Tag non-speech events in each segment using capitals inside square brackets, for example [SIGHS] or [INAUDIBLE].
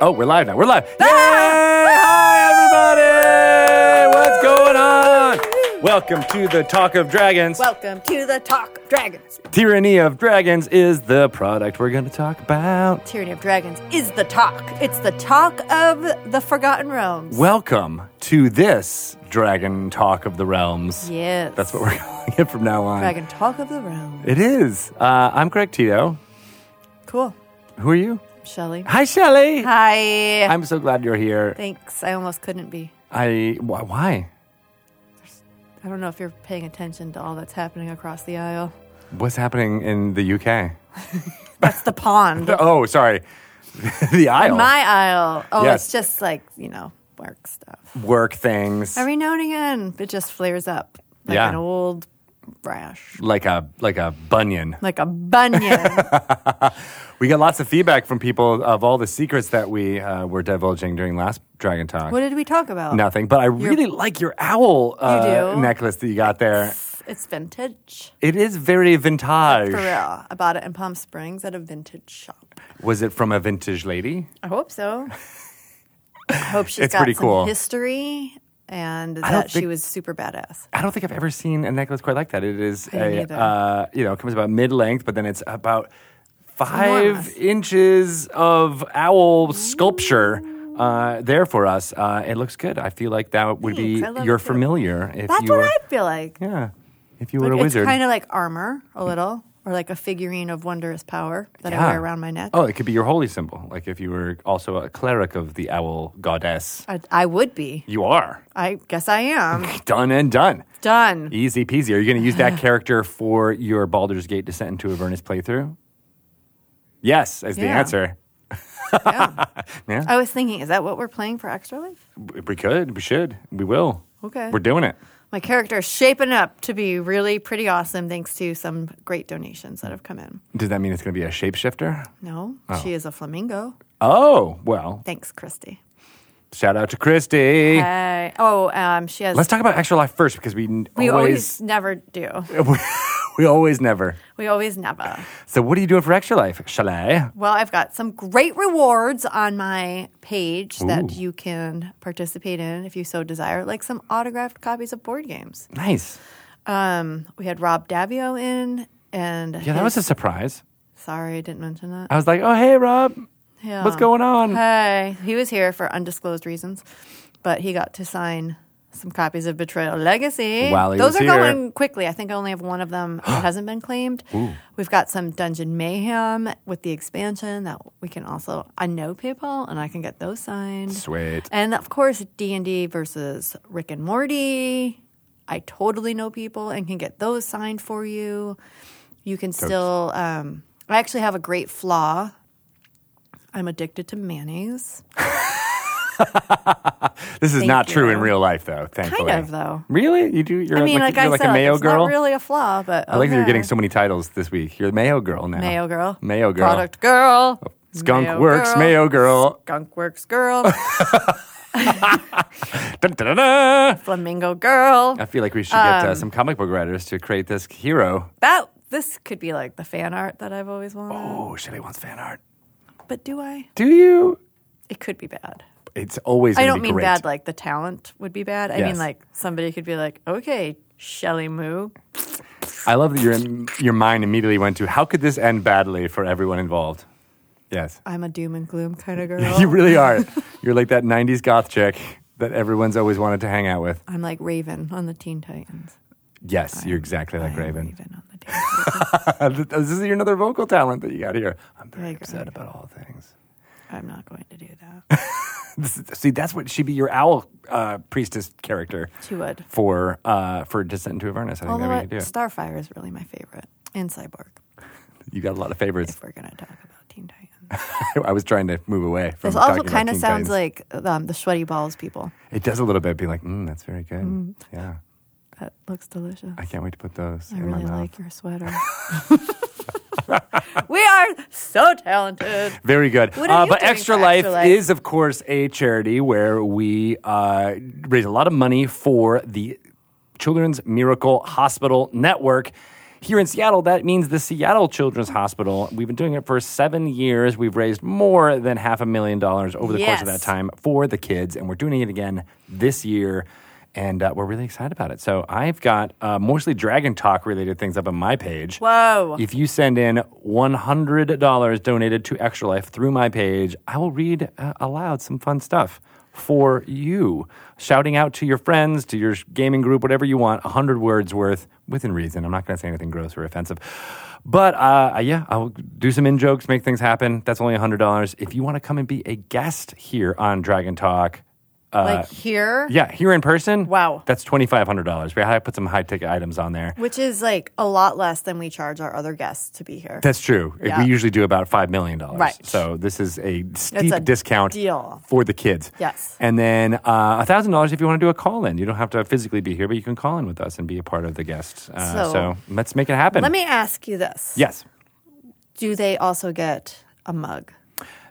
Oh, we're live now. We're live. Yay! Ah! Hi, everybody! What's going on? Welcome to the Talk of Dragons. Welcome to the Talk of Dragons. Tyranny of Dragons is the product we're going to talk about. Tyranny of Dragons is the talk. It's the talk of the Forgotten Realms. Welcome to this Dragon Talk of the Realms. yes. That's what we're [LAUGHS] calling it from now on. Dragon Talk of the Realms. It is. Uh, I'm Craig Tito. Cool. Who are you? Shelly. Hi, Shelly. Hi. I'm so glad you're here. Thanks. I almost couldn't be. I. wh- Why? I don't know if you're paying attention to all that's happening across the aisle. What's happening in the UK? That's the [LAUGHS] pond. Oh, sorry. the aisle. My aisle. Oh, Yes. it's just like, you know, work stuff. work things Every now and again, it just flares up like Yeah. an old rash, like a like a bunion. like a bunion. [LAUGHS] We got lots of feedback from people of all the secrets that we uh, were divulging during last Dragon Talk. what did we talk about? Nothing, but I really like your owl uh, do? necklace that you got there. It's vintage. It is very vintage. For real. I bought it in Palm Springs at a vintage shop. Was it from a vintage lady? I hope so. I hope she's It's got pretty some cool. history and don't that she think- was super badass. I don't think I've ever seen a necklace quite like that. It is a neither. uh, you know it comes about mid length, but then it's about five enormous. inches of owl sculpture. Uh, there for us, uh, it looks good. I feel like that would Thanks, I be love your it. familiar if That's you what were, I feel like. yeah, if you were Like, a it's wizard. kind of like armor, a little, or like a figurine of wondrous power that I Yeah. wear around my neck. Oh, it could be your holy symbol. Like if you were also a cleric of the owl goddess, I, I would be. you are [LAUGHS] I guess I am. done and done. Done. Easy peasy. Are you going to use [SIGHS] that character for your Baldur's Gate Descent into Avernus playthrough? Yes, is the Yeah. answer. Yeah. [LAUGHS] Yeah. I was thinking, is that what we're playing for Extra Life? W- We could, we should, we will. Okay. We're doing it. My character is shaping up to be really pretty awesome thanks to some great donations that have come in. Does that mean it's going to be a shapeshifter? No, she is a flamingo. Oh, well, Thanks, Christy. shout out to Christy. Uh, oh, um, she has. Let's talk about Extra Life first because we, n- we always, always, never do. [LAUGHS] we always never. We always never. So, what are you doing for Extra Life? Shall I? Well, I've got some great rewards on my page that you can participate in if you so desire, like some autographed copies of board games. Nice. Um, we had Rob Davio in, and Yeah, that was a surprise. sorry, I didn't mention that. I was like, oh, hey, Rob, Yeah. what's going on? Oh. Hey, he was here for undisclosed reasons, but he got to sign some copies of Betrayal Legacy. While he Those was are here. going quickly. I think I only have one of them [GASPS] that hasn't been claimed. We've got some Dungeon Mayhem with the expansion that we can also. I know people, and I can get those signed. [LAUGHS] Sweet. And of course, D and D versus Rick and Morty. I totally know people and can get those signed for you. You can still. Um, I actually have a great flaw. I'm addicted to mayonnaise. This is Thank not true you. in real life, though, Kind thankfully. of though. Really? You do? You're I mean, like, like, you're I like said, a mayo it's girl? not really a flaw, but I like that you're getting so many titles this week. You're the mayo girl now. mayo girl, Mayo girl. Oh. [LAUGHS] product girl, Skunk Mayo works, girl, mayo girl. skunk [LAUGHS] works girl, Dun, dun, dun, dun. flamingo girl. I feel like we should Um, get uh, some comic book writers to create this hero. That this could be like the fan art that I've always wanted. Oh, Shelly wants fan art. But do I? Do you? It could be bad. It's always. I gonna don't be mean great. bad like the talent would be bad. I Yes. mean like somebody could be like, okay, Shelly Moo. I love that your your mind immediately went to how could this end badly for everyone involved. Yes, [LAUGHS] I'm a doom and gloom kind of girl. you really are. you're like that '90s goth chick that everyone's always wanted to hang out with. I'm like Raven on the Teen Titans. Yes, you're exactly like I'm Raven. [LAUGHS] Raven on the Teen Titans. this is your another vocal talent that you got here. I'm very Like upset Raven. about all things. I'm not going to do [LAUGHS] that. This is- See, that's what she'd be your owl uh, priestess character. She would. for uh, for Descent into Avernus. I think Although that we I, could do. it. Starfire is really my favorite. And Cyborg, You got a lot of favorites. if we're going to talk about [LAUGHS] Teen Titans. I was trying to move away from. This also talking about kind of Teen sounds Titans. like um, the Sweaty Balls people. it does a little bit. Be like, mm, that's very good. Yeah, That looks delicious. I can't wait to put those I in really my mouth. like your [LAUGHS] sweater. [LAUGHS] we are so talented. Very good. Uh, What are you but doing Extra for Life, Extra Life? is, of course, a charity where we uh, raise a lot of money for the Children's Miracle Hospital Network. Here in Seattle, that means the Seattle Children's Hospital. We've been doing it for seven years. We've raised more than half a million dollars over the course of Yes. that time for the kids, and we're doing it again this year. And uh, we're really excited about it. So I've got uh, mostly Dragon Talk related things up on my page. Whoa. If you send in $100 donated to Extra Life through my page, I will read uh, aloud some fun stuff for you. Shouting out to your friends, to your gaming group, whatever you want, 100 words worth within reason. I'm not going to say anything gross or offensive. But uh, yeah, I'll do some in jokes, make things happen. That's only $100. If you want to come and be a guest here on Dragon Talk, Uh, like here, yeah, here in person. Wow. That's $2,500. We I put some high ticket items on there. which is like a lot less than we charge our other guests to be here. That's true. Yeah. We usually do about five million dollars. Right. So this is a steep a discount deal. for the kids. Yes. And then uh, a thousand dollars if you want to do a call in. You don't have to physically be here, but you can call in with us and be a part of the guest. Uh, so, So- let's make it happen. Let me ask you this. yes, Do they also get a mug?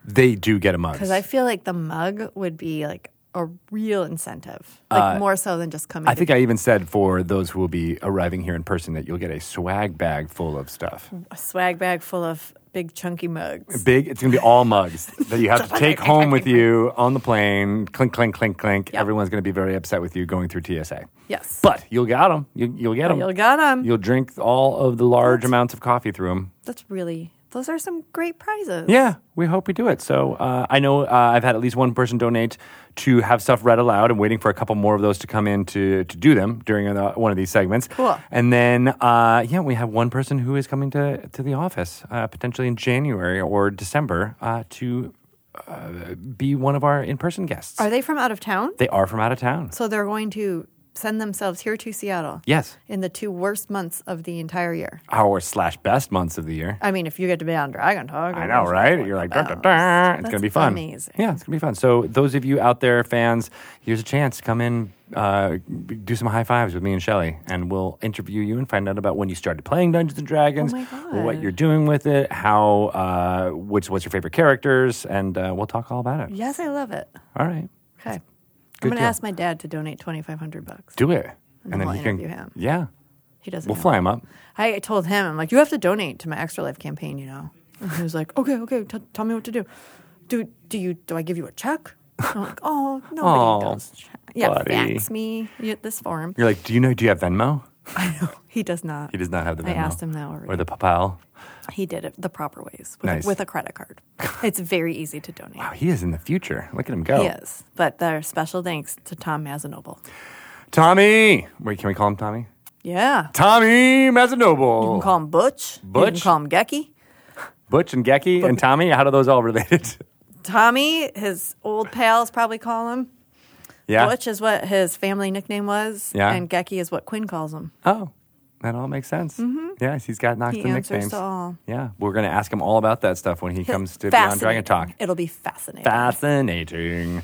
they do get a mug. Because I feel like the mug would be like a real incentive, like more so than just coming. Uh, I think I even said for those who will be arriving here in person that you'll get a swag bag full of stuff. to a swag bag full of big chunky mugs. Big, it's going to be all mugs that you [LAUGHS] have to take home with you on the plane. Clink, clink, clink, clink. Everyone's going to be very upset with you going through TSA. Yes, But you'll get them. You, you'll get them. you'll got them. You'll drink all of the large amounts of coffee through them. That's really. Those are some great prizes. Yeah, we hope we do it. So uh, I know uh, I've had at least one person donate to have stuff read aloud. I'm waiting for a couple more of those to come in to, to do them during the, one of these segments. Cool. And then, uh, yeah, we have one person who is coming to, to the office uh, potentially in January or December uh, to uh, be one of our in person guests. Are they from out of town? they are from out of town. So they're going to send themselves here to Seattle Yes, in the two worst months of the entire year. our slash best months of the year. I mean, if you get to be on Dragon Talk, I know, right? You're like, da, da, da. it's going to be fun. amazing. Yeah, it's going to be fun. So, those of you out there, fans, here's a chance. Come in, uh, do some high fives with me and Shelly, and we'll interview you and find out about when you started playing Dungeons and Dragons, Oh my what God. you're doing with it, how, uh, what's, what's your favorite characters, and uh, we'll talk all about it. Yes, I love it. All right, Okay. Good I'm going to deal. ask my dad to donate 2500 bucks. do it. And then we'll he can, interview him. yeah, He doesn't we'll know. fly him up. I told him, I'm like, you have to donate to my Extra Life campaign, you know? And he was like, okay, okay, t- tell me what to do. Do do you do I give you a check? I'm like, oh, nobody Aw, does. check." Yeah, buddy. fax me yeah, this form. You're like, do you know, do you have Venmo? [LAUGHS] I know he does not. He does not have the Venmo. I asked him that already. Or the PayPal. He did it the proper ways with, Nice. with a credit card. it's very easy to donate. Wow, he is in the future. Look at him go. He is. But there are special thanks to Tom Mazanoble. Tommy! Wait, can we call him Tommy? Yeah. Tommy You Mazanoble. can call him Butch. You Butch? can call him Gecky. Butch and Gecky and Tommy, how do those all related? Tommy, his old pals probably call him. [LAUGHS] yeah. Butch is what his family nickname was. Yeah. And Gecky is what Quinn calls him. Oh, that all makes sense. Mm-hmm. Yes, he's got knocked He the answers nicknames. to all. Yeah, we're going to ask him all about that stuff when [LAUGHS] he comes to Beyond Dragon Fascinating. Talk. It'll be fascinating. Fascinating.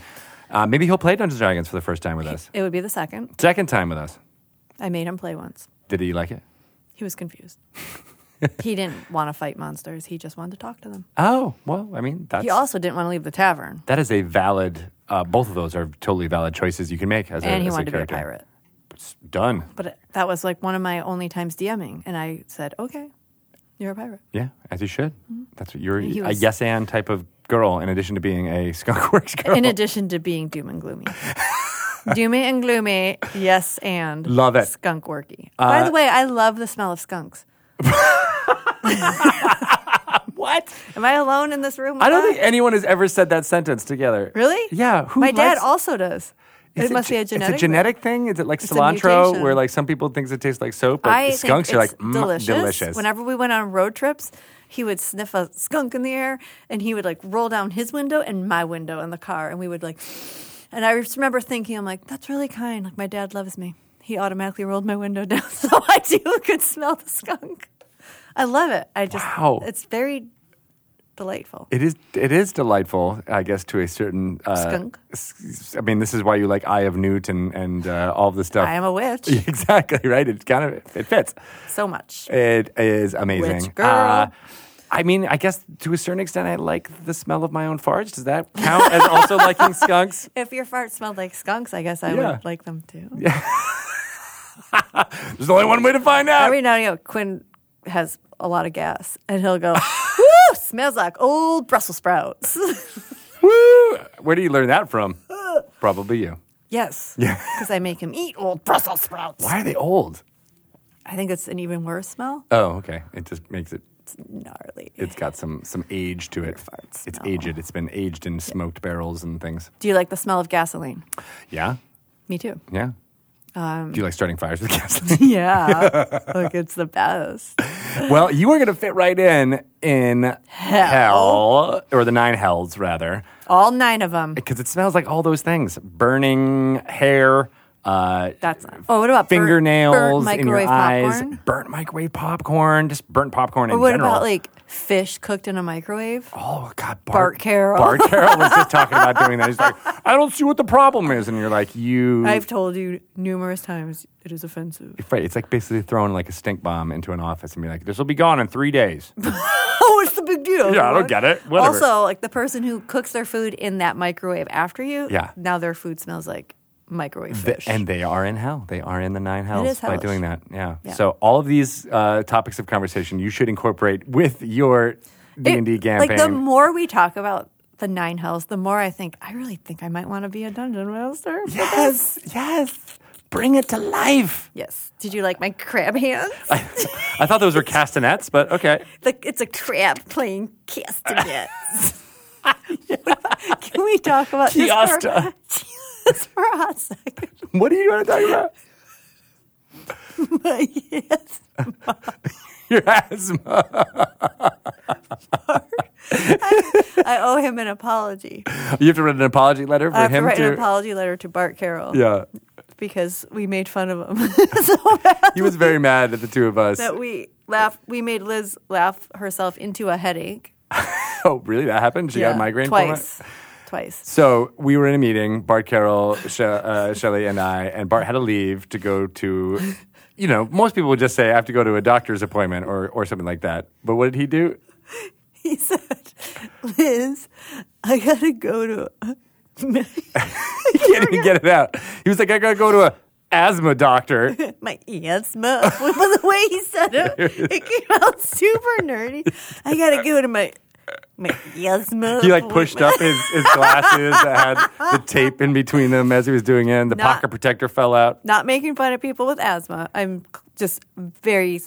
Uh, maybe he'll play Dungeons and Dragons for the first time with us. It would be the second. Second time with us. I made him play once. Did he like it? He [LAUGHS] was confused. he didn't want to fight monsters. He just wanted to talk to them. Oh, well, I mean, that's, He also didn't want to leave the tavern. that is a valid, uh, both of those are totally valid choices you can make as a, and he as wanted to be a character. pirate. Done. But it- that was like one of my only times DMing, and I said, "Okay, you're [LAUGHS] a pirate." Yeah, as you should. That's what you're Mm-hmm. He a was- yes and type of girl, in addition to being a [LAUGHS] skunkworks girl. In addition to being doom and [LAUGHS] gloomy, doomy and gloomy, yes, and Love it. Uh, skunk worky. By the way, I love the smell of skunks. what? Am I alone in this room? with I don't that? think anyone has ever said that sentence together. Really? Yeah. Who my dad likes- also does. Is It must ge- be a genetic. It's a genetic thing. Is it like It's a cilantro, mutation. where like some people thinks it tastes like soap, but I skunks think are it's like mm, delicious. Whenever we went on road trips, he would sniff a skunk in the air, and he would like roll down his window and my window in the car, and we would like. And I just remember thinking, I'm like, that's really kind. Like my dad loves me. He automatically rolled my window [LAUGHS] down, so I do could smell the skunk. I love it. I just, Wow. it's very delightful. It is. It is delightful, I guess, to a certain uh, Skunk. s- I mean, this is why you like Eye of Newt and and uh, all the stuff. I am a [LAUGHS] witch. exactly right. It kind of it fits. So much. It is amazing. Uh, Which girl? I mean, I guess to a certain extent, I like the smell of my own farts. Does that count as also liking skunks? If your fart smelled like skunks, I guess I Yeah. would like them too. [LAUGHS] There's only one way to find out. Every now and again, Quinn has a lot of gas, and he'll [LAUGHS] go, "Woo! Smells like old Brussels sprouts." [LAUGHS] Woo! Where do you learn that [LAUGHS] from? Probably you. yes, because I make him eat old Brussels sprouts. Why are they old? I think it's an even worse smell. Oh, okay. It just makes it. It's gnarly. It's got some some age to it. farts It's smell. aged. It's been aged in smoked barrels and things. Do you like the smell of gasoline? Yeah, [LAUGHS] Me too. yeah. Do you like starting fires with gasoline? [LAUGHS] Yeah, [LAUGHS] like it's the best. well, you are going to fit right in in hell, or the nine hells rather, All nine of them. because it smells like all those things: burning hair, uh, That's not. Oh, what about burnt- fingernails burnt in your microwave eyes, popcorn? burnt microwave popcorn, just burnt popcorn in What general. about like fish cooked in a microwave? Oh God, Bart, Bart Carroll. Bart Carroll was just talking about doing that. He's [LAUGHS] like, I don't see what the problem is, and you're like, you. I've told you numerous times it is offensive. Right, it's like basically throwing like a stink bomb into an office and be like, "This will be gone in three [LAUGHS] days." oh, what's the big deal? Yeah, I don't get it. Whatever. Also, like the person who cooks their food in that microwave after you, Yeah. now their food smells like microwave Th- fish. and they are in hell. They are in the nine hells is by hellish. doing that. Yeah. Yeah. So all of these uh, topics of conversation you should incorporate with your D and D It- campaign. Like the more we talk about the nine hells, the more I think I really think I might want to be a dungeon master. [LAUGHS] yes, yes. Bring it to life. Yes. Did you like my crab hands? I, I thought those were castanets, but okay. like it's a crab playing [LAUGHS] castanets. [LAUGHS] Can we talk about this Chiasta. for, [LAUGHS] just for a hot second? [LAUGHS] What are you want to talk about? yes. [LAUGHS] Your asthma. I owe him an apology. You have to write an apology letter for I have to him Uh, write to. an apology letter to Bart Carroll yeah. because we made fun [LAUGHS] of him [LAUGHS] so bad He was very mad at the two of us. that we laughed. We made Liz laugh herself into a headache. [LAUGHS] Oh, really? That happened? She got a migraine from it? twice. Twice. [LAUGHS] So we were in a meeting, Bart Carroll, she- uh, Shelley, and I, and Bart had to leave to go to, you know, most people would just say, I have to go to a doctor's appointment or, or something like that. But what did he do? [LAUGHS] He said, "Liz, I gotta go to." [LAUGHS] a- He can't even get it out. He was like, I gotta go to a asthma doctor. my [LAUGHS] asthma. But the way he said it, it came out super nerdy. I gotta go to my my asthma. He like pushed appointment. up his, his glasses that had the tape in between them as he was doing it. And the Not- pocket protector fell out. Not making fun of people with asthma. I'm c- just very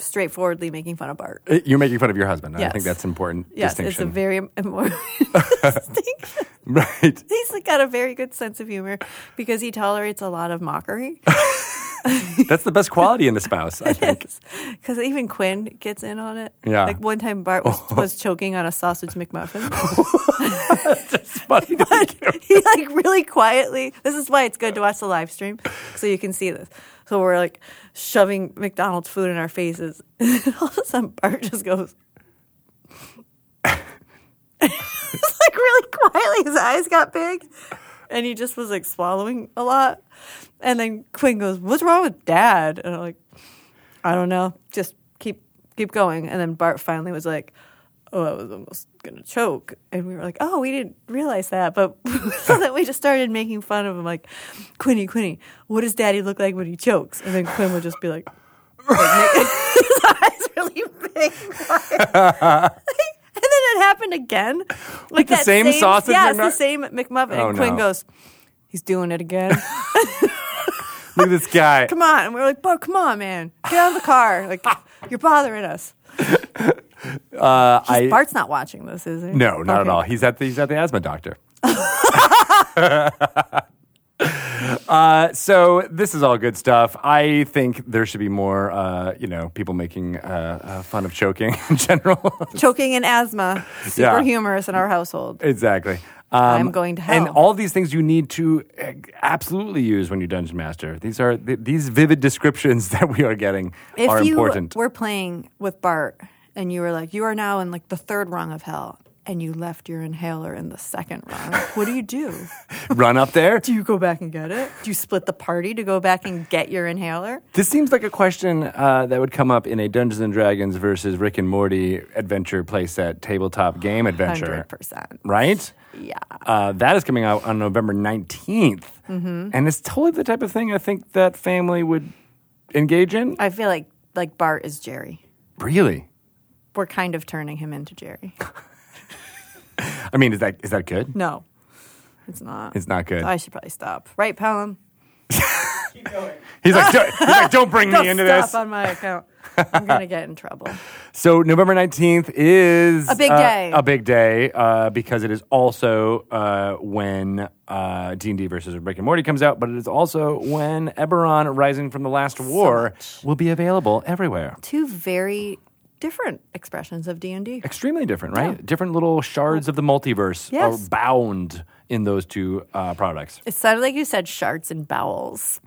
straightforwardly making fun of Bart. Uh, You're making fun of your husband. I Yes. think that's an important Yes, it's a distinction. very [LAUGHS] im- important distinction. [LAUGHS] right. He's got a very good sense of humor because he tolerates a lot of [LAUGHS] mockery. That's the best quality in the spouse, [LAUGHS] I think. Because even Quinn gets in on it. Yeah. Like one time Bart [LAUGHS] was, was choking on a sausage McMuffin. It's funny to [LAUGHS] but he like really quietly. This is why it's good to watch the live stream so you can see this. So we're like shoving McDonald's food in our faces, [LAUGHS] and all of a sudden Bart just goes. [LAUGHS] It's like really quietly, his eyes got big, and he just was like swallowing a lot. And then Quinn goes, "What's wrong with Dad?" And I'm like, "I don't know. Just keep keep going." And then Bart finally was like, "Oh, I was almost gonna choke," and we were like, "Oh, we didn't realize that." But [LAUGHS] so then we just started making fun of him, like, "Quinny, Quinny, what does Daddy look like when he chokes?" And then Quinn would just be like, like, make- [LAUGHS] his eyes really big. [LAUGHS] And then it happened again. Like the that same sausage Yeah, it's McMu- the same McMuffin. Oh, and no. Quinn goes, He's doing it again. Look at this guy. come on. And we are like, Bro, come on, man. Get out of the car. [LAUGHS] Like, you're bothering us. Uh, I, Bart's not watching this, is he? no, not at Okay. all. He's at the, he's at the asthma [LAUGHS] doctor. [LAUGHS] uh, so this is all good stuff. I think there should be more, uh, you know, people making uh, uh, fun of choking [LAUGHS] in general. Choking [LAUGHS] and asthma. Super Yeah. humorous in our household. exactly. Um, I'm going to And hell. all these things you need to eh, absolutely use when you dungeon master. These are th- these vivid descriptions [LAUGHS] that we are getting [LAUGHS] If are you important. were playing with Bart and you were like, You are now in like the third rung of hell. And you left your inhaler in the second rung. What do you do? [LAUGHS] Run up [LAUGHS] there. Do you go back and get it? Do you split the party to go back and get your inhaler? This seems like a question uh, that would come up in a Dungeons and Dragons versus Rick and Morty adventure playset tabletop game adventure, 100%. right? Yeah. Uh, that is coming out on November 19th. Mm-hmm. And it's totally the type of thing I think that family would engage in. I feel like like Bart is Jerry. Really? We're kind of turning him [LAUGHS] into Jerry. I mean, is that is that good? No, it's not. It's not good. I should probably stop. Right, Pelham? He's like, don't, he's like, don't [LAUGHS] bring Don't me into stop this. on my account. I'm going to get [LAUGHS] in trouble. So November nineteenth is A big uh, day. a big day uh, because it is also uh, when uh, D and D versus Rick and Morty comes out, but it is also when Eberron: Rising from the Last War will be available everywhere. Two very different expressions of D&D. Extremely different, right? Different little shards of the multiverse Yes. are bound in those two uh, products. [LAUGHS] It sounded like you said shards and bowels.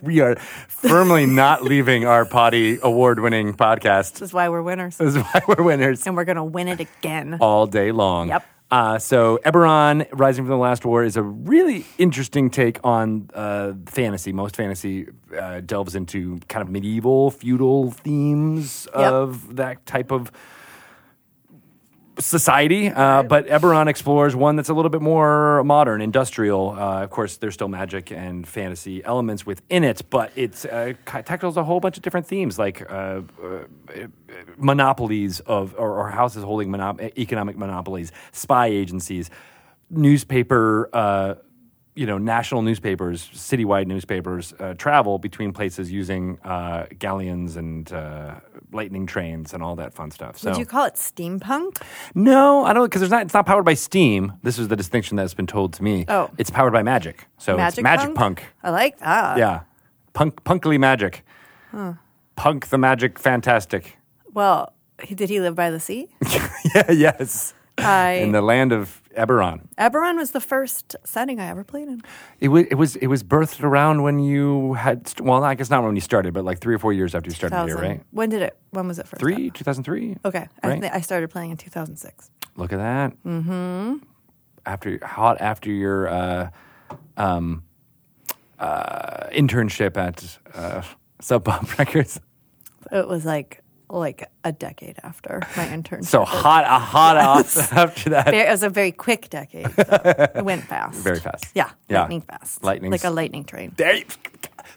we are firmly not leaving our potty award-winning podcast. This is why we're winners. This is why we're winners. And we're going to win it again. all day long. Yep. Uh, so Eberron, Rising from the Last War, is a really interesting take on uh, fantasy. Most fantasy uh, delves into kind of medieval, feudal themes Yep. of that type of society. Uh, but Eberron explores one that's a little bit more modern, industrial. Uh, of course, there's still magic and fantasy elements within it, but it uh, ki- tackles a whole bunch of different themes, like uh, uh, monopolies of or, or houses holding monop- economic monopolies, spy agencies, newspaper. Uh, you know, national newspapers, citywide newspapers uh, travel between places using uh, galleons and uh, lightning trains and all that fun stuff. So Would you call it steampunk? no, I don't because there's not. It's not powered by steam. This is the distinction that's been told to me. Oh. it's powered by magic. So it's magic punk. I like that. Yeah, punk punkly magic. Punk the magic fantastic. [LAUGHS] Well, he- did he live by the sea? yeah, yes. I, [LAUGHS] In the land of Eberron, Eberron was the first setting I ever played in. it was it was it was birthed around when you had st- well, I guess not when you started, but like three or four years after you started here, 2000. right? When did it? When was it first? Three, two thousand Oh. three. Okay, I, Right. th- I started playing in 2006. Look at that. Mm-hmm. After hot after your uh, um, uh, internship at uh, Sub Pop [LAUGHS] Records. It was like like a decade after my internship. So hot, a hot off after that. Very- it was a very quick decade. so [LAUGHS] it went fast. Very fast. Yeah, Yeah. lightning fast. Lightning's- like a lightning train. There you-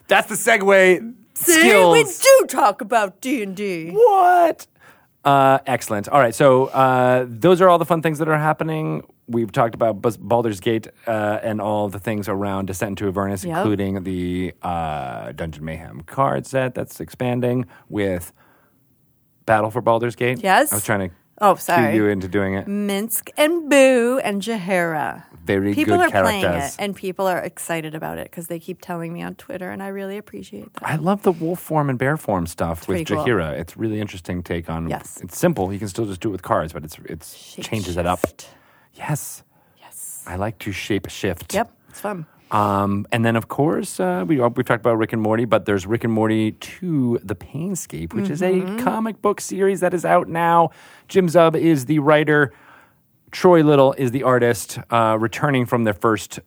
that's the segue See, we skills. do talk about D and D. What? Uh, excellent. All right. So uh, those are all the fun things that are happening. We've talked about Bus- Baldur's Gate uh, and all the things around Descent into Avernus, Yep. including the uh, Dungeon Mayhem card set that's expanding with Battle for Baldur's Gate. Yes. Mm. I was trying to Oh, cue you sorry. into doing it. Minsk and Boo and Jahara. Very people good are playing it, characters. and people are excited about it because they keep telling me on Twitter, and I really appreciate that. I love the wolf form and bear form stuff with pretty cool. Jahira. It's really interesting take on. Yes. It's simple. You can still just do it with cards, but it's it's changes it up. Shapeshift. Yes. Yes. I like to shape shift. Yep. It's fun. Um, and then, of course, uh, we, we've talked about Rick and Morty, but there's Rick and Morty 2 The Painscape, which is Mm-hmm. a comic book series that is out now. Jim Zub is the writer, Troy Little is the artist, uh, returning from their first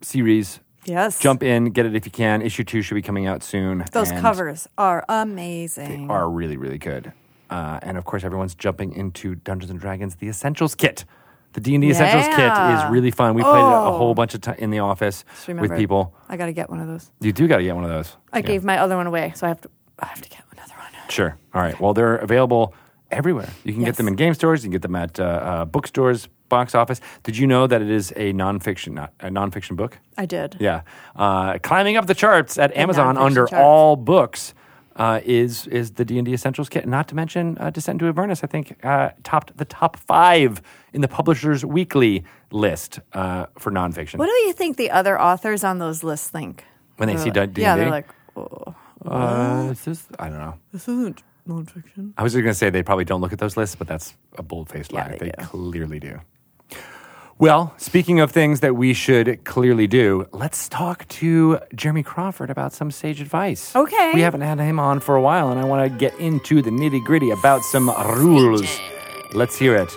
series. Yes. Jump in, get it if you can. Issue 2 should be coming out soon. Those and covers are amazing. Are really, really good. Uh, and of course, everyone's jumping into Dungeons and Dragons The Essentials Kit. The D&D Essentials Kit Yeah. is really fun. We played it a Oh. whole bunch of times in the office Just remember with it. people. I got to get one of those. You do got to get one of those. I Yeah. gave my other one away, so I have to. I have to get another one. Sure. All right. Well, they're available everywhere. You can get Yes. them in game stores. You can get them at uh, uh, bookstores, box office. Did you know that it is a nonfiction, not a nonfiction book? I did. Yeah. Uh, climbing up the charts at Amazon nonfiction under charts. all books. Uh, is is the D and D Essentials kit? Not to mention uh, Descent into Avernus. I think uh, topped the top five in the Publishers Weekly list uh, for nonfiction. What do you think the other authors on those lists think When they They're see like- D- Yeah, D&D? they're like, oh, Uh, is this- I don't know. this isn't nonfiction. I was just going to say they probably don't look at those lists, but that's a bold faced Mm-hmm. Yeah, lie. They, they do. clearly do. Well, speaking of things that we should clearly do, let's talk to Jeremy Crawford about some sage advice. Okay. We haven't had him on for a while, and I want to get into the nitty gritty about some rules. Let's hear it.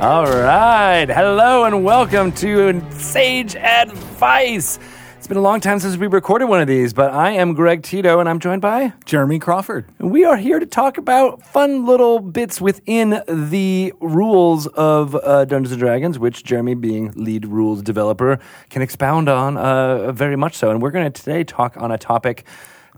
All right. Hello and welcome to Sage Advice. It's been a long time since we recorded one of these, but I am Greg Tito and I'm joined by Jeremy Crawford. And we are here to talk about fun little bits within the rules of uh, Dungeons and Dragons, which Jeremy, being lead rules developer, can expound on uh, very much so. And we're going to today talk on a topic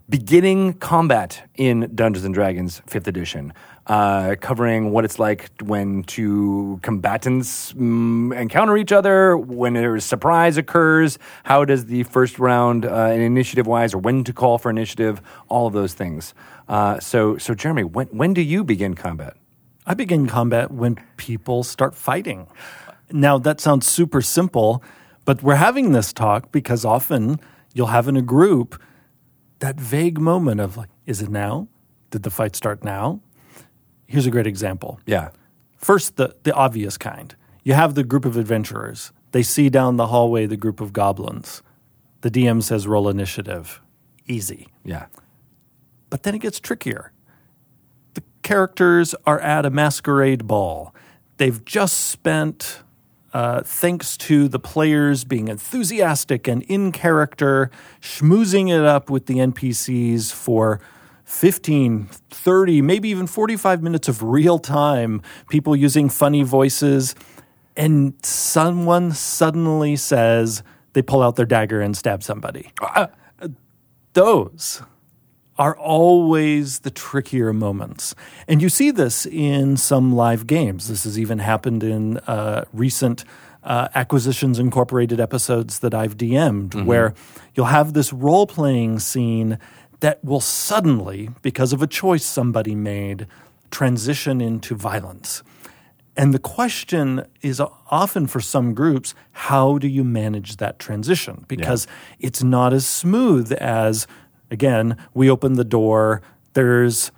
beginning combat in Dungeons and Dragons 5th edition, uh, covering what it's like when two combatants mm, encounter each other, when a surprise occurs, how does the first round uh, initiative wise, or when to call for initiative, all of those things. Uh, so, so Jeremy, when, when do you begin combat? I begin combat when people start fighting. Now, that sounds super simple, but we're having this talk because often you'll have in a group that vague moment of like, is it now? Did the fight start now? Here's a great example. Yeah. First, the, the obvious kind. You have the group of adventurers. They see down the hallway the group of goblins. The DM says, roll initiative. Easy. Yeah. But then it gets trickier. The characters are at a masquerade ball. They've just spent, uh, thanks to the players being enthusiastic and in character, schmoozing it up with the NPCs for 15, 30, maybe even 45 minutes of real time, people using funny voices. And someone suddenly says they pull out their dagger and stab somebody. Uh, those are always the trickier moments. And you see this in some live games. This has even happened in uh, recent uh, Acquisitions Incorporated episodes that I've DM'd, where you'll have this role playing scene that will suddenly, because of a choice somebody made, transition into violence. And the question is often for some groups, how do you manage that transition? Because it's not as smooth as, again, we open the door, there's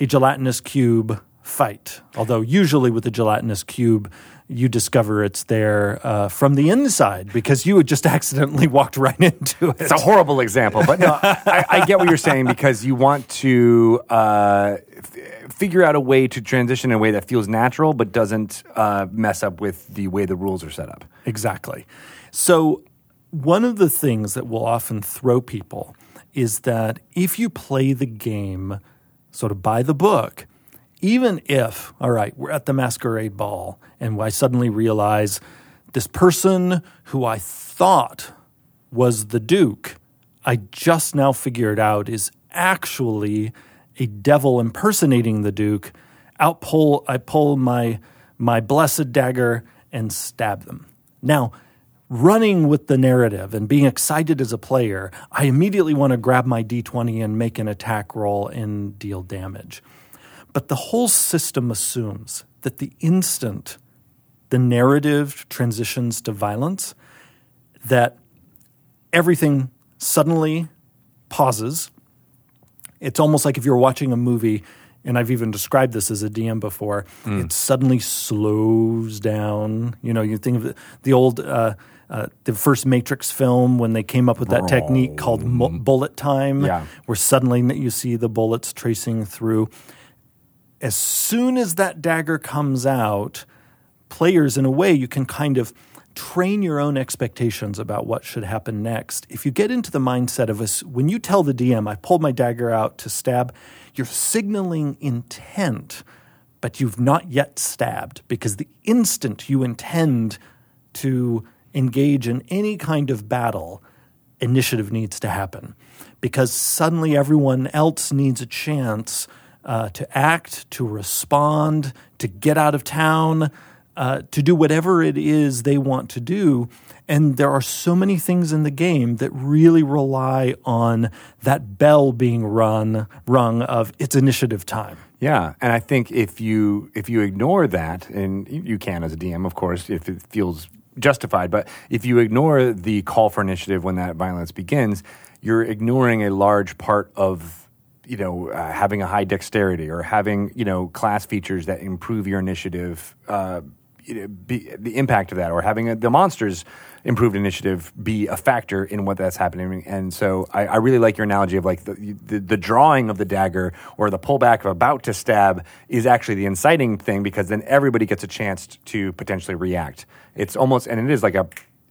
a gelatinous cube fight. Although, usually with a gelatinous cube, you discover it's there uh, from the inside because you had just [LAUGHS] accidentally walked right into it. [LAUGHS] It's a horrible example, but no, I, I get what you're saying because you want to uh, f- figure out a way to transition in a way that feels natural but doesn't uh, mess up with the way the rules are set up. Exactly. So, one of the things that will often throw people is that if you play the game sort of by the book, even if, all right, we're at the masquerade ball and I suddenly realize this person who I thought was the Duke, I just now figured out is actually a devil impersonating the Duke. Out pull, I pull my my blessed dagger and stab them. Now, running with the narrative and being excited as a player, I immediately want to grab my d20 and make an attack roll and deal damage. But the whole system assumes that the instant the narrative transitions to violence, that everything suddenly pauses. It's almost like if you're watching a movie, and I've even described this as a DM before, it suddenly slows down. You know, you think of the, the old, uh, uh, the first Matrix film when they came up with that technique called mu- bullet time, Yeah. where suddenly you see the bullets tracing through as soon as that dagger comes out, players, in a way, you can kind of train your own expectations about what should happen next. If you get into the mindset of us, when you tell the DM, I pulled my dagger out to stab, you're signaling intent, but you've not yet stabbed because the instant you intend to engage in any kind of battle, initiative needs to happen because suddenly everyone else needs a chance uh, to act, to respond, to get out of town, uh, to do whatever it is they want to do. And there are so many things in the game that really rely on that bell being run, rung of it's initiative time. Yeah, and I think if you if you ignore that, and you you can as a DM, of course, if it feels justified, but if you ignore the call for initiative when that violence begins, you're ignoring a large part of you know uh, having a high dexterity or having you know class features that improve your initiative. Uh, you know, be, the impact of that, or having a, the monsters improved initiative be a factor in what that's happening. And so I, I really like your analogy of like the, the, the drawing of the dagger or the pullback of about to stab is actually the inciting thing because then everybody gets a chance to potentially react. It's almost, and it is like a,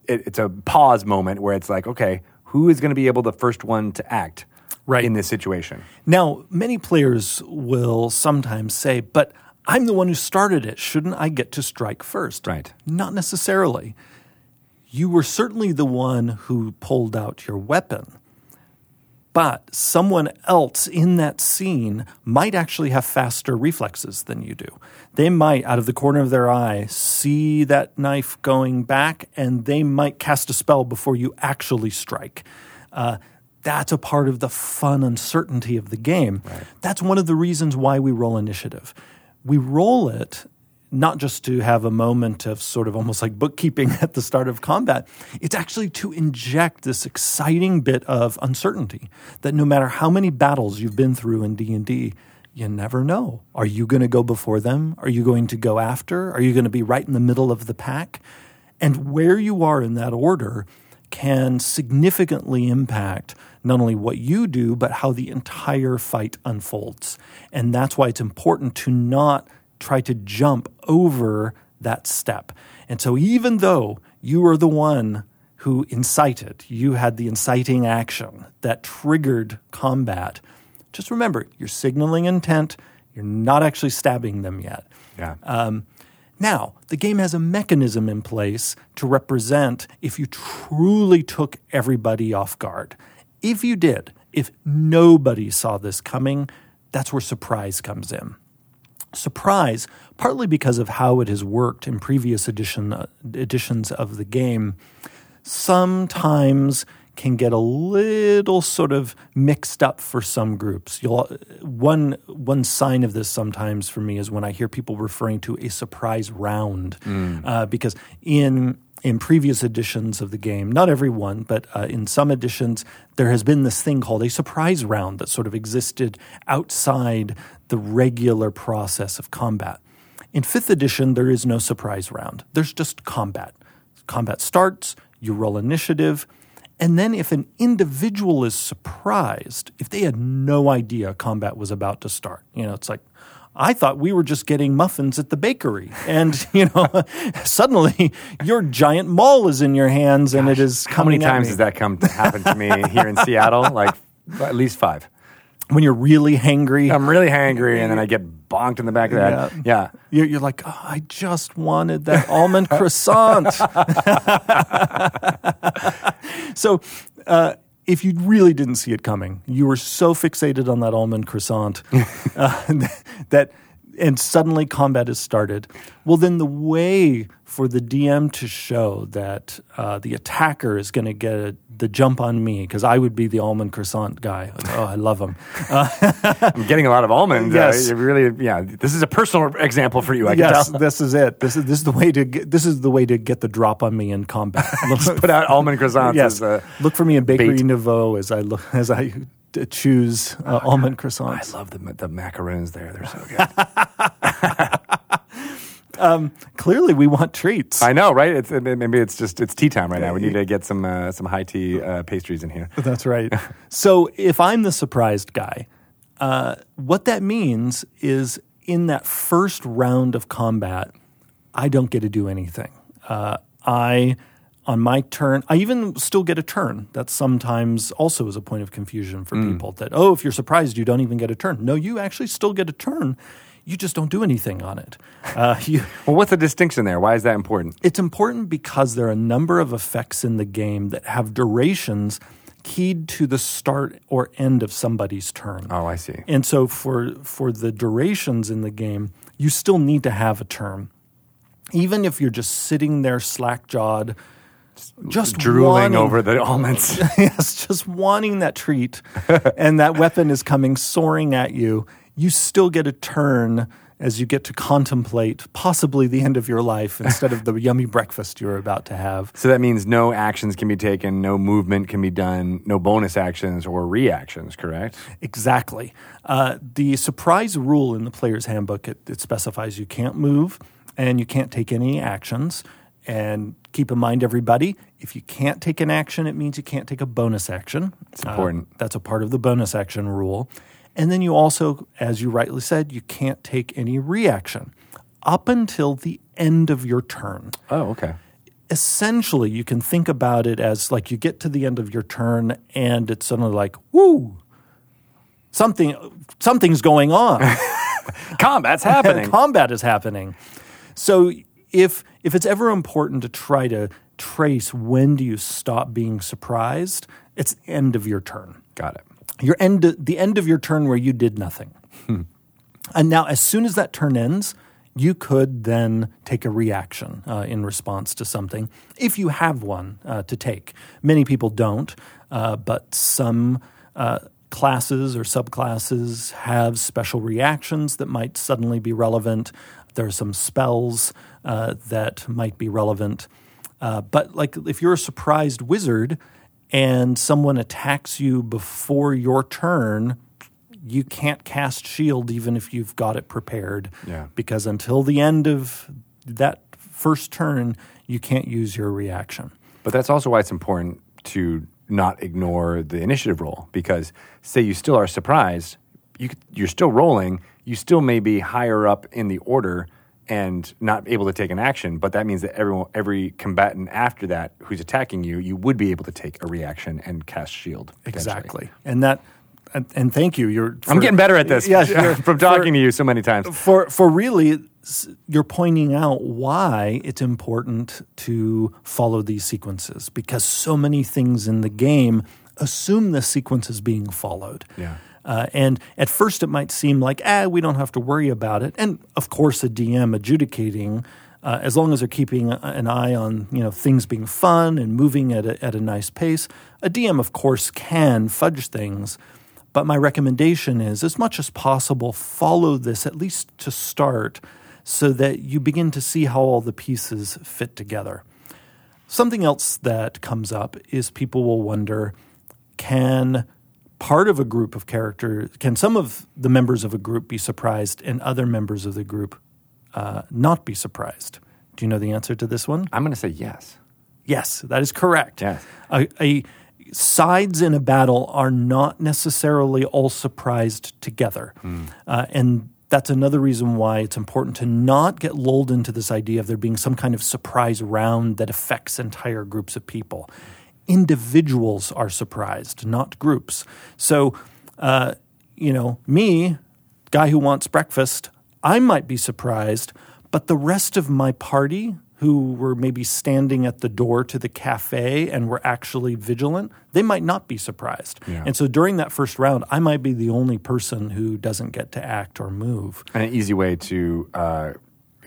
it, it's a pause moment where it's like, okay, who is going to be able the first one to act Right. in this situation? Now, many players will sometimes say, but I'm the one who started it. Shouldn't I get to strike first? Right. Not necessarily. You were certainly the one who pulled out your weapon, but someone else in that scene might actually have faster reflexes than you do. They might, out of the corner of their eye, see that knife going back and they might cast a spell before you actually strike. Uh, that's a part of the fun uncertainty of the game. That's one of the reasons why we roll initiative. We roll it not just to have a moment of sort of almost like bookkeeping [LAUGHS] at the start of combat, it's actually to inject this exciting bit of uncertainty that no matter how many battles you've been through in D&D, you never know. Are you going to go before them? Are you going to go after? Are you going to be right in the middle of the pack? And where you are in that order can significantly impact not only what you do, but how the entire fight unfolds. And that's why it's important to not try to jump over that step. And so, even though you are the one who incited, you had the inciting action that triggered combat, just remember you're signaling intent, you're not actually stabbing them yet. Yeah. Um, now, the game has a mechanism in place to represent if you truly took everybody off guard. If you did, if nobody saw this coming, that's where surprise comes in surprise, partly because of how it has worked in previous edition uh, editions of the game, sometimes can get a little sort of mixed up for some groups. You'll, uh, one one sign of this sometimes for me is when I hear people referring to a surprise round, uh, because in in previous editions of the game, not every one, but uh, in some editions, there has been this thing called a surprise round that sort of existed outside the regular process of combat. In fifth edition, there is no surprise round, there's just combat. Combat starts, you roll initiative, and then if an individual is surprised, if they had no idea combat was about to start, you know, it's like, I thought we were just getting muffins at the bakery. And, [LAUGHS] you know, suddenly your giant maul is in your hands and it is How many coming at times me. has that come to happen to me here in Seattle? Like f- at least five. When you're really hangry, I'm really hangry, and then I get bonked in the back of the head. Yeah. you're, you're like, oh, I just wanted that almond croissant. so uh, if you really didn't see it coming, you were so fixated on that almond croissant uh, [LAUGHS] that, and suddenly combat is started. Well, then the way for the DM to show that uh, the attacker is going to get the jump on me because I would be the almond croissant guy. Oh, I love him. I'm getting a lot of almonds. Yes. Uh, it really, yeah. This is a personal example for you, I can yes, tell. [LAUGHS] this is it. This is this is the way to get this is the way to get the drop on me in [LAUGHS] combat. Let's Put out almond croissants. yes, As, uh, look for me in Bakery bait. Nouveau as I look as I d- choose uh, almond croissants. I love the, the macaroons there. They're so good. Clearly, we want treats. I know, right? It's, uh, maybe it's just it's tea time right now. We need to get some uh, some high tea uh, pastries in here. That's right. so if I'm the surprised guy, uh, what that means is in that first round of combat, I don't get to do anything. Uh, I, on my turn, I even still get a turn. That sometimes also is a point of confusion for people that, oh, if you're surprised, you don't even get a turn. No, you actually still get a turn. You just don't do anything on it. Uh, [LAUGHS] you, Well, what's the distinction there? Why is that important? it's important because there are a number of effects in the game that have durations keyed to the start or end of somebody's turn. Oh, I see. And so for for the durations in the game, you still need to have a turn. Even if you're just sitting there slack-jawed, just Drooling wanting- over the almonds. [LAUGHS] [LAUGHS] yes, just wanting that treat, and that weapon is coming soaring at you, you still get a turn as you get to contemplate possibly the end of your life instead of the yummy breakfast you're about to have. So that means no actions can be taken, no movement can be done, no bonus actions or reactions, correct? Exactly. Uh, the surprise rule in the player's handbook it, it specifies you can't move and you can't take any actions. And keep in mind, everybody, if you can't take an action, it means you can't take a bonus action. It's important. that's a part of the bonus action rule. And then you also, as you rightly said, you can't take any reaction up until the end of your turn Oh, okay. essentially you can think about it as like you get to the end of your turn and it's suddenly like, woo, something something's going on. Combat's [LAUGHS] happening. Combat is happening. So if if it's ever important to try to trace when do you stop being surprised, it's the end of your turn. Got it. Your end the end of your turn where you did nothing. And now as soon as that turn ends, you could then take a reaction uh, in response to something if you have one uh, to take. Many people don't, uh, but some uh, classes or subclasses have special reactions that might suddenly be relevant. There are some spells uh, that might be relevant. Uh, but like if you're a surprised wizard and someone attacks you before your turn, you can't cast shield even if you've got it prepared. Yeah. Because until the end of that first turn, you can't use your reaction. But that's also why it's important to not ignore the initiative roll because say you still are surprised, you, could- you're still rolling, you still may be higher up in the order and not able to take an action, but that means that everyone, every combatant after that who's attacking you, you would be able to take a reaction and cast shield. eventually. Exactly. And that and, and thank you. You're I'm for- getting better at this [LAUGHS] Yes, you're- from talking to you so many times. for for really s- you're pointing out why it's important to follow these sequences because so many things in the game assume the sequence is being followed Yeah. uh, and at first it might seem like ah we don't have to worry about it and of course a dm adjudicating uh, as long as they're keeping a- an eye on you know things being fun and moving at a, at a nice pace a dm of course can fudge things but my recommendation is, as much as possible, follow this at least to start so that you begin to see how all the pieces fit together. Something else that comes up is people will wonder can part of a group of characters, can some of the members of a group be surprised and other members of the group uh, not be surprised? Do you know the answer to this one? I'm going to say yes. Yes, that is correct. Yes. A, a- sides in a battle are not necessarily all surprised together, Uh, and that's another reason why it's important to not get lulled into this idea of there being some kind of surprise round that affects entire groups of people. Individuals are surprised, not groups. So, uh, you know, me, guy who wants breakfast, I might be surprised, but the rest of my party who were maybe standing at the door to the cafe and were actually vigilant, they might not be surprised. Yeah. And so during that first round, I might be the only person who doesn't get to act or move. And an easy way to uh,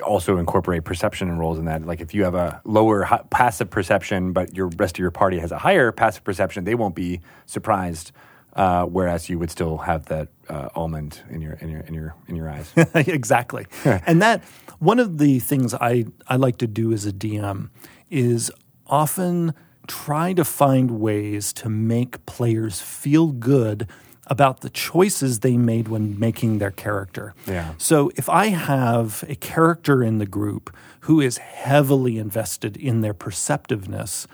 also incorporate perception and roles in that. Like if you have a lower hi- passive perception, but your rest of your party has a higher passive perception, they won't be surprised. Uh, whereas you would still have that uh, almond in your in your in your in your eyes. [LAUGHS] exactly. and that one of the things I, I like to do as a DM is often try to find ways to make players feel good about the choices they made when making their character. Yeah. So if I have a character in the group who is heavily invested in their perceptiveness,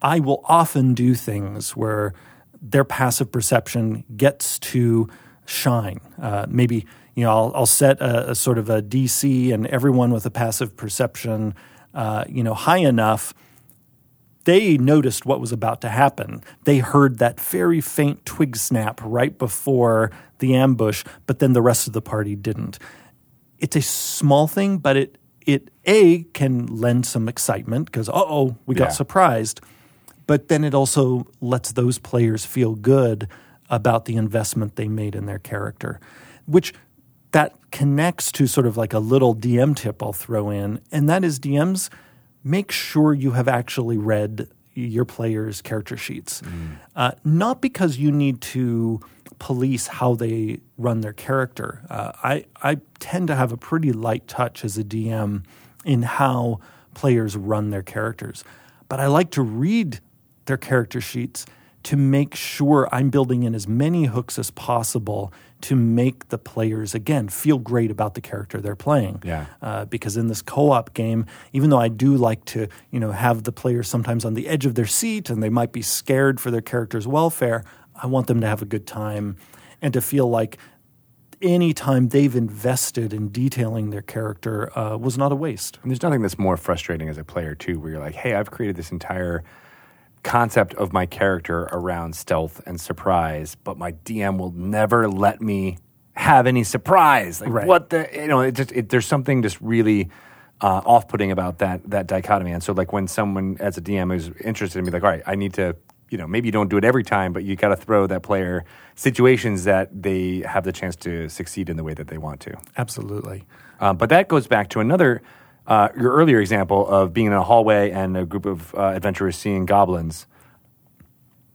I will often do things where their passive perception gets to shine. Uh, maybe you know I'll, I'll set a, a sort of a DC, and everyone with a passive perception, uh, you know, high enough they noticed what was about to happen. They heard that very faint twig snap right before the ambush, but then the rest of the party didn't. It's a small thing, but it it a can lend some excitement because uh oh, we got Yeah. surprised. But then it also lets those players feel good about the investment they made in their character, which that connects to sort of like a little DM tip I'll throw in, and that is DMs make sure you have actually read your players' character sheets. Uh, not because you need to police how they run their character. Uh, I, I tend to have a pretty light touch as a DM in how players run their characters, but I like to read their character sheets to make sure I'm building in as many hooks as possible to make the players, again, feel great about the character they're playing Yeah. uh, because in this co-op game, even though I do like to, you know, have the players sometimes on the edge of their seat and they might be scared for their character's welfare, I want them to have a good time and to feel like any time they've invested in detailing their character uh, was not a waste. And there's nothing that's more frustrating as a player too, where you're like, "Hey, I've created this entire concept of my character around stealth and surprise, but my DM will never let me have any surprise." Like, Right. what the? You know, it just it, there's something just really. Uh, off-putting about that that dichotomy, and so like when someone as a DM is interested in me, like, all right, I need to, you know, maybe you don't do it every time, but you got to throw that player situations that they have the chance to succeed in the way that they want to. Absolutely. Um, but that goes back to another uh, your earlier example of being in a hallway and a group of uh, adventurers seeing goblins.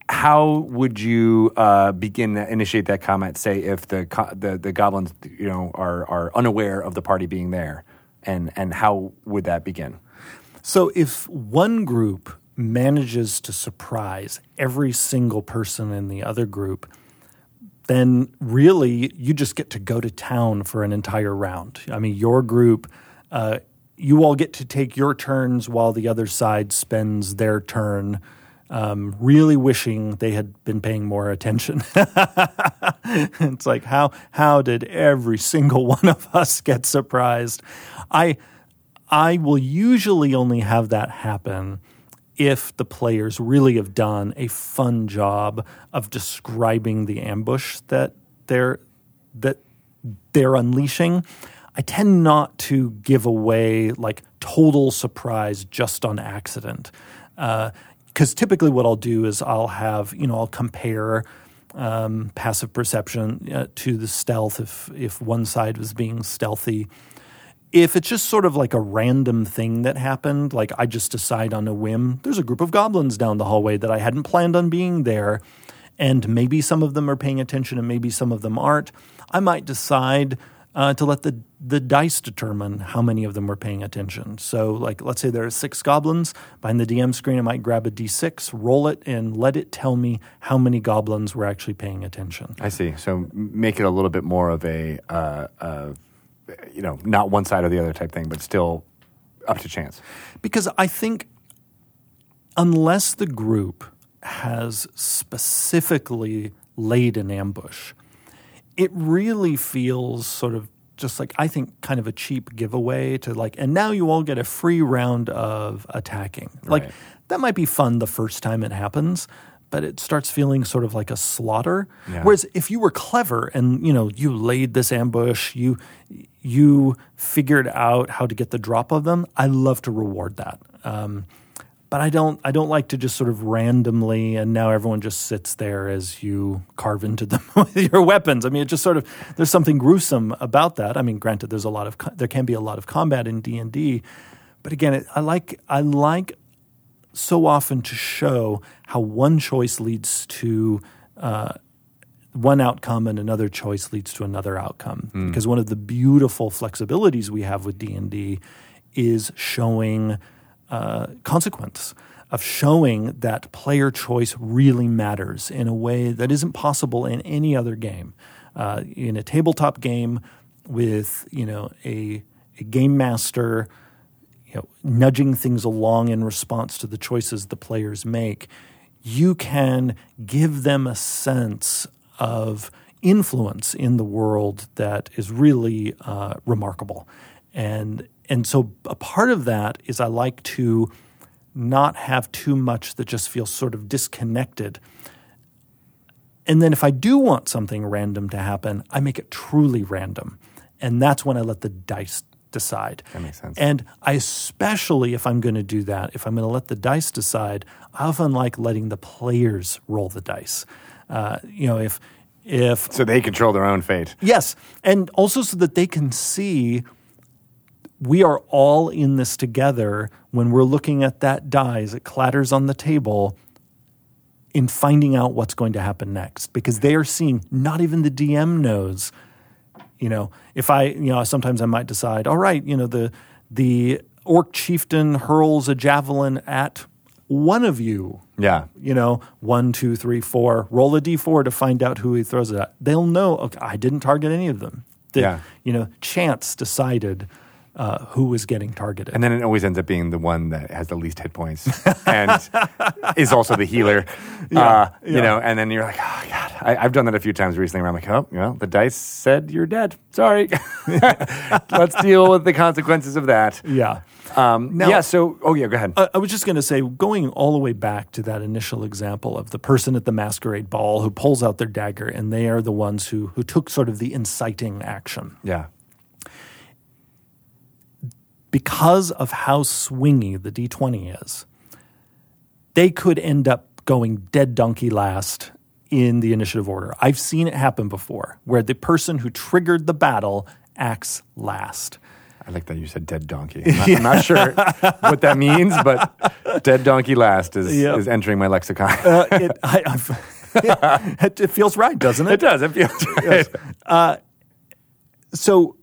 How would you uh, begin to initiate that comment? Say if the co- the, the goblins you know are are unaware of the party being there, and and how would that begin? So if one group manages to surprise every single person in the other group, then really you just get to go to town for an entire round. I mean, your group, uh, you all get to take your turns while the other side spends their turn. Um, really wishing they had been paying more attention. [LAUGHS] it's like how how did every single [LAUGHS] one of us get surprised? I I will usually only have that happen if the players really have done a fun job of describing the ambush that they're that they're unleashing. I tend not to give away like total surprise just on accident. Because typically, what I'll do is I'll have, you know, I'll compare um, passive perception uh, to the stealth if, if one side was being stealthy if it's just sort of like a random thing that happened, like I just decide on a whim, there's a group of goblins down the hallway that I hadn't planned on being there, and maybe some of them are paying attention and maybe some of them aren't, I might decide uh, to let the, the dice determine how many of them were paying attention. So, like, let's say there are six goblins. Behind the DM screen, I might grab a d6, roll it, and let it tell me how many goblins were actually paying attention. I see. So m- make it a little bit more of a uh, uh, you know not one side or the other type thing, but still up to chance. because I think unless the group has specifically laid an ambush, it really feels sort of just like I think kind of a cheap giveaway to like, and now you all get a free round of attacking. Like Right. that might be fun the first time it happens, but it starts feeling sort of like a slaughter. Yeah. Whereas if you were clever and you know you laid this ambush, you you figured out how to get the drop of them. I love to reward that. Um, but I don't. I don't like to just sort of randomly, and now everyone just sits there as you carve into them [LAUGHS] with your weapons. I mean, it just sort of there's something gruesome about that. I mean, granted, there's a lot of co- there can be a lot of combat in D and D, but again, it, I like I like so often to show how one choice leads to uh, one outcome and another choice leads to another outcome. Because one of the beautiful flexibilities we have with D and D is showing uh, consequence of showing that player choice really matters in a way that isn't possible in any other game. Uh, in a tabletop game with you know a, a game master you know, nudging things along in response to the choices the players make, you can give them a sense of influence in the world that is really uh, remarkable. And and so a part of that is I like to not have too much that just feels sort of disconnected. And then if I do want something random to happen, I make it truly random. And that's when I let the dice decide. That makes sense. And I especially, if I'm going to do that, if I'm going to let the dice decide, I often like letting the players roll the dice. Uh, you know, if if So they control their own fate. Yes, and also so that they can see we are all in this together. When we're looking at that die as it clatters on the table, in finding out what's going to happen next, because they are seeing. Not even the DM knows. You know, if I, you know, sometimes I might decide, all right, you know, the the orc chieftain hurls a javelin at one of you Yeah, you know, one, two, three, four, roll a d4 to find out who he throws it at. They'll know, okay, I didn't target any of them. The, Yeah. You know, chance decided uh, who was getting targeted. And then it always ends up being the one that has the least hit [LAUGHS] points and is also the healer. uh, You know, and then you're like, oh, God, I, I've done that a few times recently where I'm like, oh, well, the dice said you're dead. [LAUGHS] Sorry. Let's deal with the consequences of that. Yeah. Um, yeah, so, oh, yeah, go ahead. I- I was just going to say, going all the way back to that initial example of the person at the masquerade ball who pulls out their dagger, and they are the ones who who took sort of the inciting action yeah. because of how swingy the d20 is. They could end up going dead donkey last in the initiative order. I've seen it happen before, where the person who triggered the battle acts last. I like that you said dead donkey. [LAUGHS] I'm not, I'm not sure what that means, but dead donkey last is, Yep. is entering my lexicon. [LAUGHS] Uh, [LAUGHS] it, I, I've, [LAUGHS] it, it feels right, [LAUGHS] doesn't it does. It feels right. So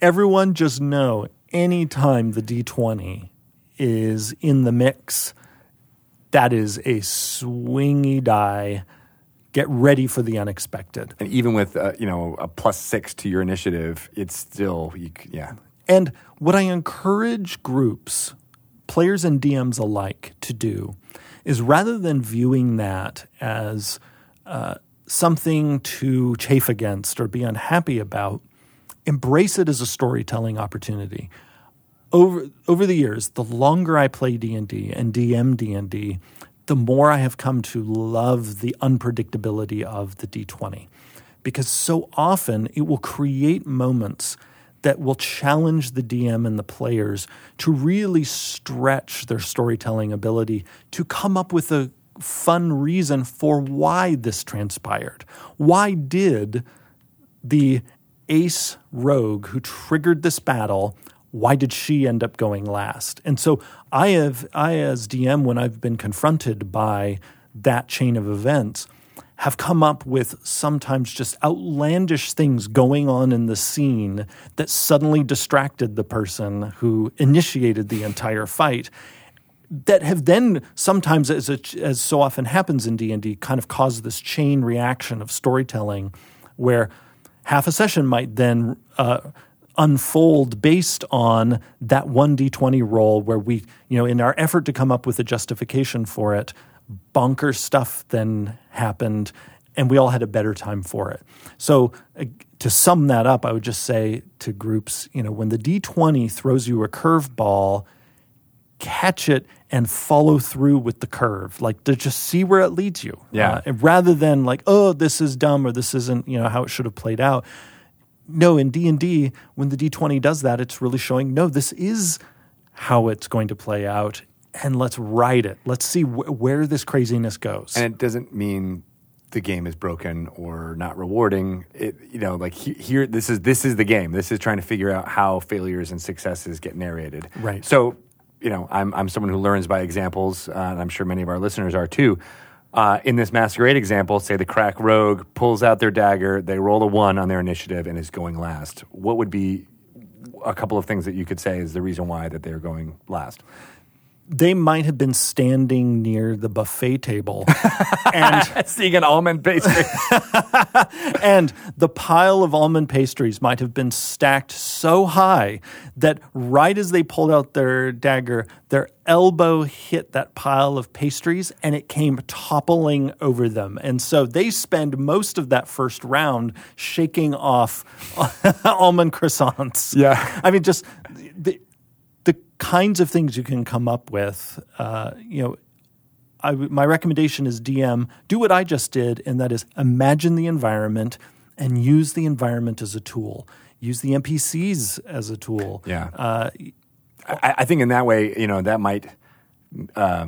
everyone just know anytime the D20 is in the mix, that is a swingy die. Get ready for the unexpected. And even with, uh, you know, a plus six to your initiative, it's still, you, c- yeah. And what I encourage groups, players and DMs alike, to do is rather than viewing that as uh, something to chafe against or be unhappy about, embrace it as a storytelling opportunity. Over, over the years, the longer I play D&D and DM D&D, the more I have come to love the unpredictability of the D20 because so often it will create moments that will challenge the DM and the players to really stretch their storytelling ability to come up with a fun reason for why this transpired. Why did the ace rogue who triggered this battle why did she end up going last and so i have i as dm when i've been confronted by that chain of events have come up with sometimes just outlandish things going on in the scene that suddenly distracted the person who initiated the entire fight that have then sometimes, as, it, as so often happens in D and D, kind of caused this chain reaction of storytelling, where half a session might then uh, unfold based on that one D twenty roll, where we, you know, in our effort to come up with a justification for it, bonker stuff then happened, and we all had a better time for it. So uh, to sum that up, I would just say to groups, you know, when the D twenty throws you a curveball catch it and follow through with the curve like to just see where it leads you Yeah. Uh, and rather than like oh this is dumb or this isn't you know how it should have played out no in d&d when the d20 does that it's really showing no this is how it's going to play out and let's ride it let's see wh- where this craziness goes And it doesn't mean the game is broken or not rewarding. It, you know, like he, here, this is this is the game. This is trying to figure out how failures and successes get narrated. Right. So, you know, I'm I'm someone who learns by examples, uh, and I'm sure many of our listeners are too. Uh, in this masquerade example, say the crack rogue pulls out their dagger, they roll a one on their initiative, and is going last. What would be a couple of things that you could say is the reason why that they're going last? they might have been standing near the buffet table [LAUGHS] and Seeing an almond pastry. and the pile of almond pastries might have been stacked so high that right as they pulled out their dagger, their elbow hit that pile of pastries and it came toppling over them. And so they spend most of that first round shaking off [LAUGHS] almond croissants. Yeah. I mean, just the, the kinds of things you can come up with, uh, you know. I w my recommendation is DM, do what I just did, and that is imagine the environment and use the environment as a tool. Use the NPCs as a tool. Uh, Yeah. I, I think in that way, you know, that might. Uh,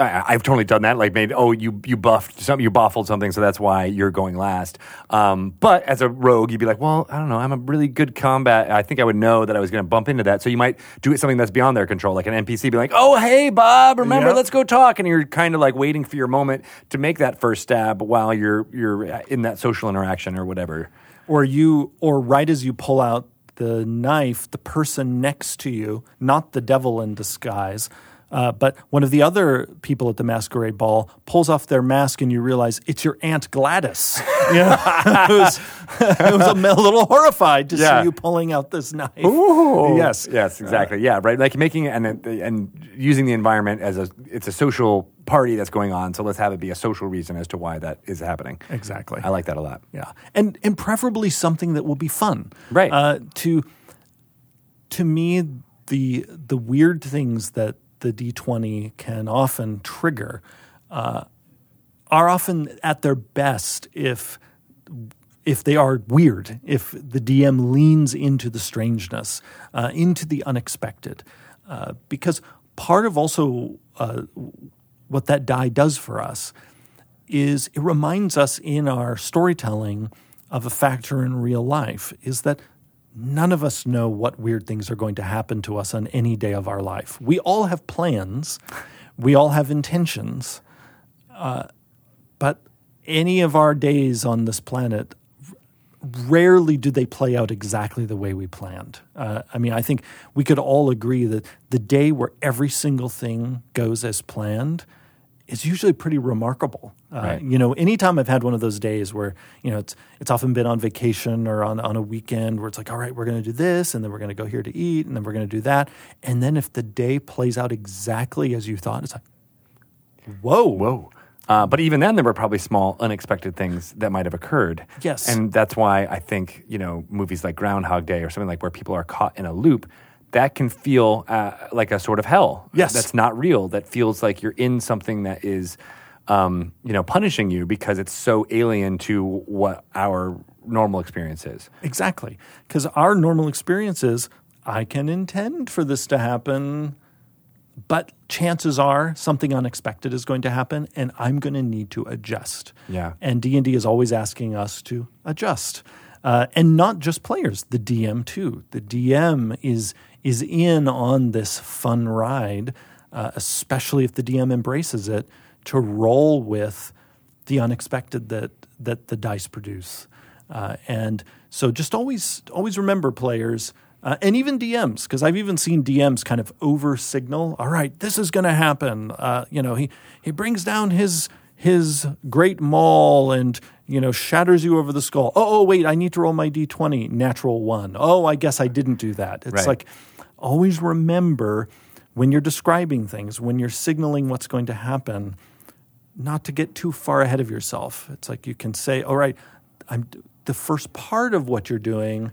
I, I've totally done that. Like, made oh, you you buffed something, you buffled something, so that's why you're going last. Um, but as a rogue, you'd be like, well, I don't know, I'm a really good combat. I think I would know that I was going to bump into that. So you might do something that's beyond their control, like an NPC, be like, oh, hey, Bob, remember, Yeah. let's go talk. And you're kind of like waiting for your moment to make that first stab while you're you're in that social interaction or whatever. or you or right as you pull out the knife the person next to you not the devil in disguise Uh, but one of the other people at the masquerade ball pulls off their mask, and you realize it's your aunt Gladys. [LAUGHS] You know, [LAUGHS] it was, it was a little horrified to Yeah. see you pulling out this knife. Ooh. Yes, Yes. Exactly. yeah. Right. Like making it and and using the environment as a it's a social party that's going on. So let's have it be a social reason as to why that is happening. Exactly. I like that a lot. Yeah, and and preferably something that will be fun, Right. Uh, to to me, the the weird things that the D twenty can often trigger uh, are often at their best if if they are weird, if the DM leans into the strangeness, uh, into the unexpected, uh, because part of also uh, what that die does for us is it reminds us in our storytelling of a factor in real life is that none of us know what weird things are going to happen to us on any day of our life. We all have plans, we all have intentions, uh, but any of our days on this planet rarely do they play out exactly the way we planned. Uh, I mean, I think we could all agree that the day where every single thing goes as planned is usually pretty remarkable. Uh, Right. You know, anytime I've had one of those days where you know it's it's often been on vacation or on on a weekend where it's like, all right, we're going to do this, and then we're going to go here to eat, and then we're going to do that, and then if the day plays out exactly as you thought, it's like, whoa, Whoa. Uh, but even then, there were probably small, unexpected things that might have occurred. Yes. And that's why I think, you know, movies like Groundhog Day or something like where people are caught in a loop, that can feel uh, like a sort of hell. Yes. That's not real. That feels like you're in something that is, um, you know, punishing you because it's so alien to what our normal experience is. Exactly. Because our normal experience is I can intend for this to happen, but chances are something unexpected is going to happen and I'm going to need to adjust. Yeah. And D&D is always asking us to adjust. Uh, and not just players, the DM too. The DM is is in on this fun ride, uh, especially if the DM embraces it, to roll with the unexpected that that the dice produce. Uh, and so just always always remember players uh, and even DMs because I've even seen DMs kind of over signal. All right, this is going to happen. Uh, you know, he he brings down his his great maul and you know shatters you over the skull. Oh, oh wait, I need to roll my d20 natural 1. Oh, I guess I didn't do that. It's Right. like always remember when you're describing things, when you're signaling what's going to happen, not to get too far ahead of yourself. It's like you can say, "All right, I'm the first part of what you're doing,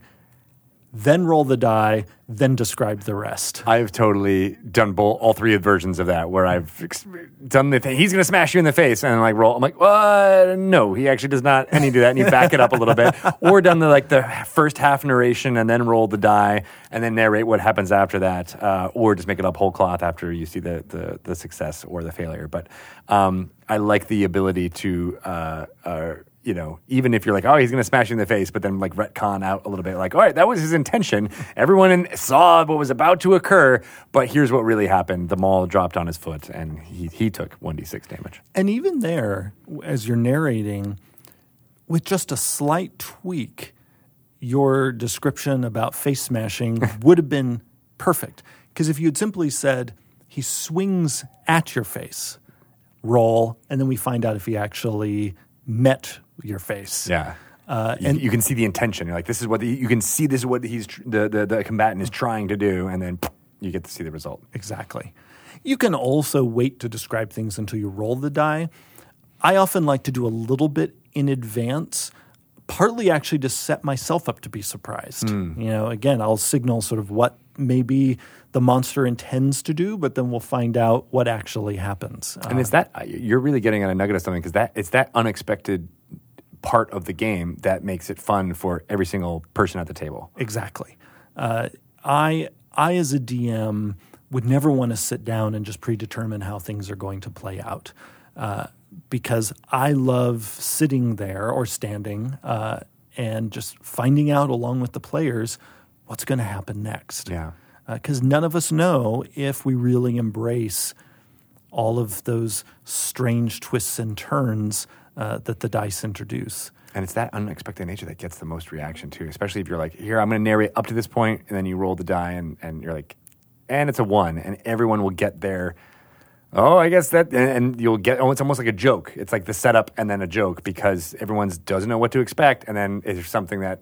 then roll the die, then describe the rest." I've totally done both, all three versions of that where I've ex- done the thing. He's going to smash you in the face and like roll. I'm like, uh, no, he actually does not. And you do that and you back it up a little bit or done the like the first half narration and then roll the die and then narrate what happens after that. Uh, or just make it up whole cloth after you see the, the, the success or the failure. But, um, I like the ability to, uh, uh, you know, even if you're like, oh, he's going to smash you in the face, but then like retcon out a little bit, like, all right, that was his intention. Everyone in, saw what was about to occur, but here's what really happened. The mall dropped on his foot and he, he took 1d6 damage. And even there, w- as you're narrating, with just a slight tweak, your description about face smashing would have been perfect. Because if you had simply said, he swings at your face, roll, and then we find out if he actually met your face. Yeah. Uh, and you, can see the intention. You're like, this is what the, you can see. This is what he's tr- the, the the combatant is trying to do, and then you get to see the result. Exactly. You can also wait to describe things until you roll the die. I often like to do a little bit in advance, partly actually to set myself up to be surprised. You know, again, I'll signal sort of what maybe the monster intends to do, but then we'll find out what actually happens. Uh, And it's that you're really getting on a nugget of something because that it's that unexpected part of the game that makes it fun for every single person at the table. Exactly. Uh, I I as a DM would never want to sit down and just predetermine how things are going to play out uh, because I love sitting there or standing uh, and just finding out along with the players what's going to happen next. Yeah. Because none of us know if we really embrace all of those strange twists and turns uh, that the dice introduce. And it's that unexpected nature that gets the most reaction too, especially if you're like, here, I'm going to narrate up to this point, and then you roll the die, and, and you're like, and it's a one, and everyone will get there. Oh, I guess that, and, and you'll get. Oh, it's almost like a joke. It's like the setup and then a joke because everyone's doesn't know what to expect, and then if something that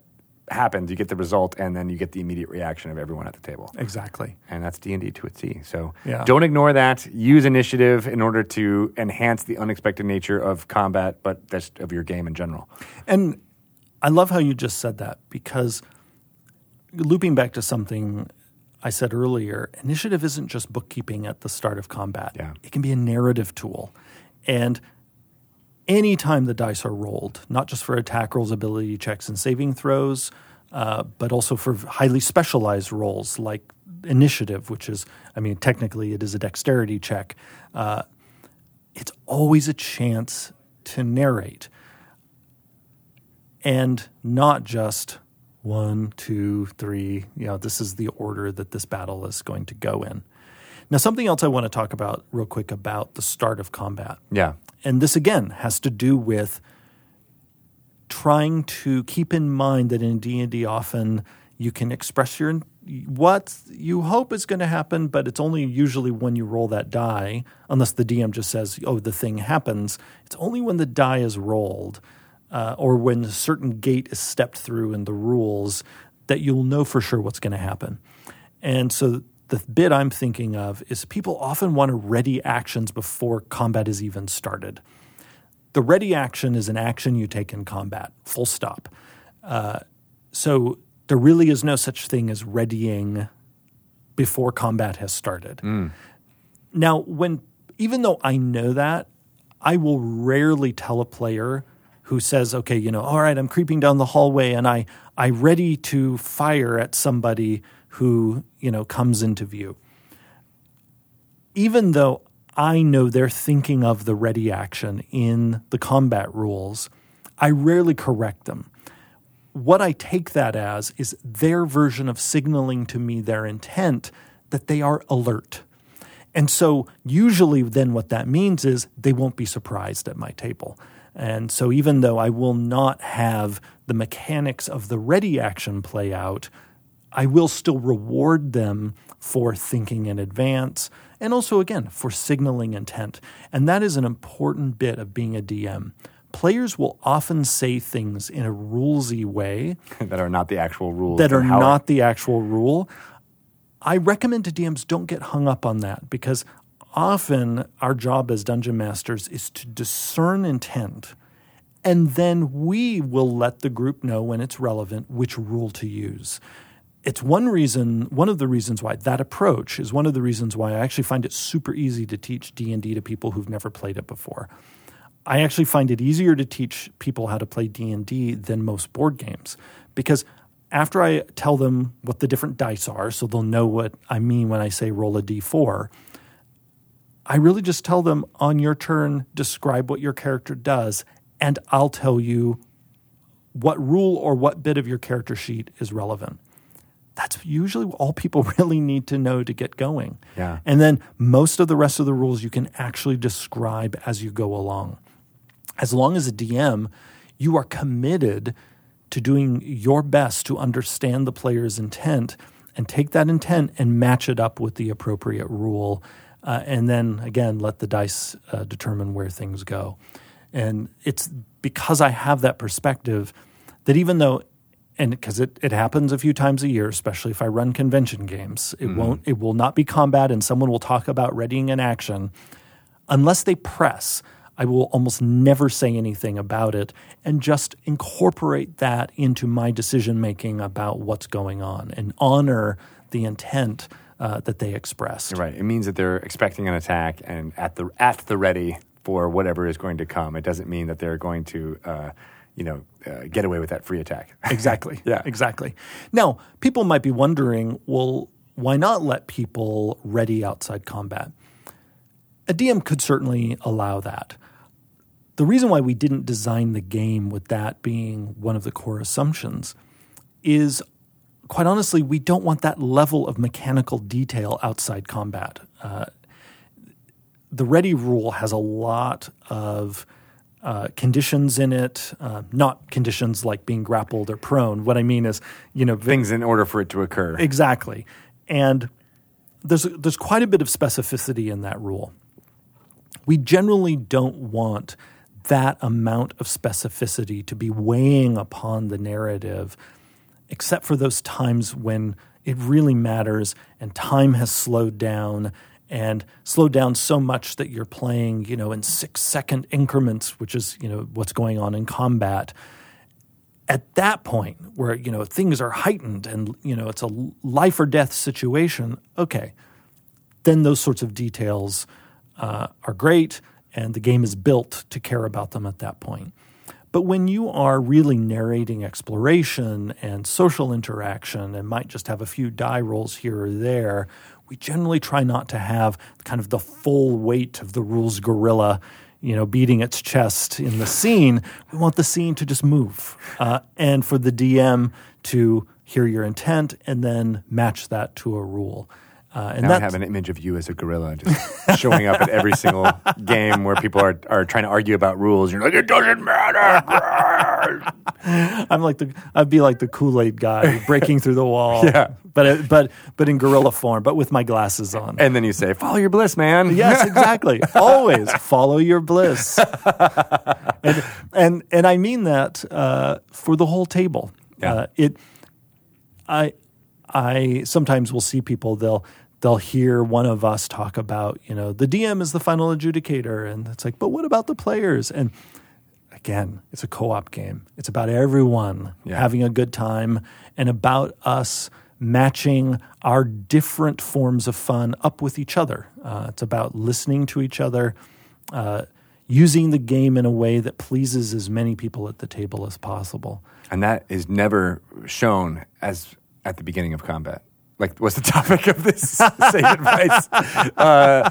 happens, you get the result, and then you get the immediate reaction of everyone at the table Exactly. and that's D and D to a T. So Yeah. don't ignore that. Use initiative in order to enhance the unexpected nature of combat, but that's of your game in general. And I love how you just said that because looping back to something I said earlier, initiative isn't just bookkeeping at the start of combat. Yeah. It can be a narrative tool. And anytime the dice are rolled, not just for attack rolls, ability checks, and saving throws, uh, but also for highly specialized roles like initiative, which is, I mean, technically it is a dexterity check. Uh, it's always a chance to narrate and not just one, two, three. You know, this is the order that this battle is going to go in. Now, something else I want to talk about real quick about the start of combat. Yeah, And this again has to do with trying to keep in mind that in D&D often you can express your what you hope is going to happen, but it's only usually when you roll that die, unless the DM just says, "Oh, the thing happens." It's only when the die is rolled, uh, or when a certain gate is stepped through in the rules, that you'll know for sure what's going to happen. And so the bit I'm thinking of is people often want to ready actions before combat is even started. The ready action is an action you take in combat, full stop. Uh, so there really is no such thing as readying before combat has started. Now, when even though I know that, I will rarely tell a player who says, "Okay, you know, all right, I'm creeping down the hallway and I I ready to fire at somebody who, you know, comes into view." Even though I know they're thinking of the ready action in the combat rules, I rarely correct them. What I take that as is their version of signaling to me their intent that they are alert. And so, usually, then what that means is they won't be surprised at my table. And so, even though I will not have the mechanics of the ready action play out, I will still reward them for thinking in advance and also, again, for signaling intent. And that is an important bit of being a DM. Players will often say things in a rulesy way [LAUGHS] that are not the actual rules that are and how- not the actual rule. I recommend to DMs don't get hung up on that because often our job as dungeon masters is to discern intent and then we will let the group know when it's relevant which rule to use. It's one reason, one of the reasons why that approach is one of the reasons why I actually find it super easy to teach D&D to people who've never played it before. I actually find it easier to teach people how to play D&D than most board games because after I tell them what the different dice are so they'll know what I mean when I say roll a d4, I really just tell them on your turn, describe what your character does, and I'll tell you what rule or what bit of your character sheet is relevant. That's usually all people [LAUGHS] really need to know to get going. Yeah. And then most of the rest of the rules you can actually describe as you go along. As long as a DM, you are committed to doing your best to understand the player's intent and take that intent and match it up with the appropriate rule. Uh, and then again, let the dice uh, determine where things go. And it's because I have that perspective that even though and because it, it happens a few times a year, especially if I run convention games, it won't it will not be combat and someone will talk about readying an action. Unless they press, I will almost never say anything about it and just incorporate that into my decision making about what's going on and honor the intent uh, that they expressed. You're right. It means that they're expecting an attack and at the at the ready for whatever is going to come. It doesn't mean that they're going to, uh, you know, uh, get away with that free attack. [LAUGHS] Exactly. Yeah. Exactly. Now, people might be wondering, well, why not let people ready outside combat? A DM could certainly allow that. The reason why we didn't design the game with that being one of the core assumptions is quite honestly, we don't want that level of mechanical detail outside combat. Uh, the ready rule has a lot of uh, conditions in it, uh, not conditions like being grappled or prone. What I mean is, you know, Things in order for it to occur. Exactly. And there's there's quite a bit of specificity in that rule. We generally don't want that amount of specificity to be weighing upon the narrative, except for those times when it really matters and time has slowed down and slowed down so much that you're playing, you know, in six second increments, which is, you know, what's going on in combat at that point where you know things are heightened and you know it's a life or death situation okay then those sorts of details uh, are great and the game is built to care about them at that point but when you are really narrating exploration and social interaction and might just have a few die rolls here or there we generally try not to have kind of the full weight of the rules gorilla you know, beating its chest in the scene. We want the scene to just move, uh, and for the DM to hear your intent and then match that to a rule. Uh, and Now I that have an image of you as a gorilla just showing up at every [LAUGHS] single game where people are, are trying to argue about rules. You're like, it doesn't [LAUGHS] matter. I'm like the I'd be like the Kool Aid guy breaking through the wall. Yeah, but it, but but in gorilla form, but with my glasses on. and then you say, follow your bliss, man. Yes, exactly. Always follow your bliss. and, and and I mean that uh, for the whole table. Yeah. Uh, it I I sometimes will see people they'll they'll hear one of us talk about, you know, the DM is the final adjudicator and it's like, but what about the players? And again, it's a co-op game. It's about everyone Yeah. having a good time and about us matching our different forms of fun up with each other. Uh, it's about listening to each other, uh, using the game in a way that pleases as many people at the table as possible. And that is never shown as at the beginning of combat. Like, what's the [LAUGHS] topic of this sage advice? Uh,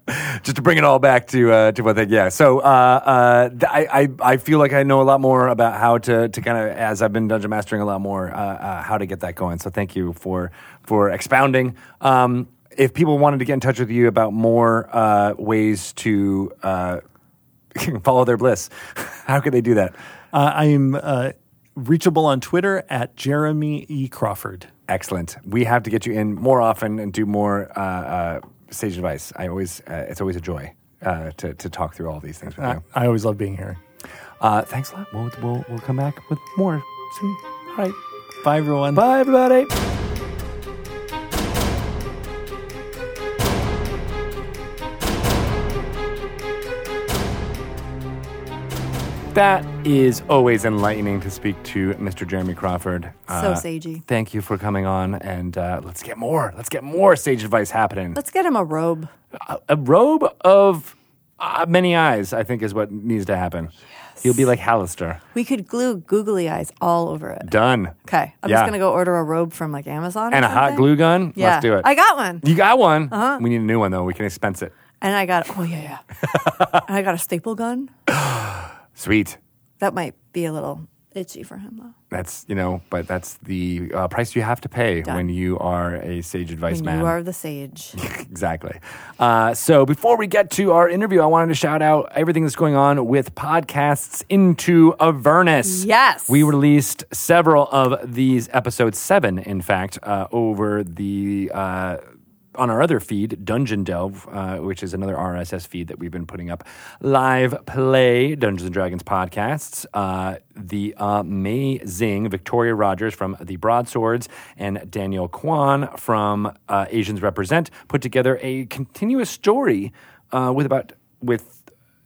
[LAUGHS] just to bring it all back to uh, to what they yeah. So uh, uh, th- I, I I feel like I know a lot more about how to to kind of as I've been dungeon mastering a lot more uh, uh, how to get that going. So thank you for for expounding. Um, if people wanted to get in touch with you about more uh, ways to uh, [LAUGHS] follow their bliss, [LAUGHS] how could they do that? Uh, I'm uh, reachable on Twitter at Jeremy E. Crawford. Excellent. We have to get you in more often and do more uh, uh, sage advice. I always, uh, it's always a joy uh, to, to talk through all these things with I, you. I always love being here. Uh, thanks a lot. We'll, we'll, we'll come back with more soon. All right. Bye, everyone. Bye, everybody. That is always enlightening to speak to Mr. Jeremy Crawford. Uh, sagey. Thank you for coming on, and uh, let's get more. Let's get more sage advice happening. Let's get him a robe. A, a robe of uh, many eyes, I think, is what needs to happen. You'll be like Hallister. We could glue googly eyes all over it. Done. Okay, I'm Yeah. just gonna go order a robe from like Amazon or And a hot something. glue gun. Yeah, Let's do it. I Uh-huh. got one, You got one. We need a new one though. We can expense it. and I got oh yeah yeah, [LAUGHS] and I got a staple gun. Sweet. That might be a little itchy for him though. That's you know, but that's the uh, price you have to pay Done. when you are a sage advice And man. you are the sage. [LAUGHS] exactly. Uh, so before we get to our interview, I wanted to shout out everything that's going on with podcasts into Avernus. Yes. we released several of these episodes, seven in fact, uh, over the. Uh, on our other feed, Dungeon Delve, uh, which is another RSS feed that we've been putting up, live play Dungeons and Dragons podcasts. Uh, the amazing Victoria Rogers from The Broadswords and Daniel Kwan from uh, Asians Represent put together a continuous story uh, with about with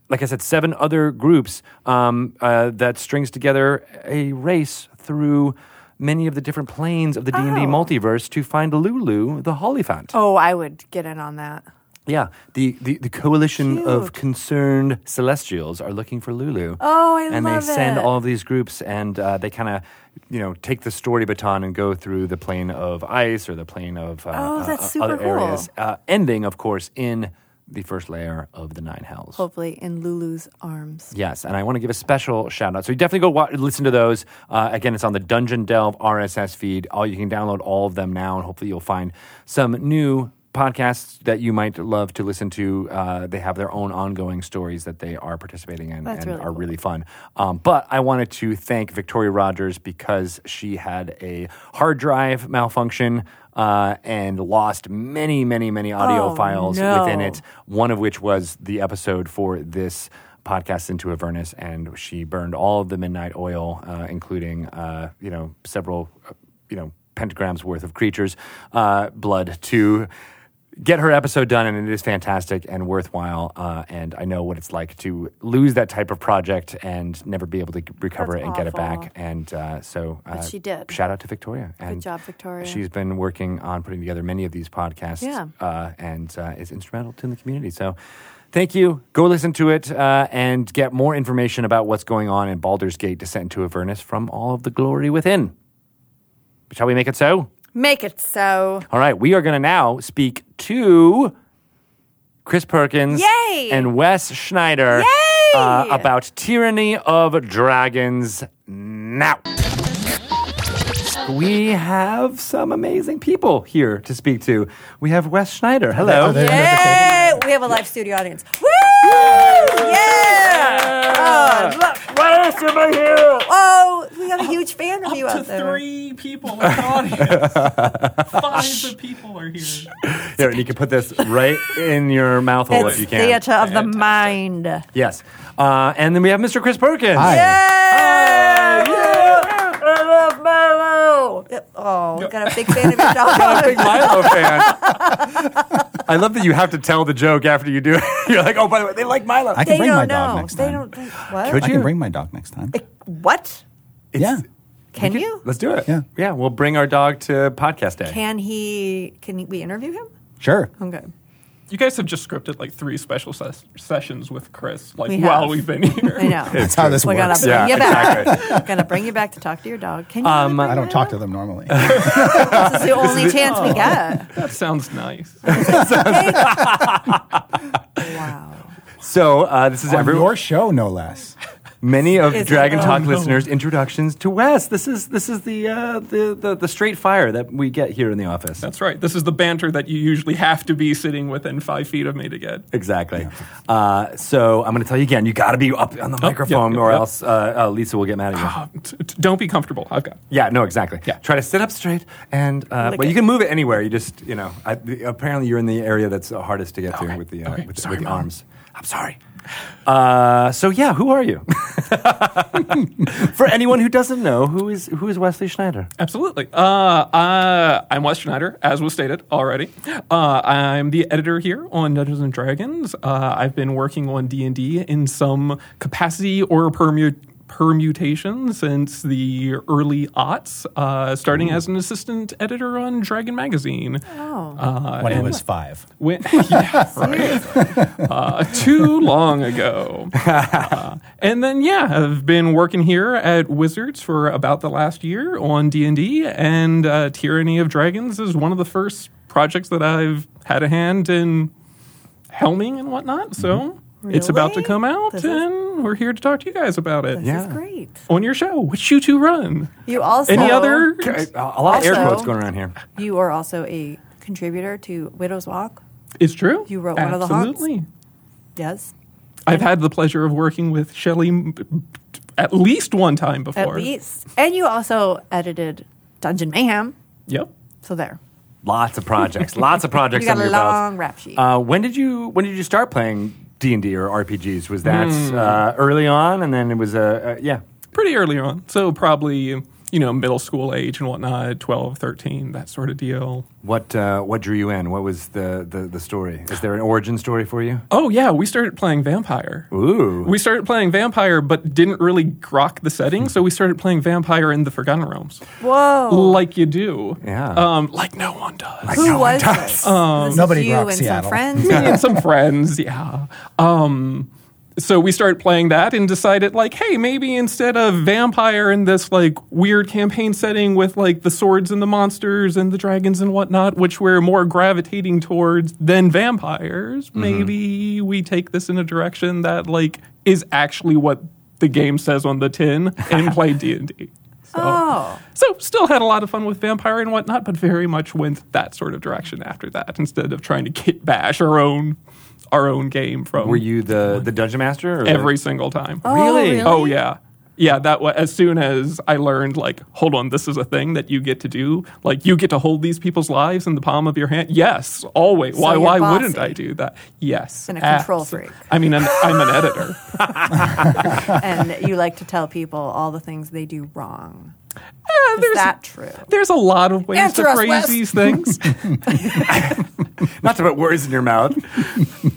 like I said, seven other groups um, uh, that strings together a race through many of the different planes of the D&D Oh. multiverse to find Lulu, the Hollyfant. Oh, I would get in on that. Yeah, the, the, the coalition of Cute. concerned celestials are looking for Lulu. Oh, I And love they send it. all of these groups and uh, they kind of, you know, take the story baton and go through the plane of ice or the plane of uh, Oh, uh, that's uh, super other areas. cool. Uh, ending, of course, in the first layer of the Nine Hells. Hopefully in Lulu's arms. Yes, and I want to give a special shout out. So you definitely go wa listen to those. Uh, again, it's on the Dungeon Delve RSS feed. All you can download all of them now, and hopefully you'll find some new podcasts that you might love to listen to. Uh, they have their own ongoing stories that they are participating in That's and really are cool. really fun. Um, but I wanted to thank Victoria Rogers because she had a hard drive malfunction. uh, uh, and lost many, many, many audio Oh, files no. within it. One of which was the episode for this podcast into Avernus, and she burned all of the midnight oil, uh, including uh, you know several uh, you know pentagrams worth of creatures, uh, blood to. Get her episode done, and it is fantastic and worthwhile. Uh, and I know what it's like to lose that type of project and never be able to recover That's it and get it awful. back. And uh, so, uh, she did. Shout out to Victoria. Good job, Victoria. She's been working on putting together many of these podcasts Yeah. uh, and uh, is instrumental to the community. So thank you. Go listen to it uh, and get more information about what's going on in Baldur's Gate Descent to Avernus from all of the glory within. Shall we make it so? Make it so. All right, we are going to now speak to Chris Perkins Yay! and Wes Schneider Yay! uh, about Tyranny of Dragons now. We have some amazing people here to speak to. We have Wes Schneider. Hello. Hello. [LAUGHS] Yay! We have a live studio audience. Woo! Yeah! Oh, look. Wes, am I here? Oh, we got a huge fan of you Up out to there. three people in the audience. [LAUGHS] Five of people are here. Here, and you can put this right in your mouth hole Oh, It's if you can. theater of the mind. Yay! Yes. Uh, and then we have Mr. Chris Perkins. Hi. Oh, I love Milo. Yep. Oh, we got a big fan of your dog. [LAUGHS] big Milo fan. I love that you have to tell the joke after you do it. [LAUGHS] You're like, oh, by the way, they like Milo. I can They bring my don't dog know. next time. They don't. They, what? Could I you? can bring my dog next time. what? yeah. Can you? Let's do it. Yeah. Yeah, we'll bring our dog to podcast day. Can he? Can we interview him? Sure. Okay. You guys have just scripted like three special ses- sessions with Chris, like We have. while we've been here. [LAUGHS] I know. That's how this We're gonna works. bring Yeah, you back. Gonna bring you back to talk to your dog. Can you? Um, I don't talk to them [LAUGHS] normally. This is the Oh. only chance we [LAUGHS] get. Oh, That sounds nice. Wow. So uh, this is On every your show, no less. many of Is it- Dragon oh, Talk listeners' introductions to Wes. This is this is the, uh, the the the straight fire that we get here in the office. That's right. This is the banter that you usually have to be sitting within five feet of me to get. Exactly. Uh, so I'm going to tell you again. You got to be up on the microphone, yeah, or yeah. else uh, uh, Lisa will get mad [LAUGHS] at you. Uh, t- t- don't be comfortable. I've got. Yeah, no, exactly. Yeah. Try to sit up straight, and uh, Lick well, you it. can move it anywhere. You just, you know, I, the, apparently you're in the area that's the hardest to get to Okay. with the uh, Okay. with, the- Sorry, with the Mom. arms. I'm sorry. Uh, so yeah, who are [LAUGHS] you? For anyone who doesn't know, who is who is Wesley Schneider? Absolutely. Uh, uh, I'm Wes Schneider, as was stated already. Uh, I'm the editor here on Dungeons and Dragons. Uh, I've been working on D and D in some capacity or permu- permutation since the early aughts, uh, starting as an assistant editor on Dragon Magazine. Oh. Uh, When I and was five. when- [LAUGHS] yeah, right. Uh, too long ago. Uh, and then yeah, I've been working here at Wizards for about the last year on D and D, uh, and Tyranny of Dragons is one of the first projects that I've had a hand in helming and whatnot. So it's about to Really? come out, This is- and we're here to talk to you guys about it. This is great. On your show, which you two run? You also Any other? Okay, A a lot of air Also- quotes going around here. You are also a contributor to Widow's Walk. It's true. You wrote one of the Absolutely. haunts? Yes. I've had the pleasure of working with Shelley m- at least one time At before. least. And you also edited Dungeon Mayhem. Yep. So there. Lots of projects. lots of projects. You got under a your belt. long rap sheet. Uh, when did you when did you start playing D and D or RPGs? Was that Hmm. uh, early on, and then it was uh, uh, yeah. Pretty early on. So probably, you know, middle school age and whatnot, 12, 13, that sort of deal. What uh, what drew you in? What was the, the, the story? Is there an origin story for you? Oh, yeah, we started playing Vampire. Ooh, We started playing Vampire, but didn't really grok the setting, so we started playing Vampire in the Forgotten Realms. Whoa. Like you do. Yeah. Um, like no one does. Who was this? this is Nobody you rocks and some Seattle. friends. me and some friends. Yeah. Um, so we started playing that and decided, like, hey, maybe instead of vampire in this like weird campaign setting with like the swords and the monsters and the dragons and whatnot, which we're more gravitating towards than vampires, maybe we take this in a direction that like is actually what the game says on the tin and play D and D. [LAUGHS] Oh. So, still had a lot of fun with Vampire and whatnot, but very much went that sort of direction after that instead of trying to kit bash our own our own game from were you the the dungeon master? Or every single time. Really? Oh, really? Oh yeah. yeah, that wa- as soon as I learned, like, hold on, this is a thing that you get to do. Like, you get to hold these people's lives in the palm of your hand. Yes, always. So why? you're Why bossy. wouldn't I do that? Yes, And a control abso- freak. I mean, I'm, I'm an [LAUGHS] editor. and you like to tell people all the things they do wrong. Eh, Is there's, that true? there's a lot of ways Answer to us, phrase Wes. these things. [LAUGHS] [LAUGHS] Not to put words in your mouth.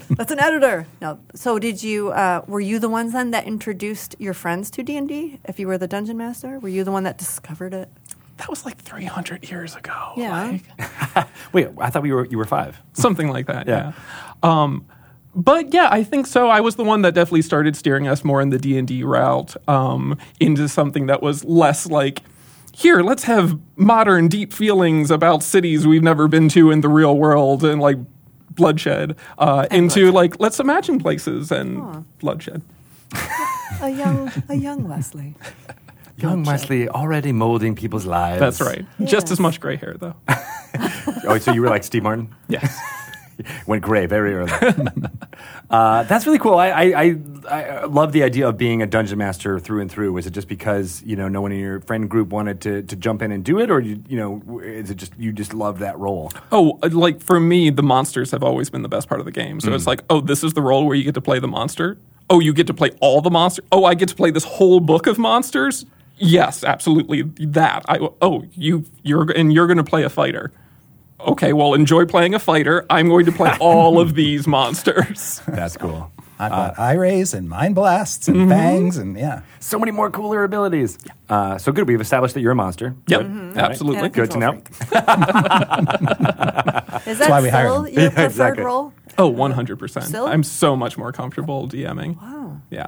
That's an editor. No. So did you? Uh, were you the ones then that introduced your friends to D and D? If you were the dungeon master, were you the one that discovered it? that was like 300 years ago. Yeah. Like, Wait, I thought we were you were five. something like that. Yeah. Yeah. Um, but yeah, I think so. I was the one that definitely started steering us more in the D and D route um, into something that was less like, here, let's have modern, deep feelings about cities we've never been to in the real world and like bloodshed. Uh, into like, let's imagine places and bloodshed. [LAUGHS] A young, a young Wesley. Young Wesley already molding people's lives. That's right. Just Yes. as much gray hair though. [LAUGHS] Oh, so you were like Steve Martin? [LAUGHS] [LAUGHS] yes. went gray very early. [LAUGHS] uh, that's really cool. I, I, I, I love the idea of being a dungeon master through and through. Was it just because you know no one in your friend group wanted to, to jump in and do it, or you you know w- is it just you just love that role? Oh, like for me, the monsters have always been the best part of the game. So Mm. it's like, oh, this is the role where you get to play the monster. Oh, you get to play all the monsters. Oh, I get to play this whole book of monsters. Yes, absolutely that. I oh you you're and you're going to play a fighter. Okay, well, enjoy playing a fighter. I'm going to play all of [LAUGHS] these monsters. That's cool. I've got Ah. eye rays and mind blasts Mm-hmm. and fangs and yeah. So many more cooler abilities. Uh, so good. We've established that you're a monster. Yep, Mm-hmm. Good. All right. absolutely. And a Good to know. [LAUGHS] Is that why we hired still [LAUGHS] him. your preferred exactly. role? Oh, 100%. Still? I'm so much more comfortable DMing. Wow. Yeah.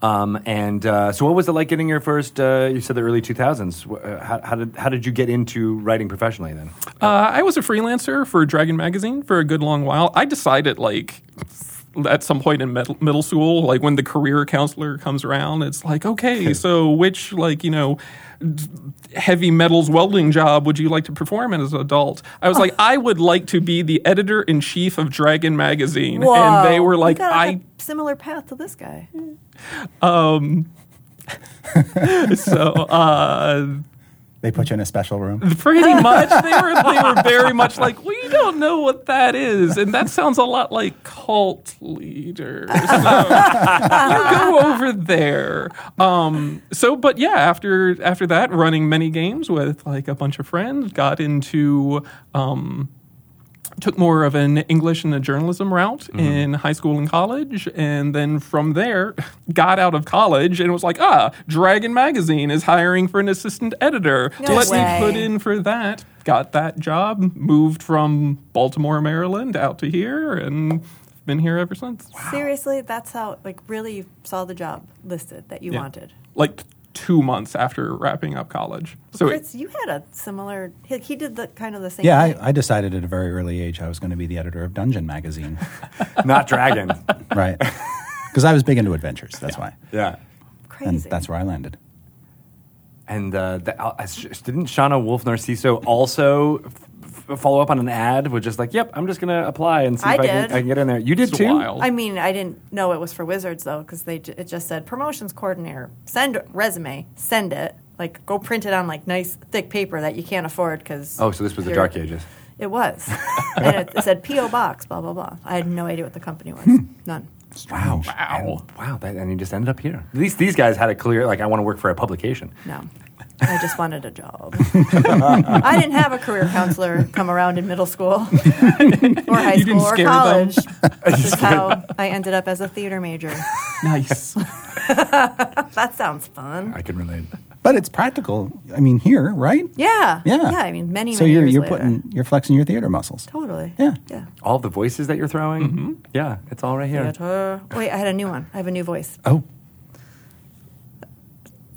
Um, and uh, so, what was it like getting your first? Uh, you said the early 2000s. Wh- uh, How, how did how did you get into writing professionally [LAUGHS] then? Uh, I was a freelancer for Dragon Magazine for a good long while. I decided, like, at some point in med- middle school, like when the career counselor comes around, it's like, okay, so which, like, you know, d- heavy metals welding job would you like to perform in as an adult? I was like, I would like to be the editor in chief of Dragon Magazine, and they were You [LAUGHS] like, got I. like a similar path to this guy. so uh, They put you in a special [LAUGHS] room. pretty much they were they were very much like we don't know what that is, and that sounds a lot like cult leader. So [LAUGHS] you [LAUGHS] go over there. Um, so, but yeah, after after that, running many games with like a bunch of friends, got into. Um, took more of an English and a journalism route Mm-hmm. in high school and college, and then from there got out of college and was like, ah, Dragon Magazine is hiring for an assistant editor. No Let way. me put in for that. Got that job, moved from Baltimore, Maryland, out to here, and been here ever since. Seriously, that's how like really you saw the job listed that you Yeah. wanted. Like two months after wrapping up college. So it, Chris, you had a similar. He, he did the kind of the same. Yeah, I, thing. I decided at a very early age I was going to be the editor of Dungeon Magazine, Not [LAUGHS] dragon. right? [LAUGHS] Because I was big into adventures. That's why, yeah. Crazy. and that's where I landed. And uh, the, uh, sh- didn't Shauna Wolf Narciso also f- f- follow up on an ad with just like, "Yep, I'm just going to apply and see I if I can, did. I can get in there." You did It's too. wild. I mean, I didn't know it was for wizards though, because they ju- it just said promotions coordinator. Send resume. Send it. Like go print it on like nice thick paper that you can't afford. Because Oh, so this was the Dark Ages. It was, [LAUGHS] and it, it said PO box. Blah blah blah. I had no idea what the [LAUGHS] company was. None. Oh, Strange. wow. And- wow, that, and you just ended up here. At least these guys had a clear like, "I want to work for a publication." No. I just wanted [LAUGHS] a job. I didn't have a career counselor come around in [LAUGHS] middle school or high school You didn't or scare them? college. This is how I ended up as a theater major. Nice. That sounds fun. I can [LAUGHS] relate. [LAUGHS] But it's practical. I mean, here, right? Yeah. Yeah. Yeah. I mean, many. So many you're years you're later. putting you're flexing your theater muscles. totally. Yeah. Yeah. All the voices that you're throwing. Mm-hmm. Yeah, it's all right here. Theater. Wait, I had a new one. I have a new voice. Oh,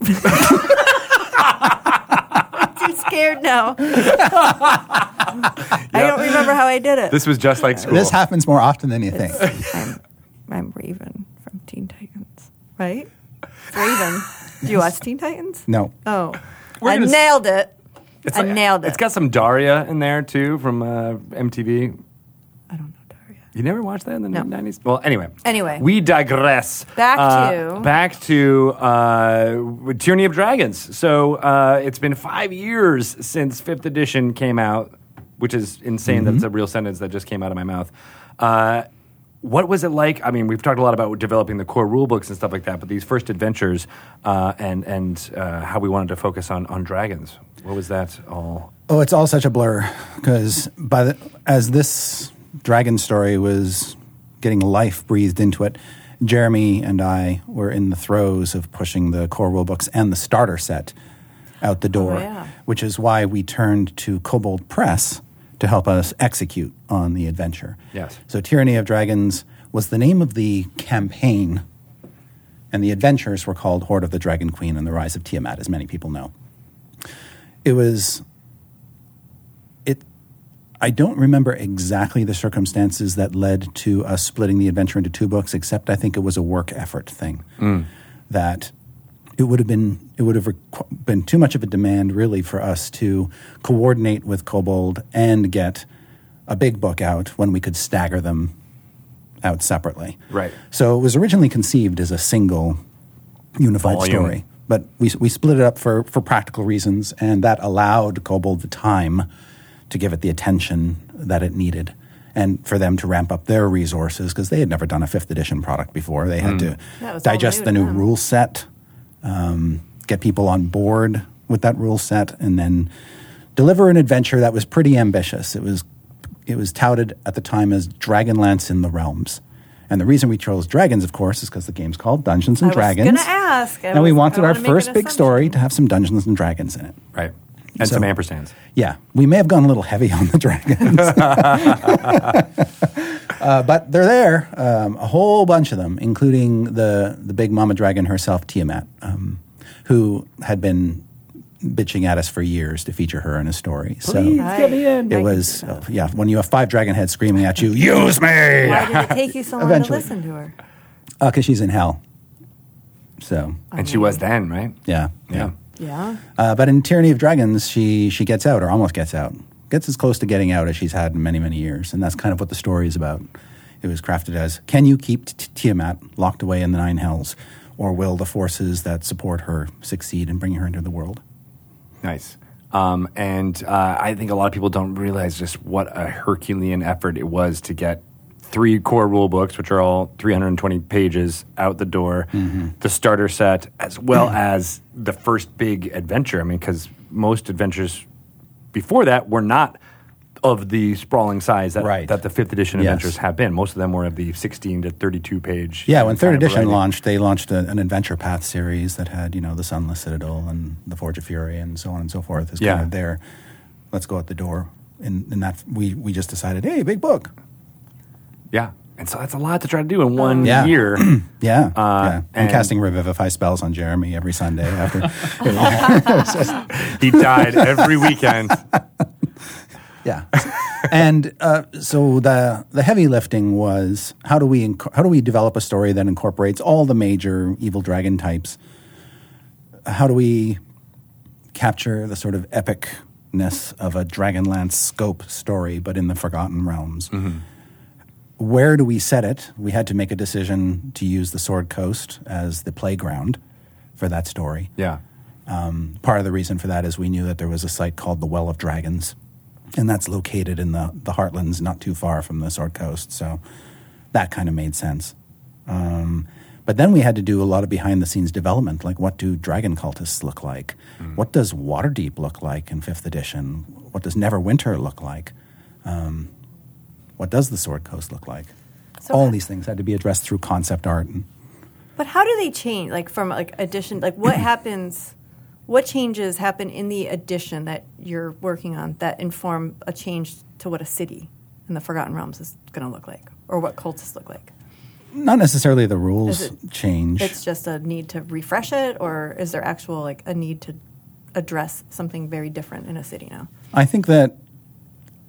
[LAUGHS] I'm too scared now. [LAUGHS] I don't remember how I did it. This was just like school. this happens more often than you think. I'm, I'm Raven from Teen Titans, right? It's Raven. Do you watch Teen Titans? No. Oh, We're I gonna s- nailed it. It's I like- nailed it. It's got some Daria in there too from uh, MTV. I don't know Daria. You never watched that in the No. nineties. Well, anyway. Anyway. we digress. Back Uh, to- back to uh, Tyranny of Dragons. So uh, it's been five years since Fifth Edition came out, which is insane. That's a real sentence that just came out of my mouth. Uh, what was it like? I mean, we've talked a lot about developing the core rule books and stuff like that, but these first adventures uh, and and uh, how we wanted to focus on on dragons. What was that all? Oh, it's all such a blur because by the, as this dragon story was getting life breathed into it, Jeremy and I were in the throes of pushing the core rulebooks and the starter set out the door, yeah. which is why we turned to Kobold Press to help us execute on the adventure. Yes. So Tyranny of Dragons was the name of the campaign, and the adventures were called Horde of the Dragon Queen and the Rise of Tiamat, as many people know. It was it I don't remember exactly the circumstances that led to us splitting the adventure into two books, except I think it was a work effort thing. That it would have been it would have requ- been too much of a demand, really, for us to coordinate with Kobold and get a big book out when we could stagger them out separately. Right. So it was originally conceived as a single unified Volume. story, but we, we split it up for, for practical reasons, and that allowed Kobold the time to give it the attention that it needed and for them to ramp up their resources because they had never done a fifth edition product before. They had That to was all digest new the to new them. rule set, um, get people on board with that rule set, and then deliver an adventure that was pretty ambitious. It was it was touted at the time as Dragonlance in the Realms. And the reason we chose dragons, of course, is because the game's called Dungeons and I was Dragons. gonna ask. I and we was- wanted I our wanna make first an big story assumption. to have some Dungeons and Dragons in it. Right, and So- some ampersands. Yeah, we may have gone a little heavy on the [LAUGHS] dragons, uh, but they're there. Um, a whole bunch of them, including the the big mama dragon herself, Tiamat, um, who had been bitching at us for years to feature her in a story. so Right. I it can was, do that. oh, yeah, when you have five dragon heads screaming at you, use [LAUGHS] me, Why did it take you so long Eventually. to listen to her? because she's in hell. So And Mm-hmm. she was then, right? yeah, Yeah. Yeah. Uh, but in Tyranny of Dragons, she she gets out or almost gets out, gets as close to getting out as she's had in many many years, and that's kind of what the story is about. It was crafted as: Can you keep T- Tiamat locked away in the Nine Hells, or will the forces that support her succeed in bringing her into the world? Nice. Um, and uh, I think a lot of people don't realize just what a Herculean effort it was to get three core rule books, which are all 320 pages, out the door, Mm-hmm. the starter set, as well Mm. as the first big adventure. I mean, because most adventures before that were not of the sprawling size that, Right. that the fifth edition Yes. adventures have been. Most of them were of the 16 to 32 page. Yeah, when kind third of edition variety. launched, they launched a, an adventure path series that had you know the Sunless Citadel and the Forge of Fury and so on and so forth. Is Yeah. kind of their let's go out the door, and, and that we we just decided, hey, big book, Yeah. And so that's a lot to try to do in one Yeah. [LAUGHS] year. Hmm. Yeah, Uh, yeah. I'm and- casting revivify spells on Jeremy every Sunday after. [LAUGHS] he died every weekend. yeah, and uh, so the the heavy lifting was how do we inc- how do we develop a story that incorporates all the major evil dragon types? How do we capture the sort of epicness of a Dragonlance scope story, but in the Forgotten Realms? Mm-hmm. Where do we set it? We had to make a decision to use the Sword Coast as the playground for that story. Yeah. Um, part of the reason for that is we knew that there was a site called the Well of Dragons, and that's located in the, the heartlands, not too far from the Sword Coast. So that kind of made sense. Um, but then we had to do a lot of behind the scenes development, like what do dragon cultists look like? What does Waterdeep look like in fifth edition? What does Neverwinter look like? Um, what does the Sword Coast look like? So- All these things had to be addressed through concept art and But how do they change? Like from like addition, like [CLEARS THROAT] what happens? What changes happen in the addition that you're working on that inform a change to what a city in the Forgotten Realms is going to look like, or what cultists look like? not necessarily the rules Is it- change. It's just a need to refresh it, or is there actual like a need to address something very different in a city now? I think that,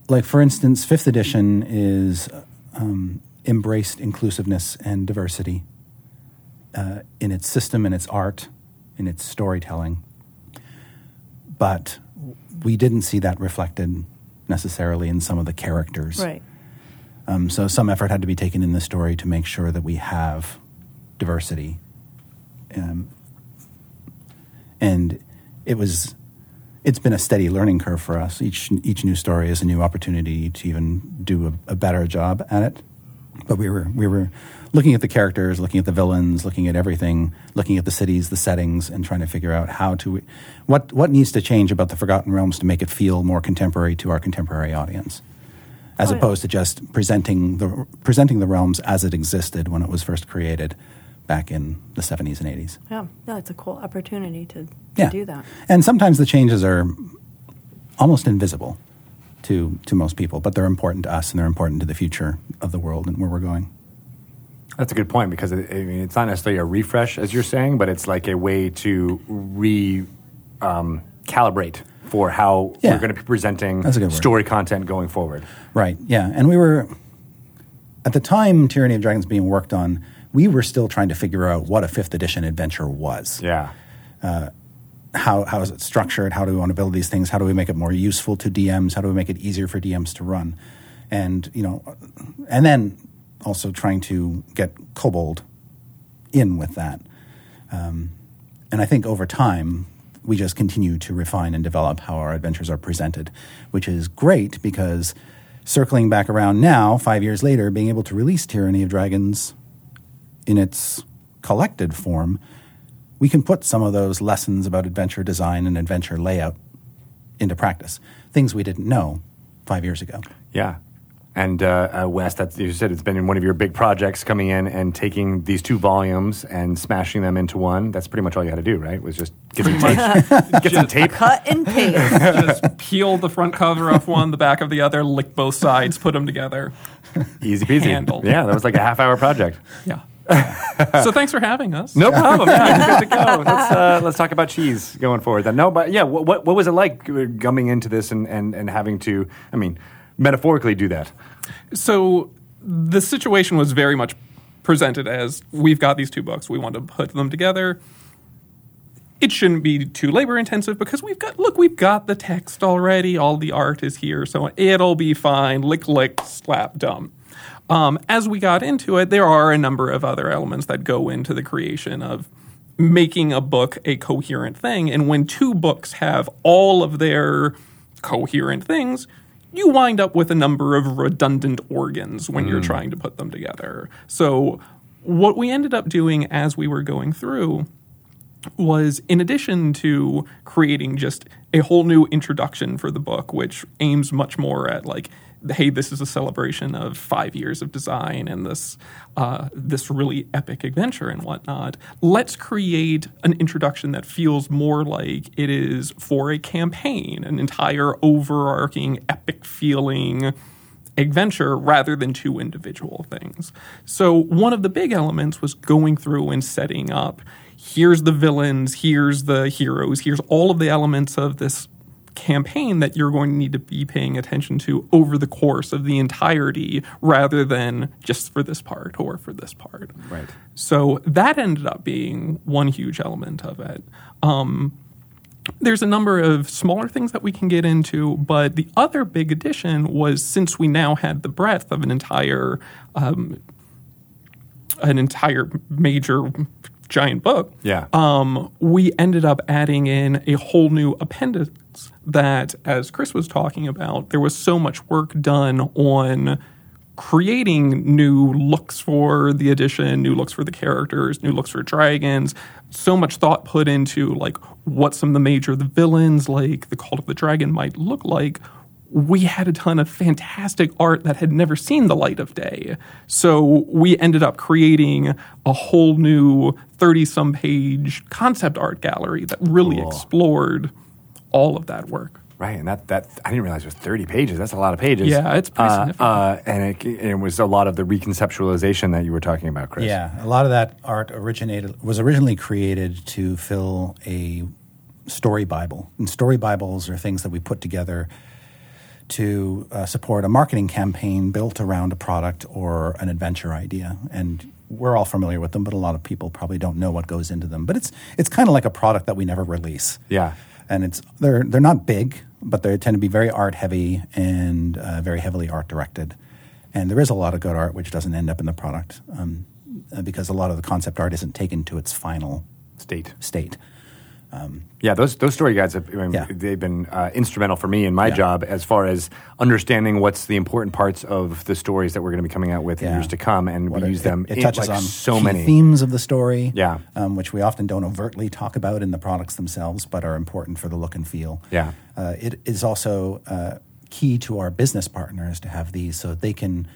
like for instance, fifth edition is um, embraced inclusiveness and diversity uh, in its system, in its art, in its storytelling. But we didn't see that reflected necessarily in some of the characters. Um, so some effort had to be taken in this story to make sure that we have diversity. Um, and it was, it's been a steady learning curve for us. Each each new story is a new opportunity to even do a, a better job at it. But we were we were looking at the characters, looking at the villains, looking at everything, looking at the cities, the settings, and trying to figure out how to what what needs to change about the Forgotten Realms to make it feel more contemporary to our contemporary audience as Oh, yeah. opposed to just presenting the presenting the realms as it existed when it was first created back in the 70s and 80s. Yeah, no, it's a cool opportunity to, to Yeah. do that. And sometimes the changes are almost invisible to to most people, but they're important to us and they're important to the future of the world and where we're going. That's a good point because it, I mean it's not necessarily a refresh as you're saying, but it's like a way to re um, calibrate for how Yeah. we're going to be presenting That's a good word. story content going forward. Right. Yeah. And we were at the time Tyranny of Dragons being worked on, we were still trying to figure out what a 5th edition adventure was. Yeah, how how is it structured? How do we want to build these things? How do we make it more useful to DMs? How do we make it easier for DMs to run? And you know, and then also trying to get Kobold in with that. Um, and I think over time we just continue to refine and develop how our adventures are presented, which is great because circling back around now, five years later, being able to release Tyranny of Dragons in its collected form, we can put some of those lessons about adventure design and adventure layout into practice. Things we didn't know five yees ago. yeah. And uh, uh, Wes, that's you said it's been in one of your big projects coming in and taking these two volumes and smashing them into one. That's pretty much all you had to do, right? Was just get some tape, get some tape, Cut and [LAUGHS] paste. [LAUGHS] Just peel the front cover off one, the back of the other, lick both sides, put them together. easy peasy. Handled. Yeah, that was like a half hour project. Yeah. [LAUGHS] so thanks for having us. No problem. Yeah, good to go. Let's, uh, let's talk about cheese going forward. Then. No, but yeah, what, what, what was it like uh, coming into this and, and, and having to, I mean, metaphorically do that? So the situation was very much presented as we've got these two books, we want to put them together. It shouldn't be too labor intensive because we've got look, we've got the text already, all the art is here, so it'll be fine. Lick lick slap dump. Um, as we got into it, there are a number of other elements that go into the creation of making a book a coherent thing. And when two books have all of their coherent things, you wind up with a number of redundant organs when you're trying to put them together. So, what we ended up doing as we were going through was in addition to creating just a whole new introduction for the book, which aims much more at like, hey, this is a celebration of five years of design and this uh, this really epic adventure and whatnot. Let's create an introduction that feels more like it is for a campaign, an entire overarching epic feeling adventure rather than two individual things. So, one of the big elements was going through and setting up here's the villains, here's the heroes, here's all of the elements of this campaign that you're going to need to be paying attention to over the course of the entirety rather than just for this part or for this part. Right. So, that ended up being one huge element of it there's a number of smaller things that we can get into, but the other big addition was since we now had the breadth of an entire um, an entire major giant book, Yeah. um, we ended up adding in a whole new appendix that, as Chris was talking about, there was so much work done on creating new looks for the edition, new looks for the characters, new looks for dragons. So much thought put into like what some of the major the villains like the Cult of the Dragon might look like. We had a ton of fantastic art that had never seen the light of day. So we ended up creating a whole new 30 some page concept art gallery that really Cool. explored all of that work. Right, and that, that I didn't realize it was 30 pages. That's a lot of pages. Yeah, it's pretty Uh, significant. Uh, and, it, and it was a lot of the reconceptualization that you were talking about, Chris. Yeah, a lot of that art originated was originally created to fill a story bible, and story bibles are things that we put together to uh, support a marketing campaign built around a product or an adventure idea. And we're all familiar with them, but a lot of people probably don't know what goes into them. But it's it's kind of like a product that we never release. Yeah. and it's they're they're not big, but they tend to be very art heavy and uh, very heavily art directed. And there is a lot of good art which doesn't end up in the product um, uh, because a lot of the concept art isn't taken to its final State. state. Yeah, those those story guides have I mean, Yeah. they've been uh, instrumental for me in my Yeah. job as far as understanding what's the important parts of the stories that we're going to be coming out with in Yeah. years to come, and What we use them. It, in, touches like, on so key many. themes of the story, Yeah. um, which we often don't overtly talk about in the products themselves, but are important for the look and feel. Yeah. uh, it is also uh, key to our business partners to have these so that they can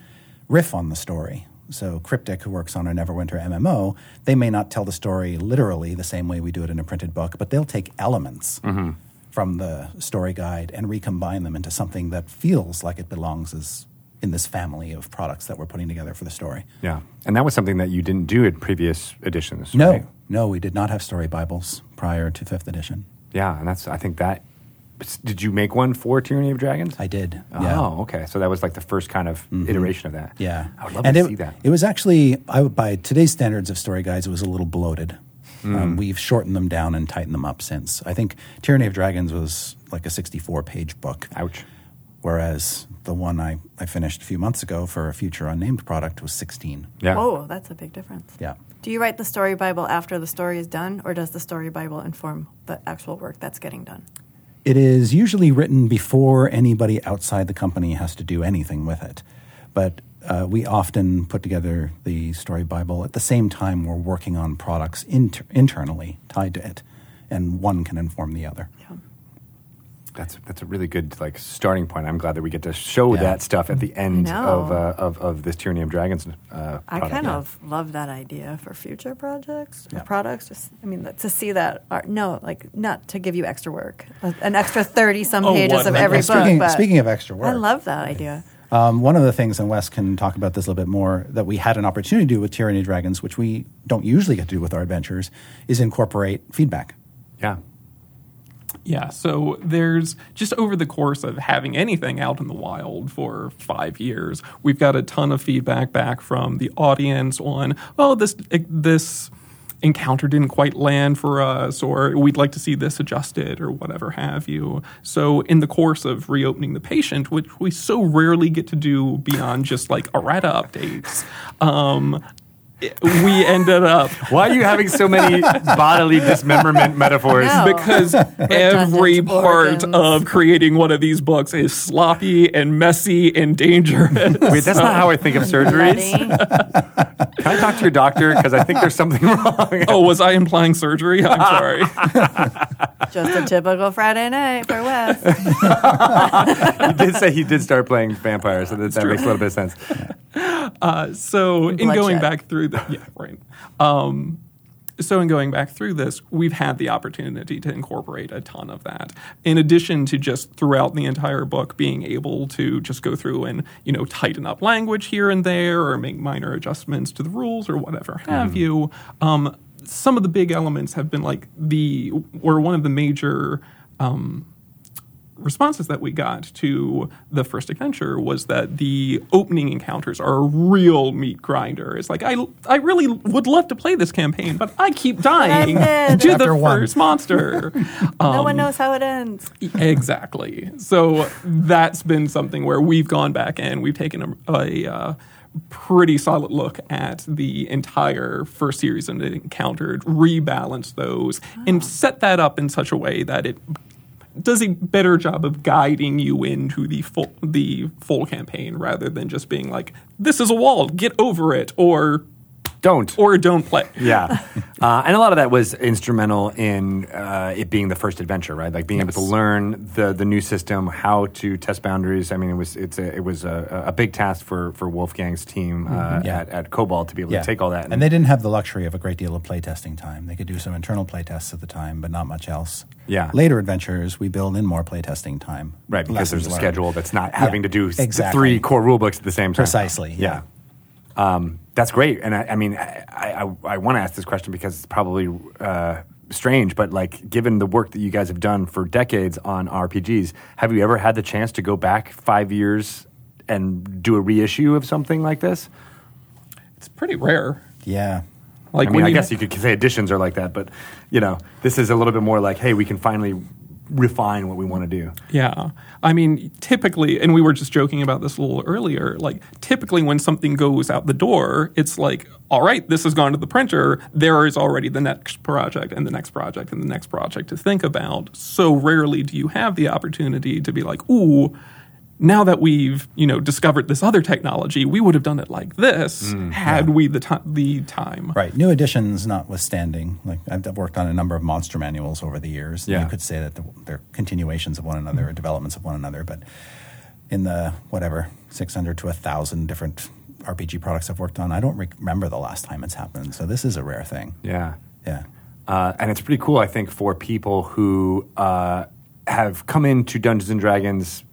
riff on the story. So Cryptic, who works on a Neverwinter MMO, they may not tell the story literally the same way we do it in a printed book, but they'll take elements. Mm-hmm. From the story guide and recombine them into something that feels like it belongs as in this family of products that we're putting together for the story. Yeah, and that was something that you didn't do in previous editions. No, right? no, we did not have story Bibles prior to fifth edition. Yeah, and that's I think that did you make one for Tyranny of Dragons? I did. Oh, yeah. Mm-hmm. okay. So that was like the first kind of iteration of that. Yeah. I would love and to it, see that. It was actually, I would, by today's standards of story guides, it was a little bloated. Hmm. Um, we've shortened them down and tightened them up since. I think Tyranny of Dragons was like a 64 page book, Ouch. whereas the one I, I finished a few months ago for a future unnamed product was 16. Yeah. Whoa, that's a big difference. Yeah. Do you write the story Bible after the story is done, or does the story Bible inform the actual work that's getting done? It is usually written before anybody outside the company has to do anything with it. But uh, we often put together the story Bible at the same time we're working on products inter- internally tied to it, and one can inform the other. That's that's a really good like starting point. I'm glad that we get to show Yeah. that stuff at the end know. of, uh, of of this Tyranny of Dragons. Uh, I product. kind Yeah. of love that idea for future projects or products. Just, I mean, to see that art, no, like not to give you extra work, uh, an extra thirty some Oh, pages what? of Like, every Well, speaking, book. But speaking of extra work, I love that idea. um, one of the things, and Wes can talk about this a little bit more, that we had an opportunity to do with Tyranny of Dragons, which we don't usually get to do with our adventures, is incorporate feedback. yeah. Yeah, so there's just over the course of having anything out in the wild for five years, we've got a ton of feedback back from the audience on, oh, this this encounter didn't quite land for us, or we'd like to see this adjusted, or whatever have you. So in the course of reopening the patient, which we so rarely get to do beyond just like errata updates, um, it- we ended up Why are you having so [LAUGHS] many bodily dismemberment metaphors? I know. because every Oh. [LAUGHS] Redundant part organs. of creating one of these books is sloppy and messy [LAUGHS] and dangerous. Wait, that's not how I think of surgeries. Bloody. Can I talk to your doctor? Because I think there's something [LAUGHS] wrong. oh, was I implying [LAUGHS] surgery? I'm sorry. Just a typical Friday night for Wes. he [LAUGHS] did say he did start playing vampires, so that, that makes a little bit of sense. Uh, so in Bloodshed. going back through the yeah right. Um, so in going back through this, we've had the opportunity to incorporate a ton of that. In addition to just throughout the entire book being able to just go through and, you know, tighten up language here and there or make minor adjustments to the rules or whatever have you. Um, some of the big elements have been like the or one of the major um, responses that we got to the first adventure was that the opening encounters are a real meat grinder. It's like I I really would love to play this campaign, but I keep dying dead. [LAUGHS] to the Chapter one. first [LAUGHS] monster. no one knows how it ends. exactly. So that's been something where we've gone back and we've taken a, a uh, pretty solid look at the entire first series and encountered, rebalanced those, and set that up in such a way that it does a better job of guiding you into the full the full campaign rather than just being like this is a wall get over it or Don't. or don't play yeah. Uh, and a lot of that was instrumental in uh, it being the first adventure, right? Like being able to learn the the new system, how to test boundaries. I mean, it was it's a, it was a, a big task for for Wolfgang's team uh, Mm-hmm. Yeah. at, at Cobalt to be able to take all that. And, they didn't have the luxury of a great deal of playtesting time. They could do some internal playtests at the time, but not much else. Yeah. Later adventures, we build in more playtesting time. right because Lessons there's a learned. schedule that's not having to do s- exactly. three core rule books at the same time. Precisely, yeah. Um, that's great. And I, I mean, I, I, I want to ask this question because it's probably uh, strange, but like, given the work that you guys have done for decades on RPGs, have you ever had the chance to go back five years and do a reissue of something like this? it's pretty rare Yeah. like I mean, when I you- guess you could say editions are like that, but you know, this is a little bit more like, hey, we can finally refine what we want to do. Yeah. I mean, typically, and we were just joking about this a little earlier, like, typically when something goes out the door, it's like, all right, this has gone to the printer. There is already the next project and the next project and the next project to think about. So rarely do you have the opportunity to be like, ooh, now that we've you know discovered this other technology, we would have done it like this had we the ti the time. Right. New editions notwithstanding, like I've I've worked on a number of monster manuals over the years. and Yeah. You could say that the- they're continuations of one another or developments of one another, but in the whatever 600 to 1,000 different RPG products I've worked on, I don't re- remember the last time it's happened. So this is a rare thing. Yeah. Yeah. Uh, and it's pretty cool, I think, for people who uh, have come into Dungeons and Dragons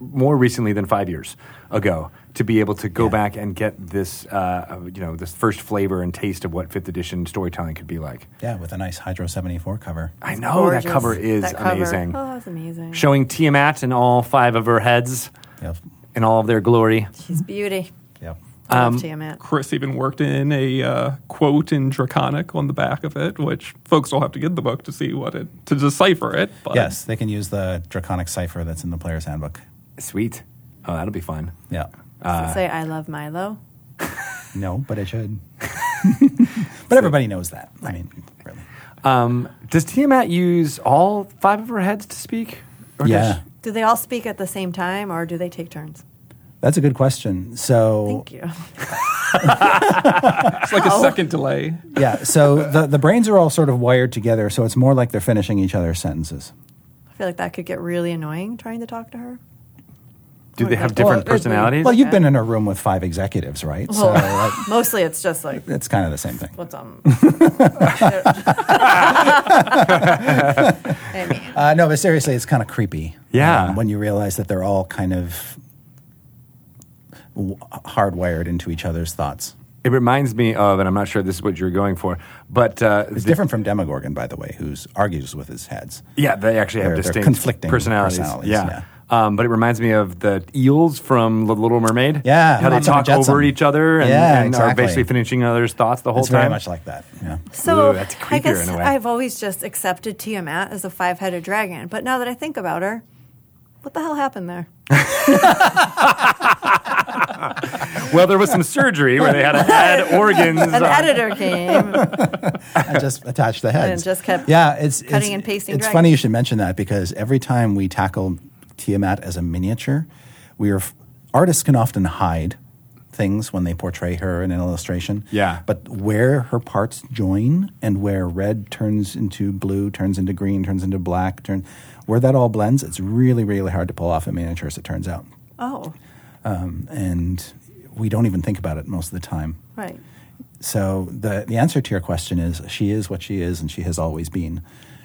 more recently than five years ago to be able to go back and get this, uh, you know, this first flavor and taste of what fifth edition storytelling could be like. Yeah, with a nice Hydro 74 cover. I know Gorgeous. that cover is That cover. amazing, Oh, that's amazing. showing Tiamat and all five of her heads Yep. in all of their glory. She's beauty. Yep. Um, Love Tiamat. Chris even worked in a uh, quote in Draconic on the back of it, which folks will have to get the book to see what it to decipher it. But Yes, they can use the draconic cipher that's in the player's handbook. Sweet. Oh, that'll be fun. Yeah. Does it say I love Milo. No, but it should. [LAUGHS] but everybody knows that. I mean, really. Um, does Tiamat use all five of her heads to speak? Or does Yeah. she- Do they all speak at the same time, or do they take turns? That's a good question. So, Thank you. [LAUGHS] it's like a second delay. yeah, so the, the brains are all sort of wired together, so it's more like they're finishing each other's sentences. I feel like that could get really annoying trying to talk to her. Do Oh, they yeah. have different Well, it- personalities? Well, you've been in a room with five executives, right? So, Well, like, [LAUGHS] mostly it's just like it's kind of the same thing. [LAUGHS] what's um. I mean, Uh, no, but seriously, it's kind of creepy. Um, Yeah. when you realize that they're all kind of w- hardwired into each other's thoughts. It reminds me of, and I'm not sure this is what you're going for, but uh, It's the- different from Demogorgon, by the way, who argues with his heads. yeah, they actually have They're- they're distinct conflicting personalities. personalities, yeah. Um, but it reminds me of the eels from The Little Mermaid. Yeah, how they Flotsam and talk over Jetsam. each other and, Yeah, and are exactly. basically finishing each other's thoughts the whole it's time. very much like that. Yeah. so Ooh, that's I creepier guess in a way. I've always just accepted Tiamat as a five-headed dragon. But now that I think about her, what the hell happened there? well, there was some surgery where they had to [LAUGHS] add organs. An on- editor came. [LAUGHS] [LAUGHS] I just attached the heads. just kept yeah, it's cutting it's- and pasting It's dragons. funny you should mention that because every time we tackle Tiamat as a miniature, we are f- artists can often hide things when they portray her in an illustration. Yeah. but where her parts join and where red turns into blue, turns into green, turns into black, turn where that all blends, it's really really hard to pull off in miniatures. It turns out, Oh, um, and we don't even think about it most of the time. right. So the, the answer to your question is she is what she is and she has always been.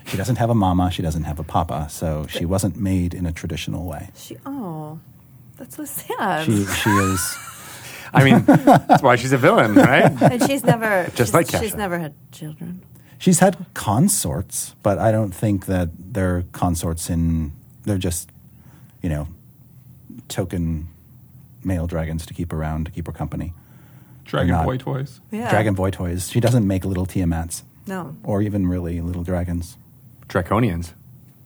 She doesn't have a mama, she doesn't have a papa, so she wasn't made in a traditional way. She. Oh, that's so sad. She, she is I mean, that's why she's a villain, [LAUGHS] right? and she's never Just she's, like she's Kesha. never had children. she's had consorts, but I don't think that they're consorts in they're just, you know, token male dragons to keep around to keep her company. Dragon not. Boy toys. Yeah. Dragon boy toys. She doesn't make little Tiamats [LAUGHS] No. or even really little dragons. Draconians.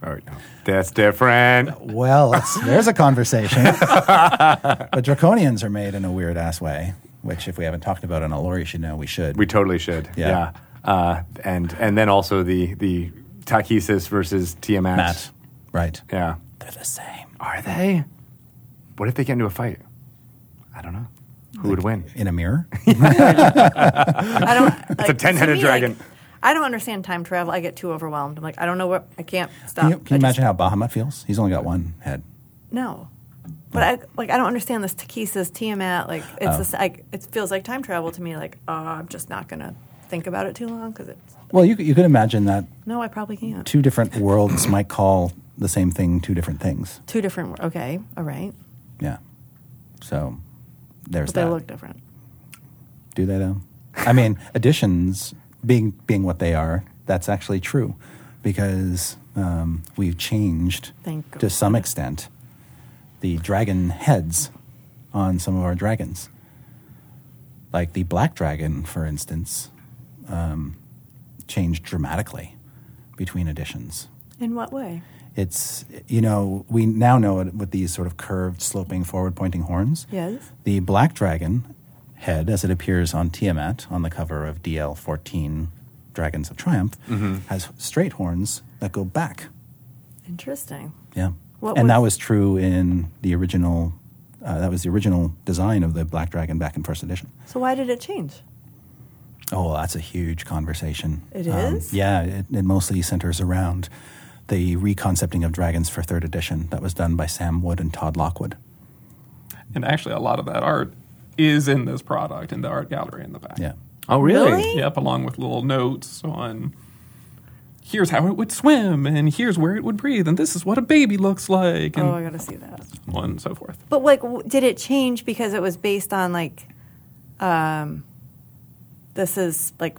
All right, no. that's different. Well, it's, there's a conversation. [LAUGHS] but draconians are made in a weird ass way, which if we haven't talked about on Allure, you should know we should. We totally should. Yeah. Yeah. Uh, and and then also the the Tachesis versus Tiamat. Matt, right? Yeah. They're the same Are they? What if they get into a fight? I don't know. Who would win? in [LAUGHS] a mirror. I don't. It's a 10-headed dragon. I don't understand time travel. I get too overwhelmed. I'm like, I don't know what. I can't stop. Can you, can I you imagine just- how Bahamut feels? He's only got one head. No. But I like I don't understand this Takisa's Tiamat. Like it's Oh. this, like it feels like time travel to me. Like uh, I'm just not gonna think about it too long because it's Well, you, could- you could imagine that no, I probably can't. Two, two different worlds might call the same thing two different things. different. Okay, all right, Yeah. So there's but they that. look different. Do they though? I mean, additions being being what they are, that's actually true because um, we've changed Thank God. to some extent the dragon heads on some of our dragons, like the black dragon, for instance, um, changed dramatically between editions In what way? It's you know we now know it with these sort of curved, sloping, forward-pointing horns. Yes. The black dragon head, as it appears on Tiamat on the cover of DL fourteen, Dragons of Triumph, has straight horns that go back. Interesting. Yeah. What and was- that was true in the original. Uh, that was the original design of the black dragon back in first edition. So why did it change? Oh, that's a huge conversation. It It is. is? Yeah, it, it mostly centers around the reconcepting of dragons for third edition that was done by Sam Wood and Todd Lockwood. And actually, a lot of that art is in this product in the art gallery in the back. Yeah. Oh, really? Really? Yep, along with little notes on here's how it would swim, and here's where it would breathe, and this is what a baby looks like, and Oh, I gotta see that. so on and so forth. But like, w- did it change because it was based on like, um, this is like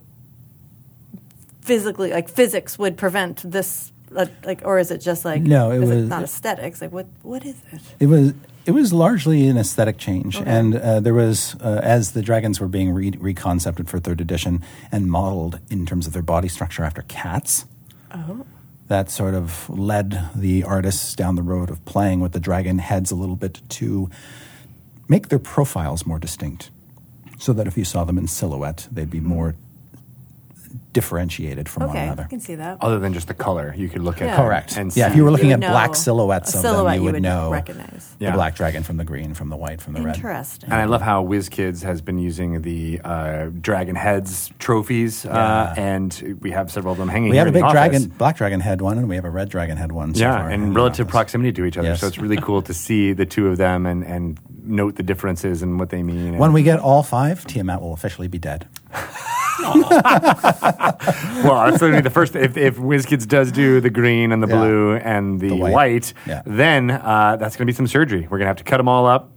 physically like physics would prevent this uh, like, or is it just like No, it is was- not aesthetics. Like, what what is it? It was it was largely an aesthetic change, and uh, there was uh, as the dragons were being re- reconcepted for third edition and modeled in terms of their body structure after cats. That sort of led the artists down the road of playing with the dragon heads a little bit to make their profiles more distinct, so that if you saw them in silhouette, they'd be more differentiated from one Okay, I another. can see that. Other than just the color, you could look at Yeah. them Correct. And yeah, if see- you were looking You at would know. black silhouettes A of silhouette them, you you would, would know recognize. Yeah. the black dragon from the green, from the white, from the red. Interesting. And I love how WizKids has been using the uh, dragon heads trophies, uh, and we have several of them hanging. We here in have a the big office. dragon, black dragon head one, and we have a red dragon head one. So yeah, far in the relative office. proximity to each other. Yes. So it's really cool to see the two of them and, and note the differences and what they [LAUGHS] mean. And- When we get all five, Tiamat will officially be dead. well, that's literally the first. If, if WizKids does do the green and the Yeah. blue and the, The white, white. Yeah. then uh, that's going to be some surgery. We're going to have to cut them all up,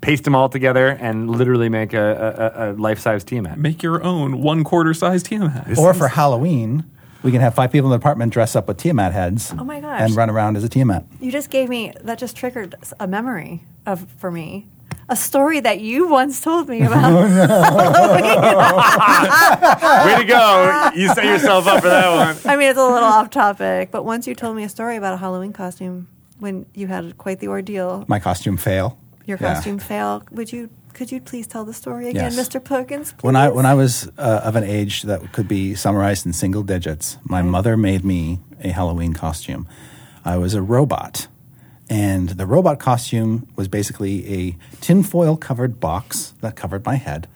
paste them all together, and literally make a, a- a, a life size team [LAUGHS] at. Make your own one quarter size Tiamat. or for Halloween, we can have five people in the apartment dress up with Tiamat heads. Oh my gosh. And run around as a Tiamat. You just gave me that just triggered s- a memory of for me. A story that you once told me [LAUGHS] Oh, about. [LAUGHS] Way to go! You set yourself up for that one. I mean, it's a little off topic, but once you told me a story about a Halloween costume when you had quite the ordeal My costume fail. your Yeah. costume fail. Would you could you please tell the story again, Yes. Mr. Perkins? When I when I was uh, of an age that could be summarized in single digits, my mother made me a Halloween costume. I was a robot, and the robot costume was basically a tinfoil covered box that covered my head,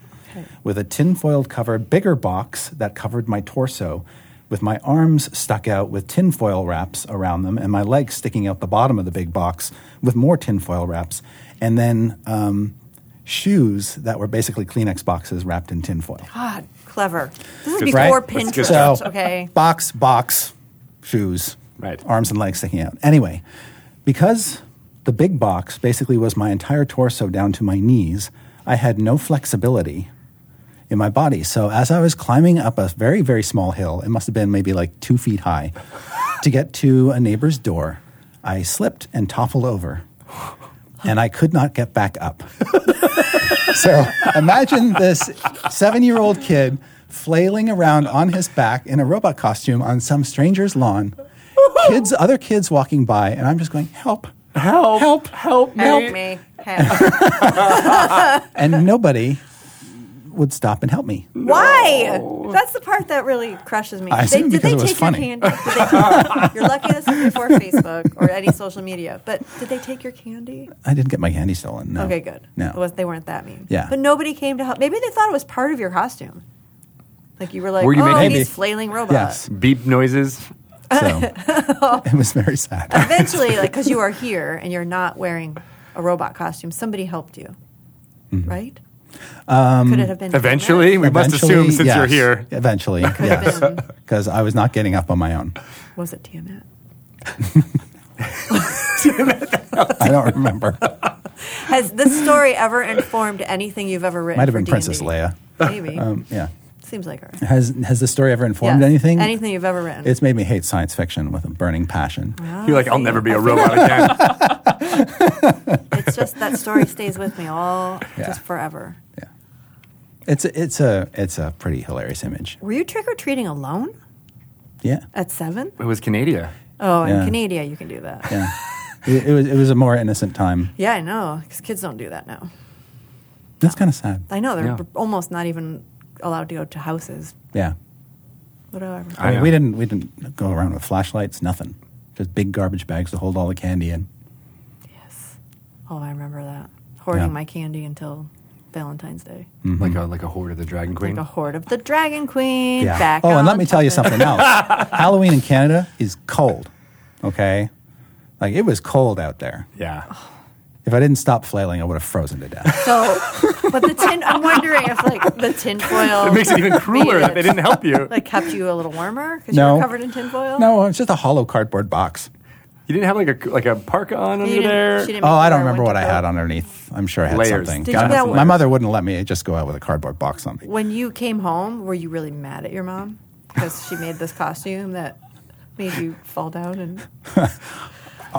with a tinfoil covered bigger box that covered my torso. With my arms stuck out with tinfoil wraps around them, and my legs sticking out the bottom of the big box with more tinfoil wraps, and then um, shoes that were basically Kleenex boxes wrapped in tinfoil. God, clever. This is Good before stuff. That's good Pinterest. So, [LAUGHS] okay. Box, box, shoes, Right. arms and legs sticking out. Anyway, because the big box basically was my entire torso down to my knees, I had no flexibility in my body. So as I was climbing up a very, very small hill, it must have been maybe like two feet high, to get to a neighbor's door, I slipped and toppled over. And I could not get back [LAUGHS] up. So imagine this seven year old kid flailing around on his back in a robot costume on some stranger's lawn. Kids, other kids walking by, and I'm just going, help, Help! Help! Help! Help me. [LAUGHS] Help. and nobody would stop and help me. Why? That's the part that really crushes me. I They, assume did they because it was take funny. your candy? Did they- you're lucky this is [LAUGHS] before Facebook or any social media. But did they take your candy? I didn't get my candy stolen. No. Okay, good. No. It was, they weren't that mean. Yeah. But nobody came to help. Maybe they thought it was part of your costume. Like you were like, Were you oh, making- he's Maybe. flailing robot. yes. Beep noises. So [LAUGHS] it was very sad. eventually, like, because you are here and you're not wearing a robot costume, somebody helped you, Mm-hmm. right? Um, Could it have been Eventually, we must Eventually, assume since yes. you're here. Eventually, have yes. been. Because I was not getting up on my own. Tiamat? Was it Tiamat? I [LAUGHS] don't remember. Has this story ever informed anything you've ever written? Might have for been Princess D&D? Leia. Maybe Um, yeah. seems like her. Has, has this story ever informed Yes. anything? Anything you've ever written? It's made me hate science fiction with a burning passion. You're like, I'll never be a robot [LAUGHS] again. it's just that story stays with me all [LAUGHS] Yeah. just forever. Yeah, it's a, it's a it's a pretty hilarious image. Were you trick or treating alone Yeah, at seven? it was Canada. Oh, in Yeah. Canada, you can do that. Yeah. [LAUGHS] it, it was, it was a more innocent time. Yeah, I know, because kids don't do that now. That's kind of sad. I know they're Yeah. b- almost not even allowed to go to houses. Yeah. Whatever. I mean, know. we didn't we didn't go around with flashlights, nothing. Just big garbage bags to hold all the candy in. Oh, I remember that hoarding Yeah. my candy until Valentine's Day. Mm-hmm. Like a like a horde of the dragon queen. Like a hoard of the Dragon Queen. Hmm. Yeah. Back oh, on and let me tell you topic. something else. [LAUGHS] Halloween in Canada is cold. Okay, like it was cold out there. yeah. If I didn't stop flailing, I would have frozen [LAUGHS] to death. So, but the tin. I'm wondering if like the [LAUGHS] tinfoil. It makes it even crueler that they didn't help you. [LAUGHS] Like kept you a little warmer because you No. were covered in tinfoil. no, it's just a hollow cardboard box. You didn't have like a like a parka on You under didn't- there. she didn't Oh, make I you don't wear remember what I winter coat. had underneath. I'm sure I had Layers. something. Did you God, get- my mother wouldn't let me just go out with a cardboard box on me. When you came home, were you really mad at your mom because she made this costume that made you fall down? And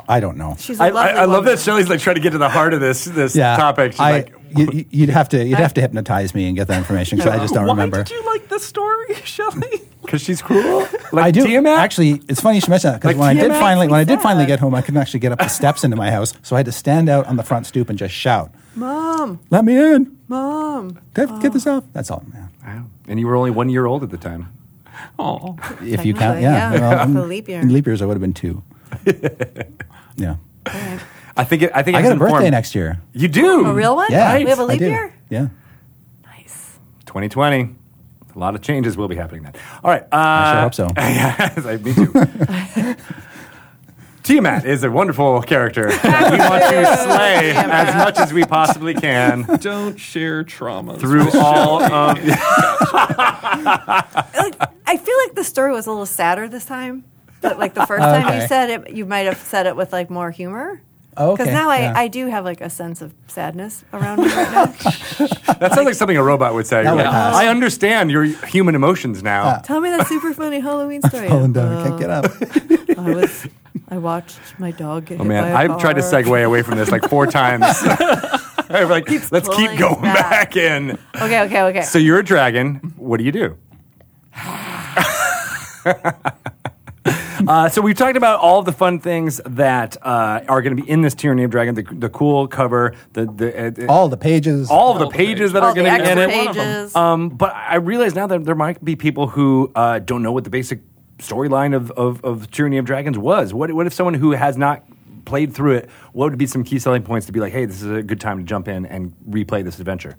I don't know. she's a I, I, lovely I love woman. that Shelly's like trying to get to the heart of this this topic. She's I, like, you, would have to you'd have to hypnotize me and get that information because I just don't [LAUGHS] Why remember. did you like this story, [LAUGHS] [LAUGHS] Shelley? because she's cruel. Like I do Tiamat? actually. It's funny you should mention that because Like when I did TMX? finally when I did Sad. finally get home, I couldn't actually get up the steps into my house, so I had to stand out on the front stoop and just shout, Mom, "Let me in! mom. Get, get this off!" That's all. Yeah. Wow. And you were only one year old at the time. Oh, If you count, Technically, yeah. yeah. Well, in- For leap year. In leap years, I would have been two. yeah, I think it, I think I it got has a birthday informed- next year. You do A real one? Yeah, We have a I leap do. year. Yeah, 2020. A lot of changes will be happening then. All right. Uh, I sure hope so. [LAUGHS] yes, I- me too. [LAUGHS] Tiamat is a wonderful character. we want to slay as much as we possibly can don't share trauma through all of. like, I feel like the story was a little sadder this time. But like [LAUGHS] the first time you Okay. said it, you might have said it with like more humor. Oh, Because okay, now yeah. I, I do have like a sense of sadness around me [LAUGHS] right now. That sounds like something a robot would say. That You're would like, pass. I understand your human emotions now. Tell me that super funny Halloween story. [LAUGHS] falling down, uh, I Oh, can't get up. [LAUGHS] Uh, I was, I watched my dog get Oh hit man, by a I've tried to car. segue away from this like [LAUGHS] four times. [LAUGHS] I'm like, let's keep pulling going back. back. in. Okay, okay, okay. So you're a dragon. What do you do? Uh, so we've talked about all the fun things that uh, are going to be in this Tyranny of Dragon, the, the cool cover, the, the uh, All the pages. all of the All the pages pages. that All are the going to be in extra it. pages. Um, but I realize now that there might be people who uh, don't know what the basic storyline of, of, of Tyranny of Dragons was. What, what if someone who has not played through it, what would be some key selling points to be like, hey, this is a good time to jump in and replay this adventure?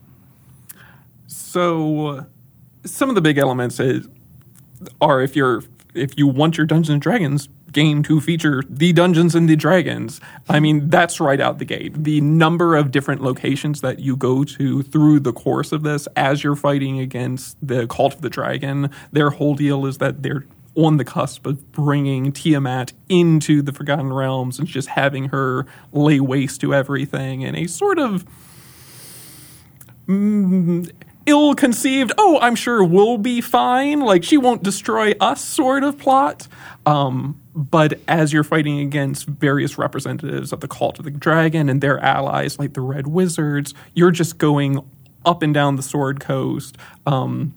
So, uh, some of the big elements is, are if you're if you want your Dungeons and Dragons game to feature the Dungeons and the Dragons, I mean that's right out the gate. The number of different locations that you go to through the course of this, as you're fighting against the Cult of the Dragon, their whole deal is that they're on the cusp of bringing Tiamat into the Forgotten Realms and just having her lay waste to everything in a sort of ill conceived, oh, I'm sure we'll be fine, like she won't destroy us sort of plot. Um, but as you're fighting against various representatives of the Cult of the Dragon and their allies, like the Red Wizards, you're just going up and down the Sword Coast. Um,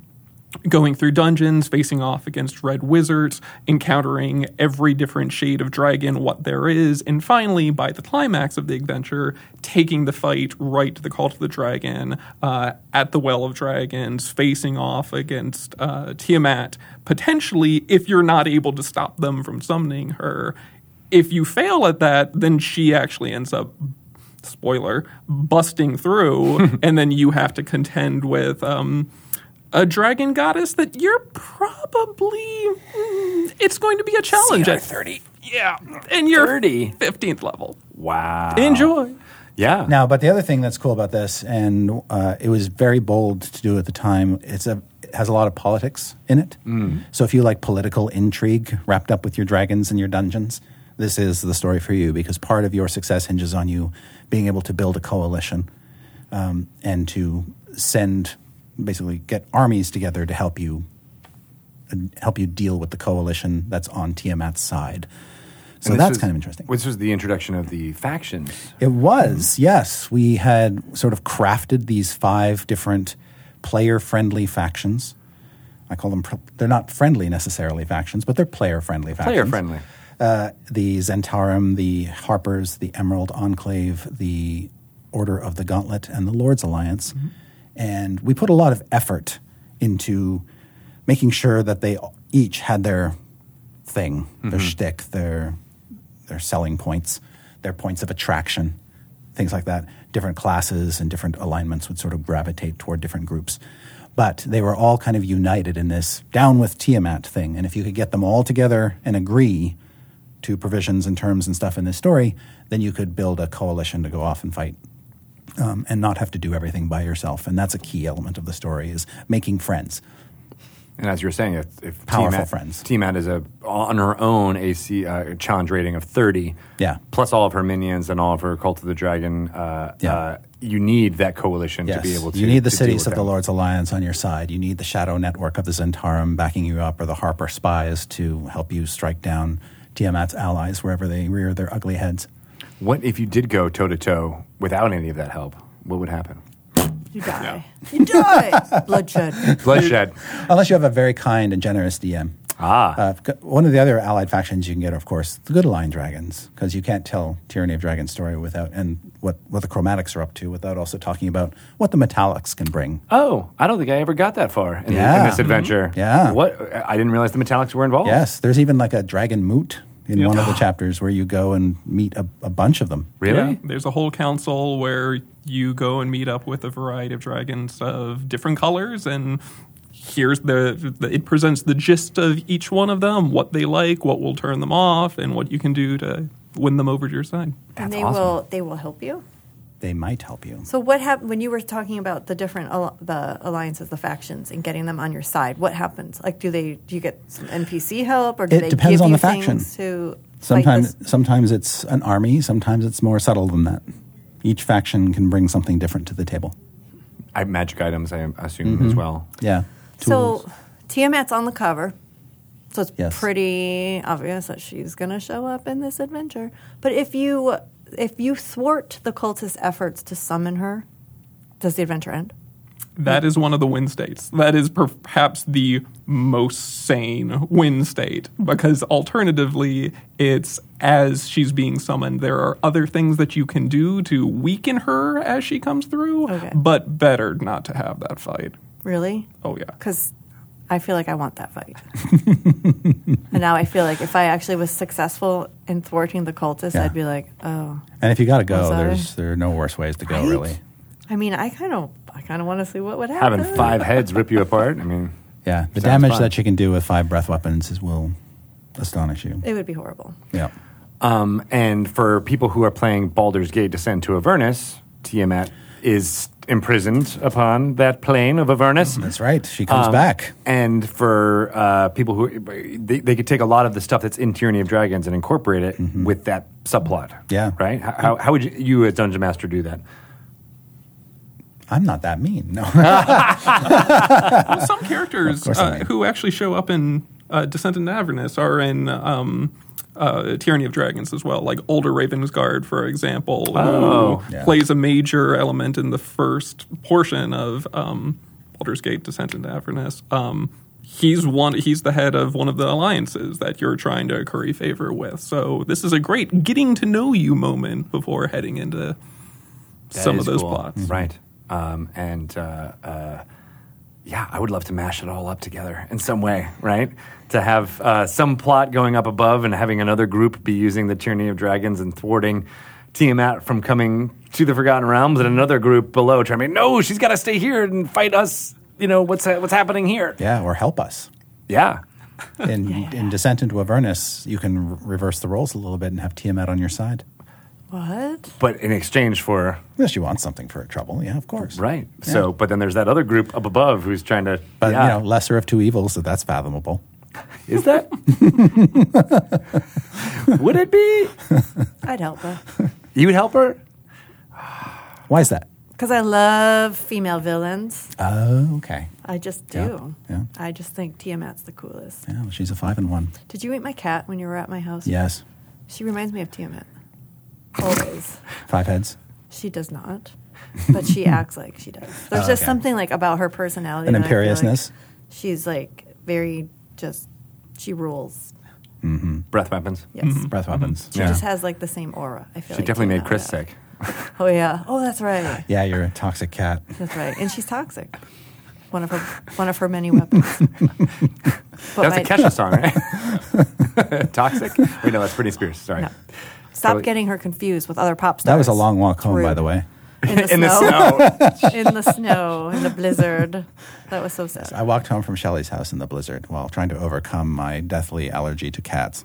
Going through dungeons, facing off against red wizards, encountering every different shade of dragon, what there is, and finally, by the climax of the adventure, taking the fight right to the cult of the dragon, uh, at the well of dragons, facing off against uh, Tiamat. Potentially, if you're not able to stop them from summoning her, if you fail at that, then she actually ends up spoiler busting through and then you have to contend with um, a dragon goddess that you're probably mm, it's going to be a challenge at 30 yeah and you're 30? 15th level Wow. enjoy Yeah. Now, but the other thing that's cool about this, and uh, it was very bold to do at the time, it's a, it has a lot of politics in it. Mm. So if you like political intrigue wrapped up with your dragons and your dungeons, this is the story for you because part of your success hinges on you being able to build a coalition um, and to send, basically, get armies together to help you and help you deal with the coalition that's on Tiamat's side. So And this that's was- kind of interesting. This was the introduction of the factions. It was, yes. We had sort of crafted these five different player friendly factions. I call them, pr- they're not friendly necessarily factions, but they're player friendly factions. Player friendly. uh, the Zentarum, the Harpers, the Emerald Enclave, the Order of the Gauntlet, and the Lord's Alliance. And we put a lot of effort into making sure that they each had their thing, their shtick, their their selling points, their points of attraction, things like that. Different classes and different alignments would sort of gravitate toward different groups. But they were all kind of united in this down with Tiamat thing. And if you could get them all together and agree to provisions and terms and stuff in this story, then you could build a coalition to go off and fight um, and not have to do everything by yourself. And that's a key element of the story is making friends. And as you were saying, if, if Powerful TMAT friends. TMAT is a, on her own AC uh, challenge rating of 30, Yeah. plus all of her minions and all of her Cult of the Dragon, uh, Yeah. uh, you need that coalition to be able to. You need the to deal cities with of the them. Lord's Alliance on your side. You need the shadow network of the Zentarum backing you up, or the Harper spies to help you strike down Tiamat's allies wherever they rear their ugly heads. What if you did go toe to toe without any of that help? What would happen? [LAUGHS] You die. You die. [LAUGHS] Bloodshed. Bloodshed. Unless you have a very kind and generous DM. ah. Uh, c- one of the other allied factions you can get, are, of course, the Good Line Dragons, because you can't tell Tyranny of Dragons story without and what, what the Chromatics are up to without also talking about what the Metallics can bring. Oh, I don't think I ever got that far in, the- in Yeah. Mm-hmm. this adventure. Yeah. What? I didn't realize the Metallics were involved. Yes, there's even like a dragon moot in one of the chapters where you go and meet a, a bunch of them. Really? Yeah, there's a whole council where you go and meet up with a variety of dragons of different colors and here's the, the it presents the gist of each one of them, what they like, what will turn them off and what you can do to win them over to your side. and That's they awesome. will they will help you. They might help you. So what happened when you were talking about the different al- the alliances, the factions, and getting them on your side? What happens? Like, do they do you get some NPC help, or do It they depends give on you the faction. things to fight Sometimes, this? sometimes it's an army. Sometimes it's more subtle than that. Each faction can bring something different to the table. I, magic items, I assume Mm-hmm. as well. Yeah. So Tiamat's on the cover, so it's Yes. pretty obvious that she's going to show up in this adventure. But if you if you thwart the cultist's efforts to summon her, does the adventure end? That is one of the win states. That is perhaps the most sane win state because alternatively, it's as she's being summoned, there are other things that you can do to weaken her as she comes through, Okay. but better not to have that fight. Really? Oh, yeah. because I feel like I want that fight. and now I feel like if I actually was successful in thwarting the cultists, Yeah. I'd be like, oh, and if you got to go, I'm sorry. there's there are no worse ways to go, Right? really. I mean, I kind of, I kind of want to see what would happen. Having five heads rip you apart. I mean, Yeah. The Sounds damage fun. that you can do with five breath weapons is, will astonish you. It would be horrible. Yeah. um, and for people who are playing Baldur's Gate Descent to Avernus, Tiamat is imprisoned upon that plane of Avernus. That's right. She comes Um, back. And for uh, people who they, they could take a lot of the stuff that's in Tyranny of Dragons and incorporate it with that subplot. Yeah. Right? How, how, how would you, you as Dungeon Master do that? I'm not that mean. No. Well, some characters course I uh, am. who actually show up in uh, Descent into Avernus are in um, uh, Tyranny of Dragons as well, like older Raven's Guard, for example, who Oh. Yeah. plays a major element in the first portion of um, Baldur's Gate Descent into Avernus. Um, he's one. He's the head of one of the alliances that you're trying to curry favor with. So this is a great getting to know you moment before heading into That some of is those cool. Mm-hmm. plots. Mm. Right. Um, and uh, uh, yeah, I would love to mash it all up together in some way, right? To have uh, some plot going up above and having another group be using the Tyranny of Dragons and thwarting Tiamat from coming to the Forgotten Realms, and another group below trying to be, no, she's got to stay here and fight us. You know, what's, ha- what's happening here? [LAUGHS] yeah. Or [LAUGHS] help us. Yeah. In, in Descent into Avernus, you can r- reverse the roles a little bit and have Tiamat on your side. What? But in exchange for, Unless you want something for trouble. Yeah, of course. right. Yeah. So, but then there's that other group up above who's trying to, But, yeah. you know, lesser of two evils, so that's fathomable. is [LAUGHS] that? would it be? I'd help her You would help her? Why is that? because I love female villains. Oh, okay. I just Yeah, do. yeah. I just think Tiamat's the coolest. Yeah, well, she's a five and one. Did you eat my cat when you were at my house? Yes, She reminds me of Tiamat. Always. five heads. She does not, but [LAUGHS] she acts like she does. There's Oh, just okay. something like about her personality. An that I feel like imperiousness? she's like very just. She rules. breath weapons. Yes. breath weapons. Mm-hmm. She Yeah. just has like the same aura. I feel She like, definitely you made know, Chris yeah. sick. Oh yeah. Oh, that's right. [LAUGHS] Yeah, you're a toxic cat. That's right. And she's toxic. One of her one of her many [LAUGHS] weapons. but That's Oh, my- a Kesha song, right? [LAUGHS] Toxic? Wait, no, that's Britney Spears. Sorry. No. Stop So- getting her confused with other pop stars. That was a long walk home, Rude. by the way. In [LAUGHS] the In the snow. snow. in the snow, in the blizzard. That was so sad. I walked home from Shelley's house in the blizzard while trying to overcome my deathly allergy to cats.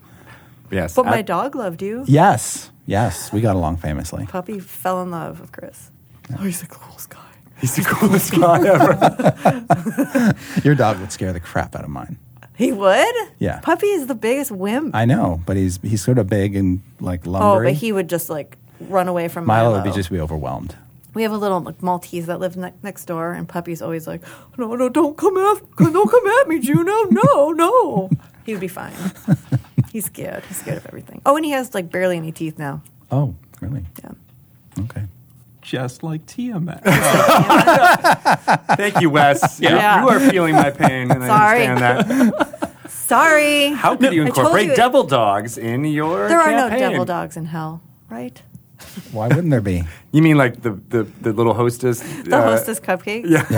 yes. But my I- dog loved you. Yes, yes, we got along [LAUGHS] famously. Puppy fell in love with Chris. Oh, he's the coolest guy. He's the coolest [LAUGHS] guy ever. Your dog would scare the crap out of mine. He would? Yeah. Puppy is the biggest wimp. I know, but he's he's sort of big and like oh, lumbery. but he would just like run away from Milo. Milo would be just be overwhelmed. we have a little like, Maltese that lives ne- next door, and Puppy's always like, "No, no, don't come at, don't come at me, Juno. No, [LAUGHS] no." He would be fine. He's scared. He's scared of everything. Oh, and he has like barely any teeth now. Oh, really? Yeah. Okay. Just like [LAUGHS] Tiamat. Thank you, Wes. You- [LAUGHS] Yeah. You are feeling my pain, and Sorry. I understand that. Sorry. How could you I told incorporate you- devil dogs in your There are campaign? no devil dogs in hell, right? Why wouldn't there be? You mean like the, the, the little hostess? uh, The hostess cupcakes. yeah. [LAUGHS]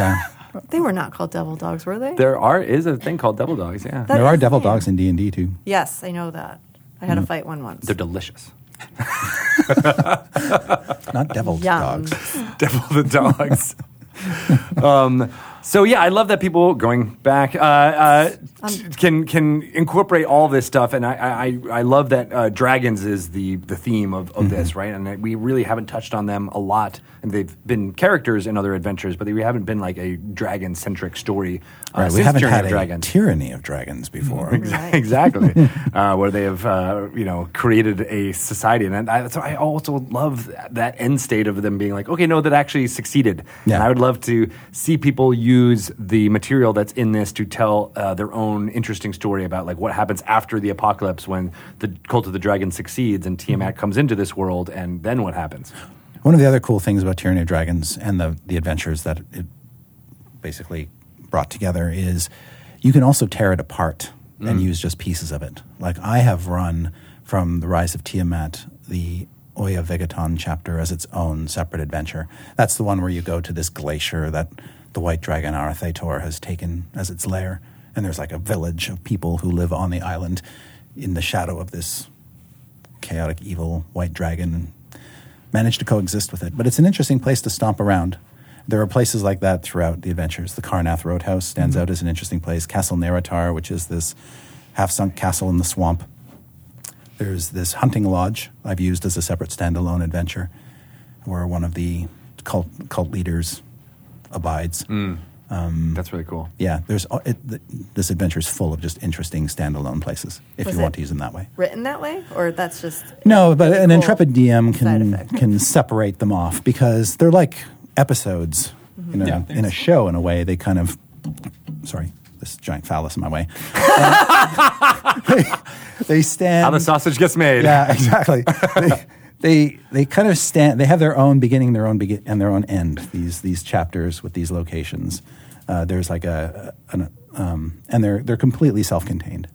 Yeah, They were not called devil dogs, were they? There are is a thing called devil dogs, yeah. That there are is a devil thing. dogs in D and D too. Yes, I know that. I Mm. had a fight one once. They're delicious. Not devil Yum. dogs. [LAUGHS] Devil the dogs. [LAUGHS] um, so yeah, I love that people going back uh, uh, Um, t- can can incorporate all this stuff, and I I, I- I love that uh, dragons is the the theme of, of Mm-hmm. this, right? And that we really haven't touched on them a lot, and they've been characters in other adventures, but we haven't been like a dragon centric story. Uh, Right, we since haven't Journey had of a Dragons. tyranny of dragons before. [LAUGHS] Right. exactly uh, where they have uh, you know created a society and I, so I also love that, that end state of them being like okay no that actually succeeded Yeah. and I would love to see people use the material that's in this to tell uh, their own interesting story about like what happens after the apocalypse when the cult of the dragon succeeds and Mm-hmm. Tiamat comes into this world and then what happens One of the other cool things about Tyranny of Dragons and the, the adventures that it basically brought together is you can also tear it apart and use just pieces of it. Like I have run from the Rise of Tiamat, the Oya Vegaton chapter as its own separate adventure. That's the one where you go to this glacier that the white dragon Arathator has taken as its lair. And there's like a village of people who live on the island in the shadow of this chaotic evil white dragon managed to coexist with it. But it's an interesting place to stomp around. There are places like that throughout the adventures. The Carnath Roadhouse stands Mm-hmm. out as an interesting place. Castle Naratar, which is this half sunk castle in the swamp. There's this hunting lodge I've used as a separate standalone adventure where one of the cult, cult leaders abides. Mm. Mm. that's really cool Yeah, there's uh, it, th- this adventure is full of just interesting standalone places if Was you it- want to use them that way. Written that way, or that's just No, but an cool intrepid DM side can effect. can separate them off because they're like episodes Mm-hmm. in, a, Yeah, in a thanks. show. In a way, they kind of sorry, this giant phallus in [LAUGHS] my way. they, they stand. how the sausage gets made Yeah, exactly. they, they they kind of stand. They have their own beginning, their own begin, and their own end. These these chapters with these locations. Uh, there's like a an, um, and they're they're completely self contained.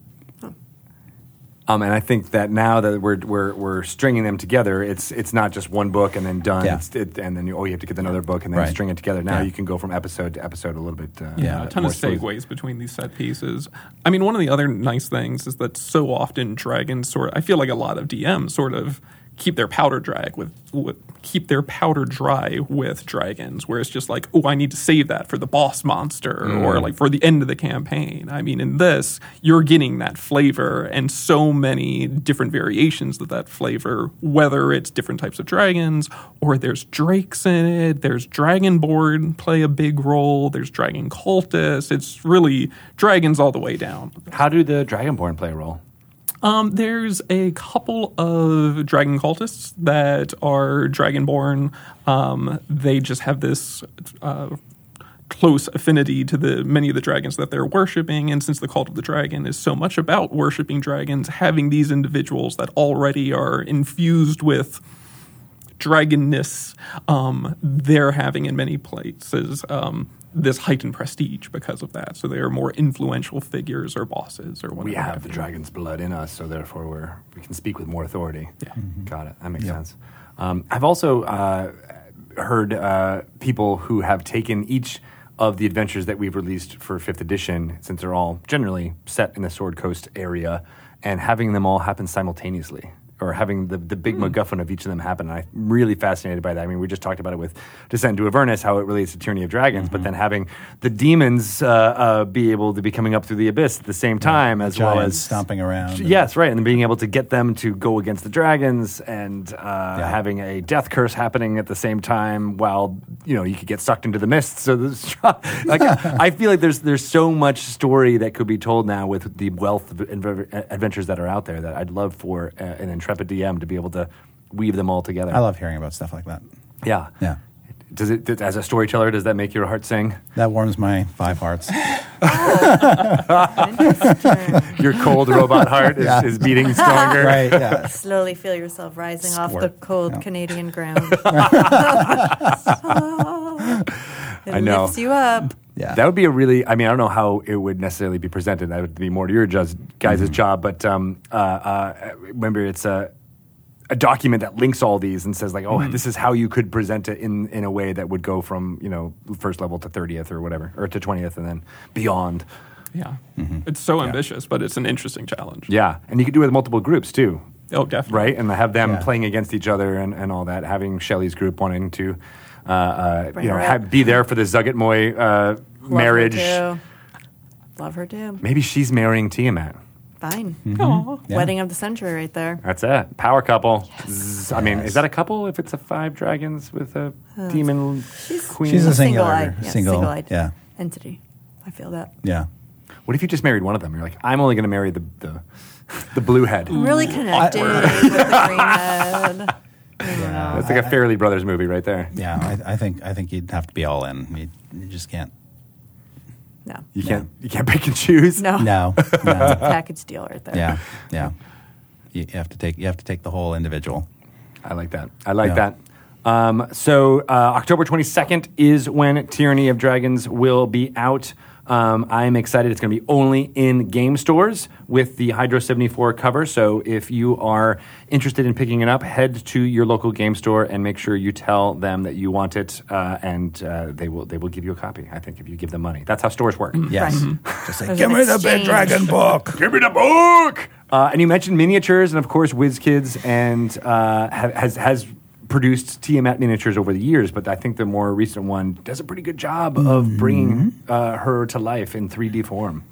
Um, and I think that now that we're, we're, we're stringing them together, it's it's not just one book and then done. Yeah. It's, it, and then you, oh, you have to get another book and then Right. string it together. Now Yeah. you can go from episode to episode a little bit. Uh, Yeah, a ton more of smooth. segues between these set pieces. I mean, one of the other nice things is that so often dragons sort. I feel like a lot of DMs sort of keep their powder dry with, with keep their powder dry with dragons, where it's just like, oh, I need to save that for the boss monster or like for the end of the campaign. I mean, in this, you're getting that flavor and so many different variations of that flavor, whether it's different types of dragons or there's drakes in it, there's dragonborn play a big role, there's dragon cultists. It's really dragons all the way down. How do the Dragonborn play a role? Um, there's a couple of dragon cultists that are dragonborn. Um, they just have this uh, close affinity to the many of the dragons that they're worshiping, and since the cult of the dragon is so much about worshiping dragons, having these individuals that already are infused with dragonness um, they're having in many places um, this heightened prestige because of that. So they are more influential figures or bosses or whatever. We have the dragon's blood in us, so therefore we're, we can speak with more authority. Yeah. Got it. That makes sense. Um, I've also uh, heard uh, people who have taken each of the adventures that we've released for fifth edition, since they're all generally set in the Sword Coast area, and having them all happen simultaneously. Or having the, the big MacGuffin of each of them happen. And I'm really fascinated by that. I mean, we just talked about it with Descent to Avernus, how it relates to Tyranny of Dragons, but then having the demons uh, uh, be able to be coming up through the abyss at the same time, as well Giants as stomping around. and- Yes, right, and being able to get them to go against the dragons, and uh, having a death curse happening at the same time, while you know you could get sucked into the [LAUGHS] mist. So, this, like, I feel like there's there's so much story that could be told now with the wealth of adver- adventures that are out there. That I'd love for uh, an intrepid DM to be able to weave them all together. I love hearing about stuff like that. yeah, Yeah. Does it does- as a storyteller? Does that make your heart sing? That warms my five hearts. Interesting. Your [LAUGHS] cold robot heart is, is beating stronger. right. Yeah. Slowly feel yourself rising off the Squirt. cold [LAUGHS] Canadian ground. it I know. lifts you up. Yeah. That would be a really. I mean, I don't know how it would necessarily be presented. That would be more to your guys' guys' job. But um, uh, uh, remember, it's a a document that links all these and says like, oh, this is how you could present it in in a way that would go from you know first level to thirtieth or whatever, or to twentieth, and then beyond. Yeah. It's so ambitious, but it's an interesting challenge. Mm-hmm. Yeah, and you could do it with multiple groups too. Oh, definitely. right? And have them Yeah. playing against each other and, and all that. Having Shelley's group wanting to, uh, uh, Bring you know, her have, up. be there for the Zugget Moy uh, Love marriage. Her too. Love her too. Maybe she's marrying Tiamat. Fine. Aw. Mm-hmm. Yeah. Wedding of the century right there. That's it. Power couple. Zzz. I mean, Yes. is that a couple if it's a five dragons with a demon queen? She's a single, eyed. Yeah, single, single-eyed yeah, entity. I feel that. yeah. what if you just married one of them? You're like, I'm only going to marry the, the, [LAUGHS] the blue head. I'm really Mm. connected with the green head. [LAUGHS] I don't know. That's like a Fairly Brothers movie right there. Yeah, I, I think I think you'd have to be all in. You, you just can't. No. You can't you can't pick and choose. No. No, [LAUGHS] no. Package deal right there. yeah, yeah. You, you have to take you have to take the whole individual. I like that. I like Yeah. that. Um, so uh, October 22nd is when Tyranny of Dragons will be out. Um, I'm excited. It's going to be only in game stores with the Hydro 74 cover. So if you are interested in picking it up, head to your local game store and make sure you tell them that you want it, uh, and uh, they will they will give you a copy. I think if you give them money, that's how stores work. Yes, Right. just like, There's give an me the big exchange. dragon book. Give me the book. Uh, and you mentioned miniatures, and of course, WizKids and uh, ha- has has produced Tiamat miniatures over the years. But I think the more recent one does a pretty good job of bringing uh, her to life in 3D form.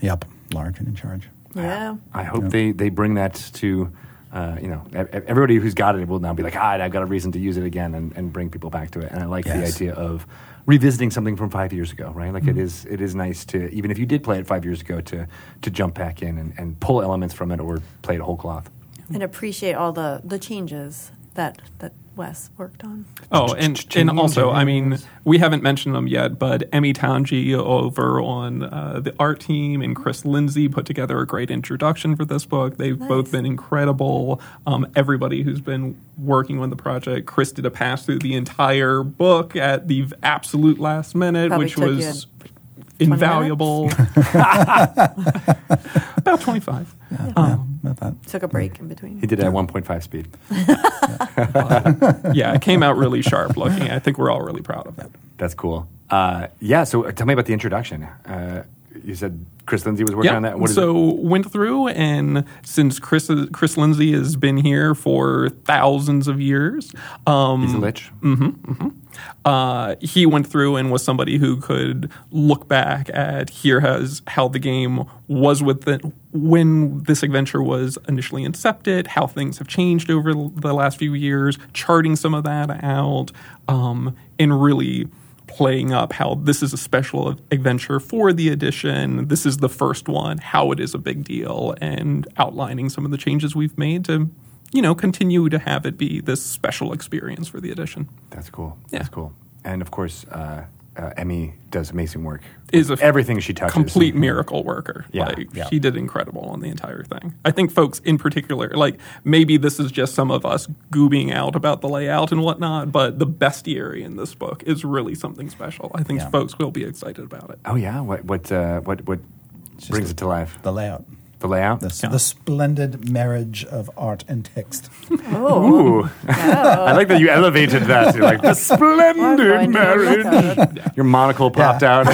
Yep, large and in charge. Yeah. I hope they, they bring that to uh, you know ev- ev- everybody who's got it will now be like, ah, I've got a reason to use it again and, and bring people back to it. And I like the Yes. idea of revisiting something from five years ago, right? Like it is it is nice to even if you did play it five years ago to to jump back in and, and pull elements from it or play it whole cloth. And appreciate all the, the changes that, that Wes worked on. Oh, and, and also, I mean, we haven't mentioned them yet, but Emmy Townji over on uh, the art team and Chris Lindsay put together a great introduction for this book. They've both been incredible. Um, everybody who's been working on the project, Chris did a pass through the entire book at the absolute last minute, Probably which took you was [LAUGHS] invaluable. [LAUGHS] About 25. Um, Not that. Took a break in between. He [LAUGHS] did it at 1.5 speed. yeah, it came out really sharp looking. I think we're all really proud of that. That's cool. Uh, yeah, so uh, tell me about the introduction. Uh, you said Chris Lindsay was working on that. What is it? so went through, and since Chris Chris Lindsay has been here for thousands of years, um, He's a lich. uh, he went through and was somebody who could look back at here has how the game was with the, when this adventure was initially incepted, how things have changed over the last few years, charting some of that out, um, and really playing up how this is a special adventure for the edition. This is the first one, how it is a big deal, and outlining some of the changes we've made to. You know, continue to have it be this special experience for the edition. That's cool. Yeah. That's cool. And of course, uh, uh, Emmy does amazing work. Is with a everything she touches. Mm-hmm. complete miracle worker. Yeah, like yeah. she did incredible on the entire thing. I think folks in particular, like maybe this is just some of us goobing out about the layout and whatnot, but the bestiary in this book is really something special. I think Yeah. folks will be excited about it. Oh yeah, what what uh, what what brings a- it to life? The layout. The layout. The, s- the splendid marriage of art and text. Oh, Ooh, [LAUGHS] I like that you elevated that. You're [LAUGHS] like the splendid oh, going to look at marriage. Your monocle popped [LAUGHS] out.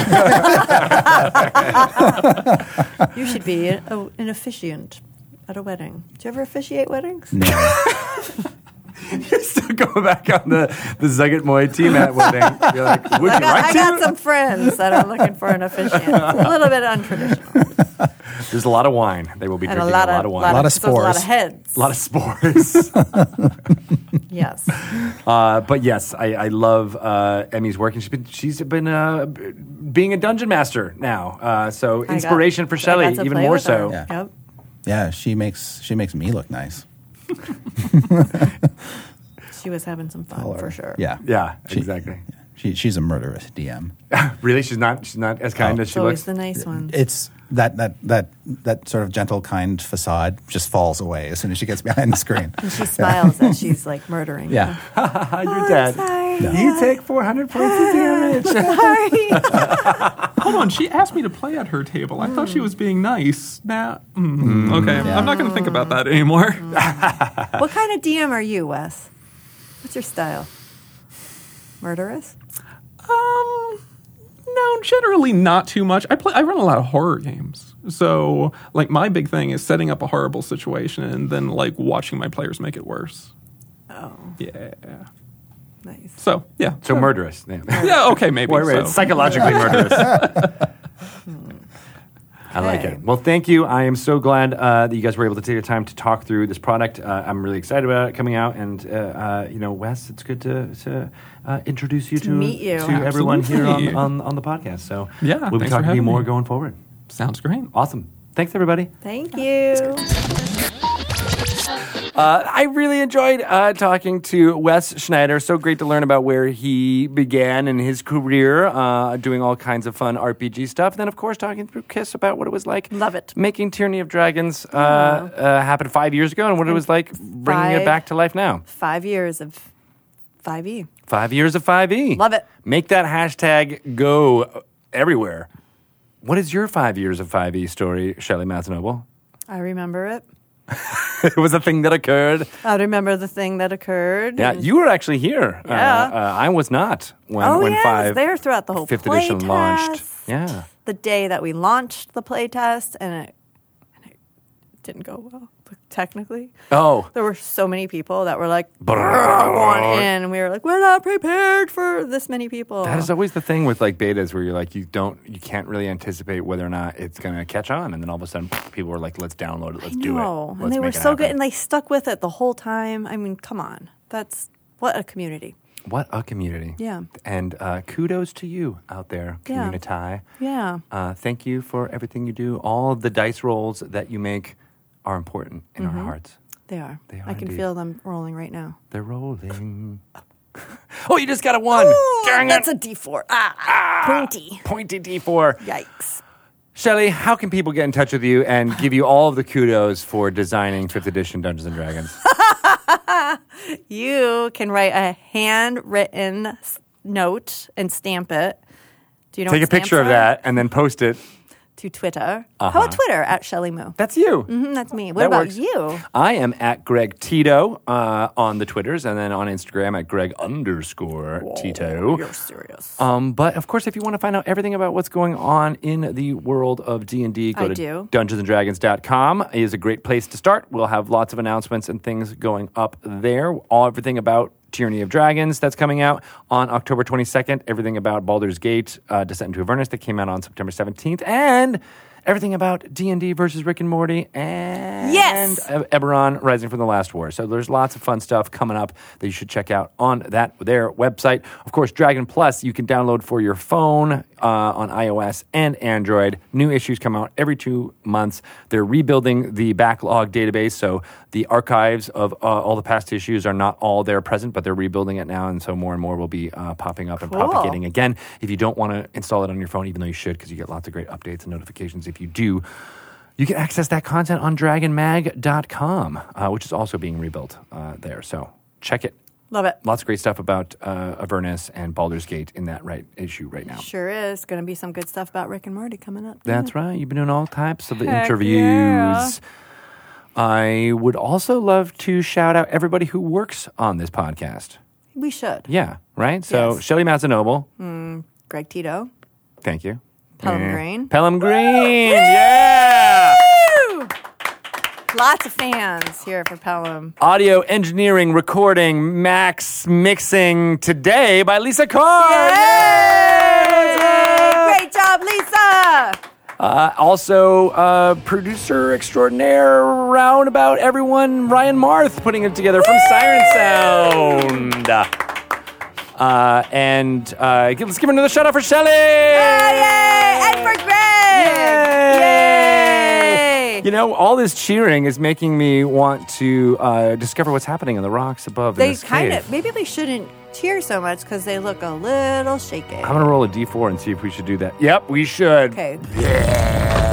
[LAUGHS] You should be a, a- an officiant at a wedding. Do you ever officiate weddings? Just to go back on the the Zugget Moy team at wedding. You're like, would you [LAUGHS] I got, like I to? got some friends that are looking for an officiant. It's a little bit untraditional. There's a lot of wine. They will be And a drinking lot, a lot of, of wine. lot A lot of so it's A lot of spores. heads. A lot of [LAUGHS] spores. [LAUGHS] yes. Uh, but yes, I, I love uh, Emmy's work, and she's been she's been uh, b- being a dungeon master now. Uh, so I got- inspiration for I Shelley, got to even play more with her. so. Yeah. Yep. Yeah, she makes she makes me look nice. She was having some fun for sure. Yeah. Yeah, She- exactly. She, she's a murderous DM. [LAUGHS] Really, she's not she's not as kind Oh. as It's she looks. always the nice one. [LAUGHS] It's that that that that sort of gentle, kind facade just falls away as soon as she gets behind the screen. [LAUGHS] and she smiles as she's like murdering. Yeah. Hi, Oh, you're I'm dead. sorry. You take 400 points of damage. [LAUGHS] Sorry. Hold on, she asked me to play at her table. I Mm. thought she was being nice. Now, mm, okay, I'm not going to think about that anymore. what kind of DM are you, Wes? What's your style? Murderous? Um, no, generally not too much. I play. I run a lot of horror games, so like my big thing is setting up a horrible situation and then like watching my players make it worse. Oh, Yeah. nice. So yeah. So murderous. Yeah, Yeah. Okay. Maybe. Wait, wait, so. psychologically [LAUGHS] murderous. I like Okay. it. Well, thank you. I am so glad uh, that you guys were able to take your time to talk through this product. Uh, I'm really excited about it coming out, and uh, uh, you know, Wes, it's good to, to uh, introduce you to, meet you. to everyone here Absolutely. on, on, on the podcast. So Yeah, we'll be thanks talking for to you having more me. going forward. Sounds great. Awesome. Thanks, everybody. Thank you. Uh, I really enjoyed uh, talking to Wes Schneider. So great to learn about where he began in his career, uh, doing all kinds of fun RPG stuff. And then, of course, talking through Kiss about what it was like. Love it. Making Tyranny of Dragons uh, uh, happen five years ago and what it was like bringing it Five. back to life now. Five years of E. 5e. Five years of 5e. Love it. Make that hashtag go everywhere. What is your five years of 5e story, Shelley Mathenoble? I remember it. [LAUGHS] it was a thing that occurred. I remember the thing that occurred. Yeah, and- you were actually here. Uh, Yeah. Uh, I was not when, oh, when yeah, I was five E there throughout the whole fifth Oh, play edition test. launched. Yeah. The day that we launched the playtest, and it, and it didn't go well, technically. Oh. There were so many people that were like, Brrrr. "I want in. And we were like, we're not prepared for this many people. That is always the thing with like betas where you're like you don't you can't really anticipate whether or not it's gonna catch on and then all of a sudden people were like, Let's download it, let's do no. it. and let's they were make it so good, happen." and they stuck with it the whole time. I mean, come on. That's what a community. what a community. Yeah. And uh, kudos to you out there, Yeah. community. Yeah. Uh, thank you for everything you do. All of the dice rolls that you make are important in our Mm-hmm. hearts. They are. They are I can indeed. feel them rolling right now. They're rolling. [LAUGHS] oh, you just got a one. Dang it. that's a D4. Ah, pointy. Pointy D4. Yikes. Shelly, how can people get in touch with you and give you all of the kudos for designing 5th edition Dungeons and Dragons? You can write a handwritten s- note and stamp it. Do you know Take a what picture of stamps are? that and then post it. to Twitter. How about Twitter at Shelly Moo? That's you. Mhm, that's me. What That about works. you? I am at Greg Tito uh, on the Twitters and then on Instagram at Greg underscore Tito. Oh, You're serious. Um, but of course, if you want to find out everything about what's going on in the world of D and D, go I to do. DungeonsandDragons.com is a great place to start. We'll have lots of announcements and things going up there. All everything about Tyranny of Dragons that's coming out on October 22nd. Everything about Baldur's Gate, uh, Descent into Avernus that came out on September 17th, and everything about D&D versus Rick and Morty and Yes! E- Eberron Rising from the Last War. So there's lots of fun stuff coming up that you should check out on that their website. Of course, Dragon Plus you can download for your phone uh, on iOS and Android. New issues come out every two months. They're rebuilding the backlog database, so the archives of uh, all the past issues are not all there present, but they're rebuilding it now, and so more and more will be uh, popping up and Cool. propagating again. If you don't want to install it on your phone, even though you should, because you get lots of great updates and notifications if you do, you can access that content on dragonmag.com, uh, which is also being rebuilt uh, there. So check it. Love it. Lots of great stuff about uh, Avernus and Baldur's Gate in that right issue right now. Sure is. Going to be some good stuff about Rick and Morty coming up. That's right. You've been doing all types of the Heck interviews. yeah. I would also love to shout out everybody who works on this podcast. We should. Yeah, right? So Yes. Mm. Shelley Mazzanoble, Greg Tito. Thank you. Pelham Yeah. Green. Pelham Green. Yeah. Lots of fans here for Pelham. Audio engineering, recording, max mixing today by Lisa Carr. Yay! Great job, Lisa. Uh, also, uh, producer extraordinaire roundabout everyone, Ryan Marth, putting it together from Siren Sound. Uh, and uh, give- let's give another shout out for Shelley. And for Greg. Yay. You know, all this cheering is making me want to uh, discover what's happening in the rocks above. in They this kind cave. of, maybe we shouldn't cheer so much because they look a little shaky. I'm gonna roll a d4 and see if we should do that. Yep, we should. Okay.